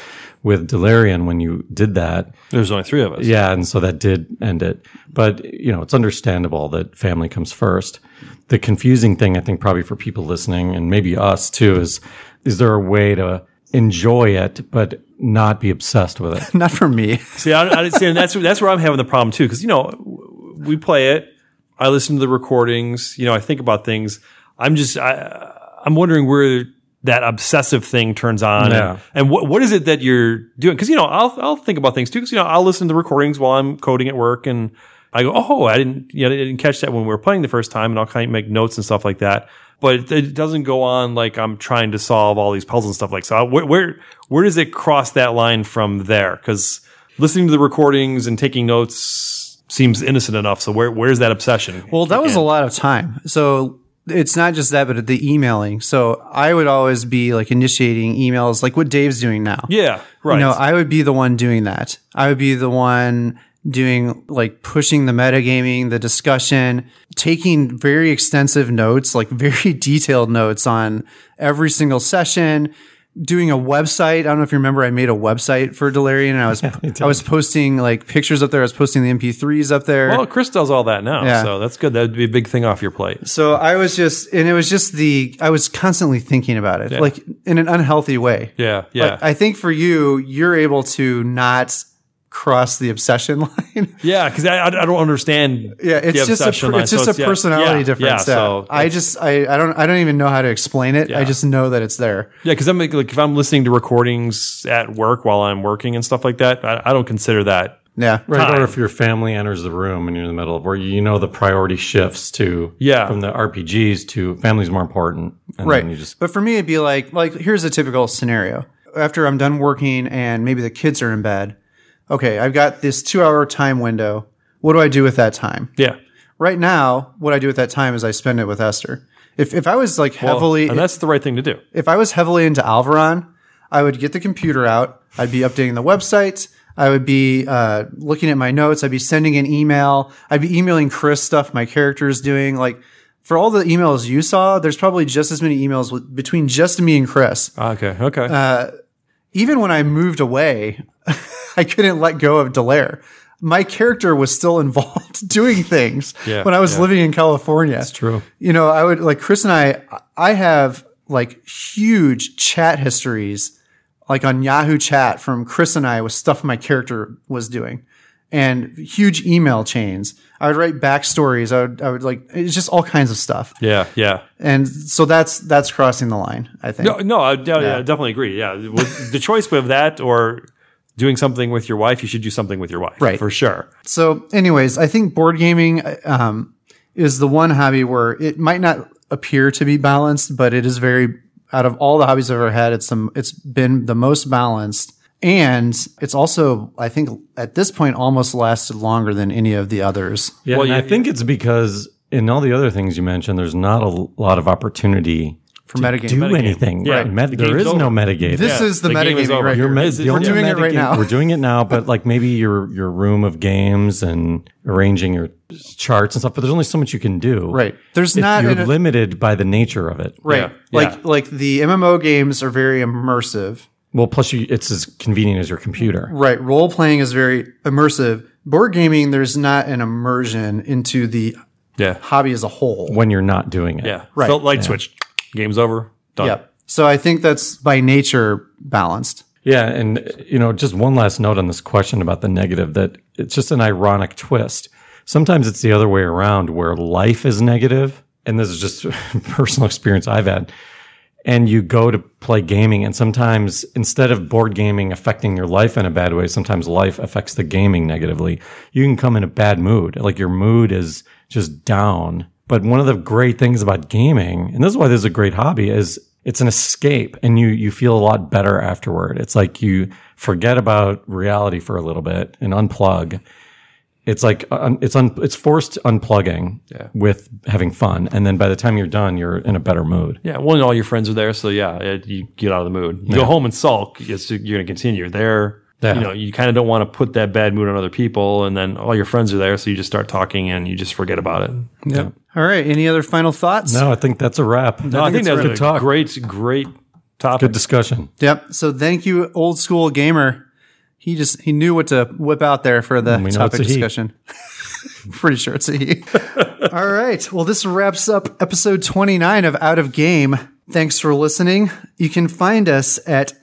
C: With Delirium, when you did that,
D: There's only three of us.
C: yeah, and so that did end it. But you know, it's understandable that family comes first. The confusing thing, I think, probably for people listening and maybe us too, is is there a way to enjoy it but not be obsessed with it?
A: not for me.
D: See, I, I, see, and that's that's where I'm having the problem too, because you know w- we play it. I listen to the recordings. You know, I think about things. I'm just I, I'm wondering where that obsessive thing turns on.
C: Yeah.
D: And, and what what is it that you're doing? Because you know, I'll I'll think about things too. Because you know, I'll listen to the recordings while I'm coding at work, and I go, oh, I didn't, you know, I didn't catch that when we were playing the first time, and I'll kind of make notes and stuff like that. But it, it doesn't go on like I'm trying to solve all these puzzles and stuff like. So I, where, where where does it cross that line from there? Because listening to the recordings and taking notes seems innocent enough. So where where's that obsession?
A: Well, that was a lot of time. So it's not just that, but the emailing. So I would always be like initiating emails, like what Dave's doing now.
D: yeah, right.
A: You know, I would be the one doing that. I would be the one doing like pushing the metagaming, the discussion, taking very extensive notes, like very detailed notes on every single session, doing a website. I don't know if you remember I made a website for Delirium and I was I was posting like pictures up there, I was posting the MP3s up there.
D: well, Chris does all that now,
A: Yeah.
D: so that's good. That'd be a big thing off your plate.
A: So I was just, and it was just the, I was constantly thinking about it, like in an unhealthy way.
D: Yeah, yeah,
A: Like, I think for you, you're able to not cross the obsession line.
D: yeah. Because I, I don't understand.
A: yeah,
D: the
A: it's just a
D: obsession
A: per,
D: line,
A: it's
D: so
A: just a
D: yeah,
A: personality
D: yeah,
A: difference.
D: Yeah,
A: Yeah,
D: so
A: I just I, I don't I don't even know how to explain it.
D: Yeah.
A: I just know that it's there.
D: yeah, because I'm like, like, if I'm listening to recordings at work while I'm working and stuff like that, I, I don't consider that.
A: Yeah,
C: Right.
D: time.
C: Or if your family enters the room and you're in the middle of where you know the priority shifts to
D: Yeah.
C: from the RPGs to family's more important. And
A: right.
C: Then you just
A: but for me, it'd be like like here's a typical scenario. After I'm done working and maybe the kids are in bed. Okay, I've got this two hour time window. What do I do with that time?
D: Yeah,
A: right now, what I do at that time is I spend it with Esther. If if I was like
D: Well,
A: heavily
D: and that's the right thing to do.
A: if I was heavily into Alvaron, I would get the computer out. I'd be updating the website. I would be uh, looking at my notes. I'd be sending an email. I'd be emailing Chris stuff my character is doing. Like for all the emails you saw, there's probably just as many emails with, between just me and Chris
D: Ah, Okay, okay.
A: Uh, even when I moved away, I couldn't let go of Delaire. My character was still involved doing things
D: Yeah,
A: when I was
D: yeah.
A: living in California. That's
C: true.
A: You know, I would like Chris and I, I have like huge chat histories, like on Yahoo chat from Chris and I with stuff my character was doing and huge email chains. I would write backstories. I would, I would like, it's just all kinds of stuff.
D: yeah, yeah.
A: And so that's, that's crossing the line, I think.
D: No, no, I, I definitely agree. Yeah, with the choice of that or doing something with your wife, you should do something with your wife,
A: Right.
D: For sure.
A: So, anyways, I think board gaming um, is the one hobby where it might not appear to be balanced, but it is very out of all the hobbies I've ever had. It's the, it's been the most balanced, and it's also I think at this point almost lasted longer than any of the others.
C: Yeah, and I think it's because in all the other things you mentioned, there's not a l- lot of opportunity
A: For metagame,
C: do anything.
D: Yeah.
C: Right. Meta- there
D: Game's
C: is
D: over.
C: no metagame.
A: this is the,
D: the game
A: metagaming
D: is over.
A: right
D: You're
A: here.
D: meta-
C: the
D: We're
C: only
A: doing it right
C: metagame-
A: now.
C: We're doing it now, but like maybe your your room of games and arranging your charts and stuff. But there's only so much you can do.
A: Right. There's
C: If
A: not
C: you're
A: an-
C: limited by the nature of it.
A: Right,
D: Yeah.
A: like
D: Yeah.
A: like the MMO games are very immersive.
C: Well, plus you, it's as convenient as your computer.
A: Right. Role playing is very immersive. Board gaming, there's not an immersion into the
D: Yeah,
A: hobby as a whole.
C: When you're not doing it,
D: yeah.
A: Right.
D: So light switch. Game's over. Done.
A: Yep. So I think that's by nature balanced.
C: Yeah, and you know, just one last note on this question about the negative that it's just an ironic twist. Sometimes it's the other way around where life is negative, and this is just personal experience I've had. And you go to play gaming, and sometimes instead of board gaming affecting your life in a bad way, sometimes life affects the gaming negatively. You can come in a bad mood, like your mood is just down. But one of the great things about gaming, and this is why this is a great hobby, is it's an escape and you you feel a lot better afterward it's like you forget about reality for a little bit and unplug it's like uh, un, it's un, it's forced unplugging with having fun and then by the time you're done you're in a better mood
D: Yeah, well, and all your friends are there, so yeah, it, you get out of the mood. You go home and sulk. It's, you're going to continue there.
C: Yeah.
D: You know, you kind of don't want to put that bad mood on other people, and then all your friends are there, so you just start talking and you just forget about it.
A: All right. Any other final thoughts?
C: no i think that's a wrap
D: No, I, think,
C: that's
D: that was a
C: good talk
D: great, great topic.
C: good discussion
A: Yep. So thank you, old school gamer. He just he knew what to whip out there for the
C: We know
A: topic
C: it's a he.
A: discussion. Pretty sure it's a he. All right. Well, this wraps up episode 29 of Out of Game. Thanks for listening. You can find us at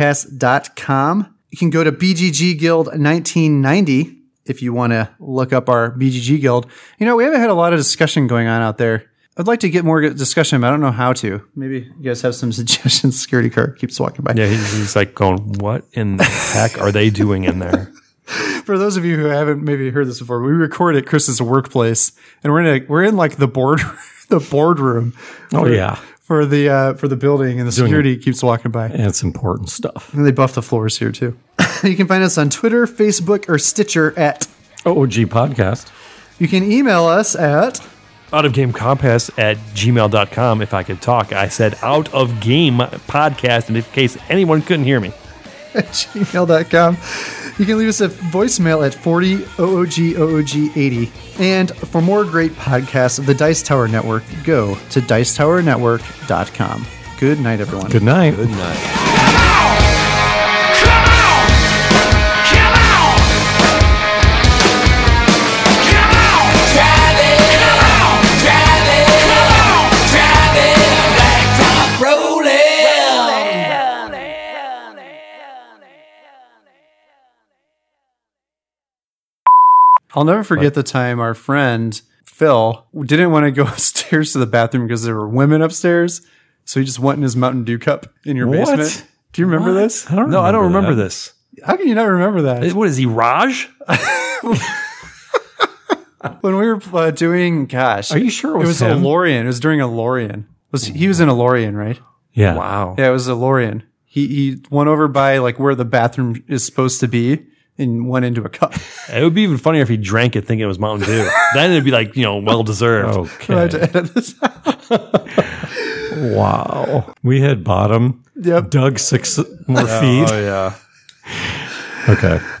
A: outofgamepodcast.com. You can go to BGG Guild 1990 if you want to look up our BGG Guild. You know, we haven't had a lot of discussion going on out there I'd like to get more discussion. But I don't know how to. Maybe you guys have some suggestions. Security car keeps walking by.
D: Yeah, he's, he's like going, "What in the heck are they doing in there?"
A: For those of you who haven't maybe heard this before, we record at Chris's workplace, and we're in a, we're in like the board the boardroom
C: Oh yeah,
A: for the uh, for the building, and the security keeps walking by.
C: and it's important stuff.
A: And they buff the floors here too. you can find us on Twitter, Facebook, or Stitcher at.
C: OOG podcast.
A: You can email us at.
D: Out of game compass at gmail.com. If I could talk, I said out of game podcast. And in case anyone couldn't hear me,
A: at gmail.com. You can leave us a voicemail at 40 OOG OOG 80. And for more great podcasts of the Dice Tower Network, go to dicetowernetwork.com. Good night, everyone.
C: Good night.
A: I'll never forget the time our friend Phil didn't want to go upstairs to the bathroom because there were women upstairs. So he just went in his Mountain Dew cup in your
C: What?
A: basement. Do you remember this?
C: don't
D: no, I don't remember
C: that.
D: this.
A: How can you not remember that?
D: Is- What is he, Raj?
A: when we were uh, doing, gosh,
C: Are you sure it was
A: a
C: him?
A: Lorian? It was during a Lorian. Was he was in a Lorian, right?
C: Yeah.
D: Wow.
A: Yeah, it was a Lorian. He he went over by like where the bathroom is supposed to be and went into a cup.
D: It would be even funnier if he drank it thinking it was Mountain Dew. then it'd be like, you know, well
C: Oh,
D: deserved.
A: I
C: Okay.
A: had to edit this out.
C: Wow. We had bottom.
A: Yep.
C: Oh,
D: Oh,
C: Dug six more feet.
E: yeah.
C: Okay.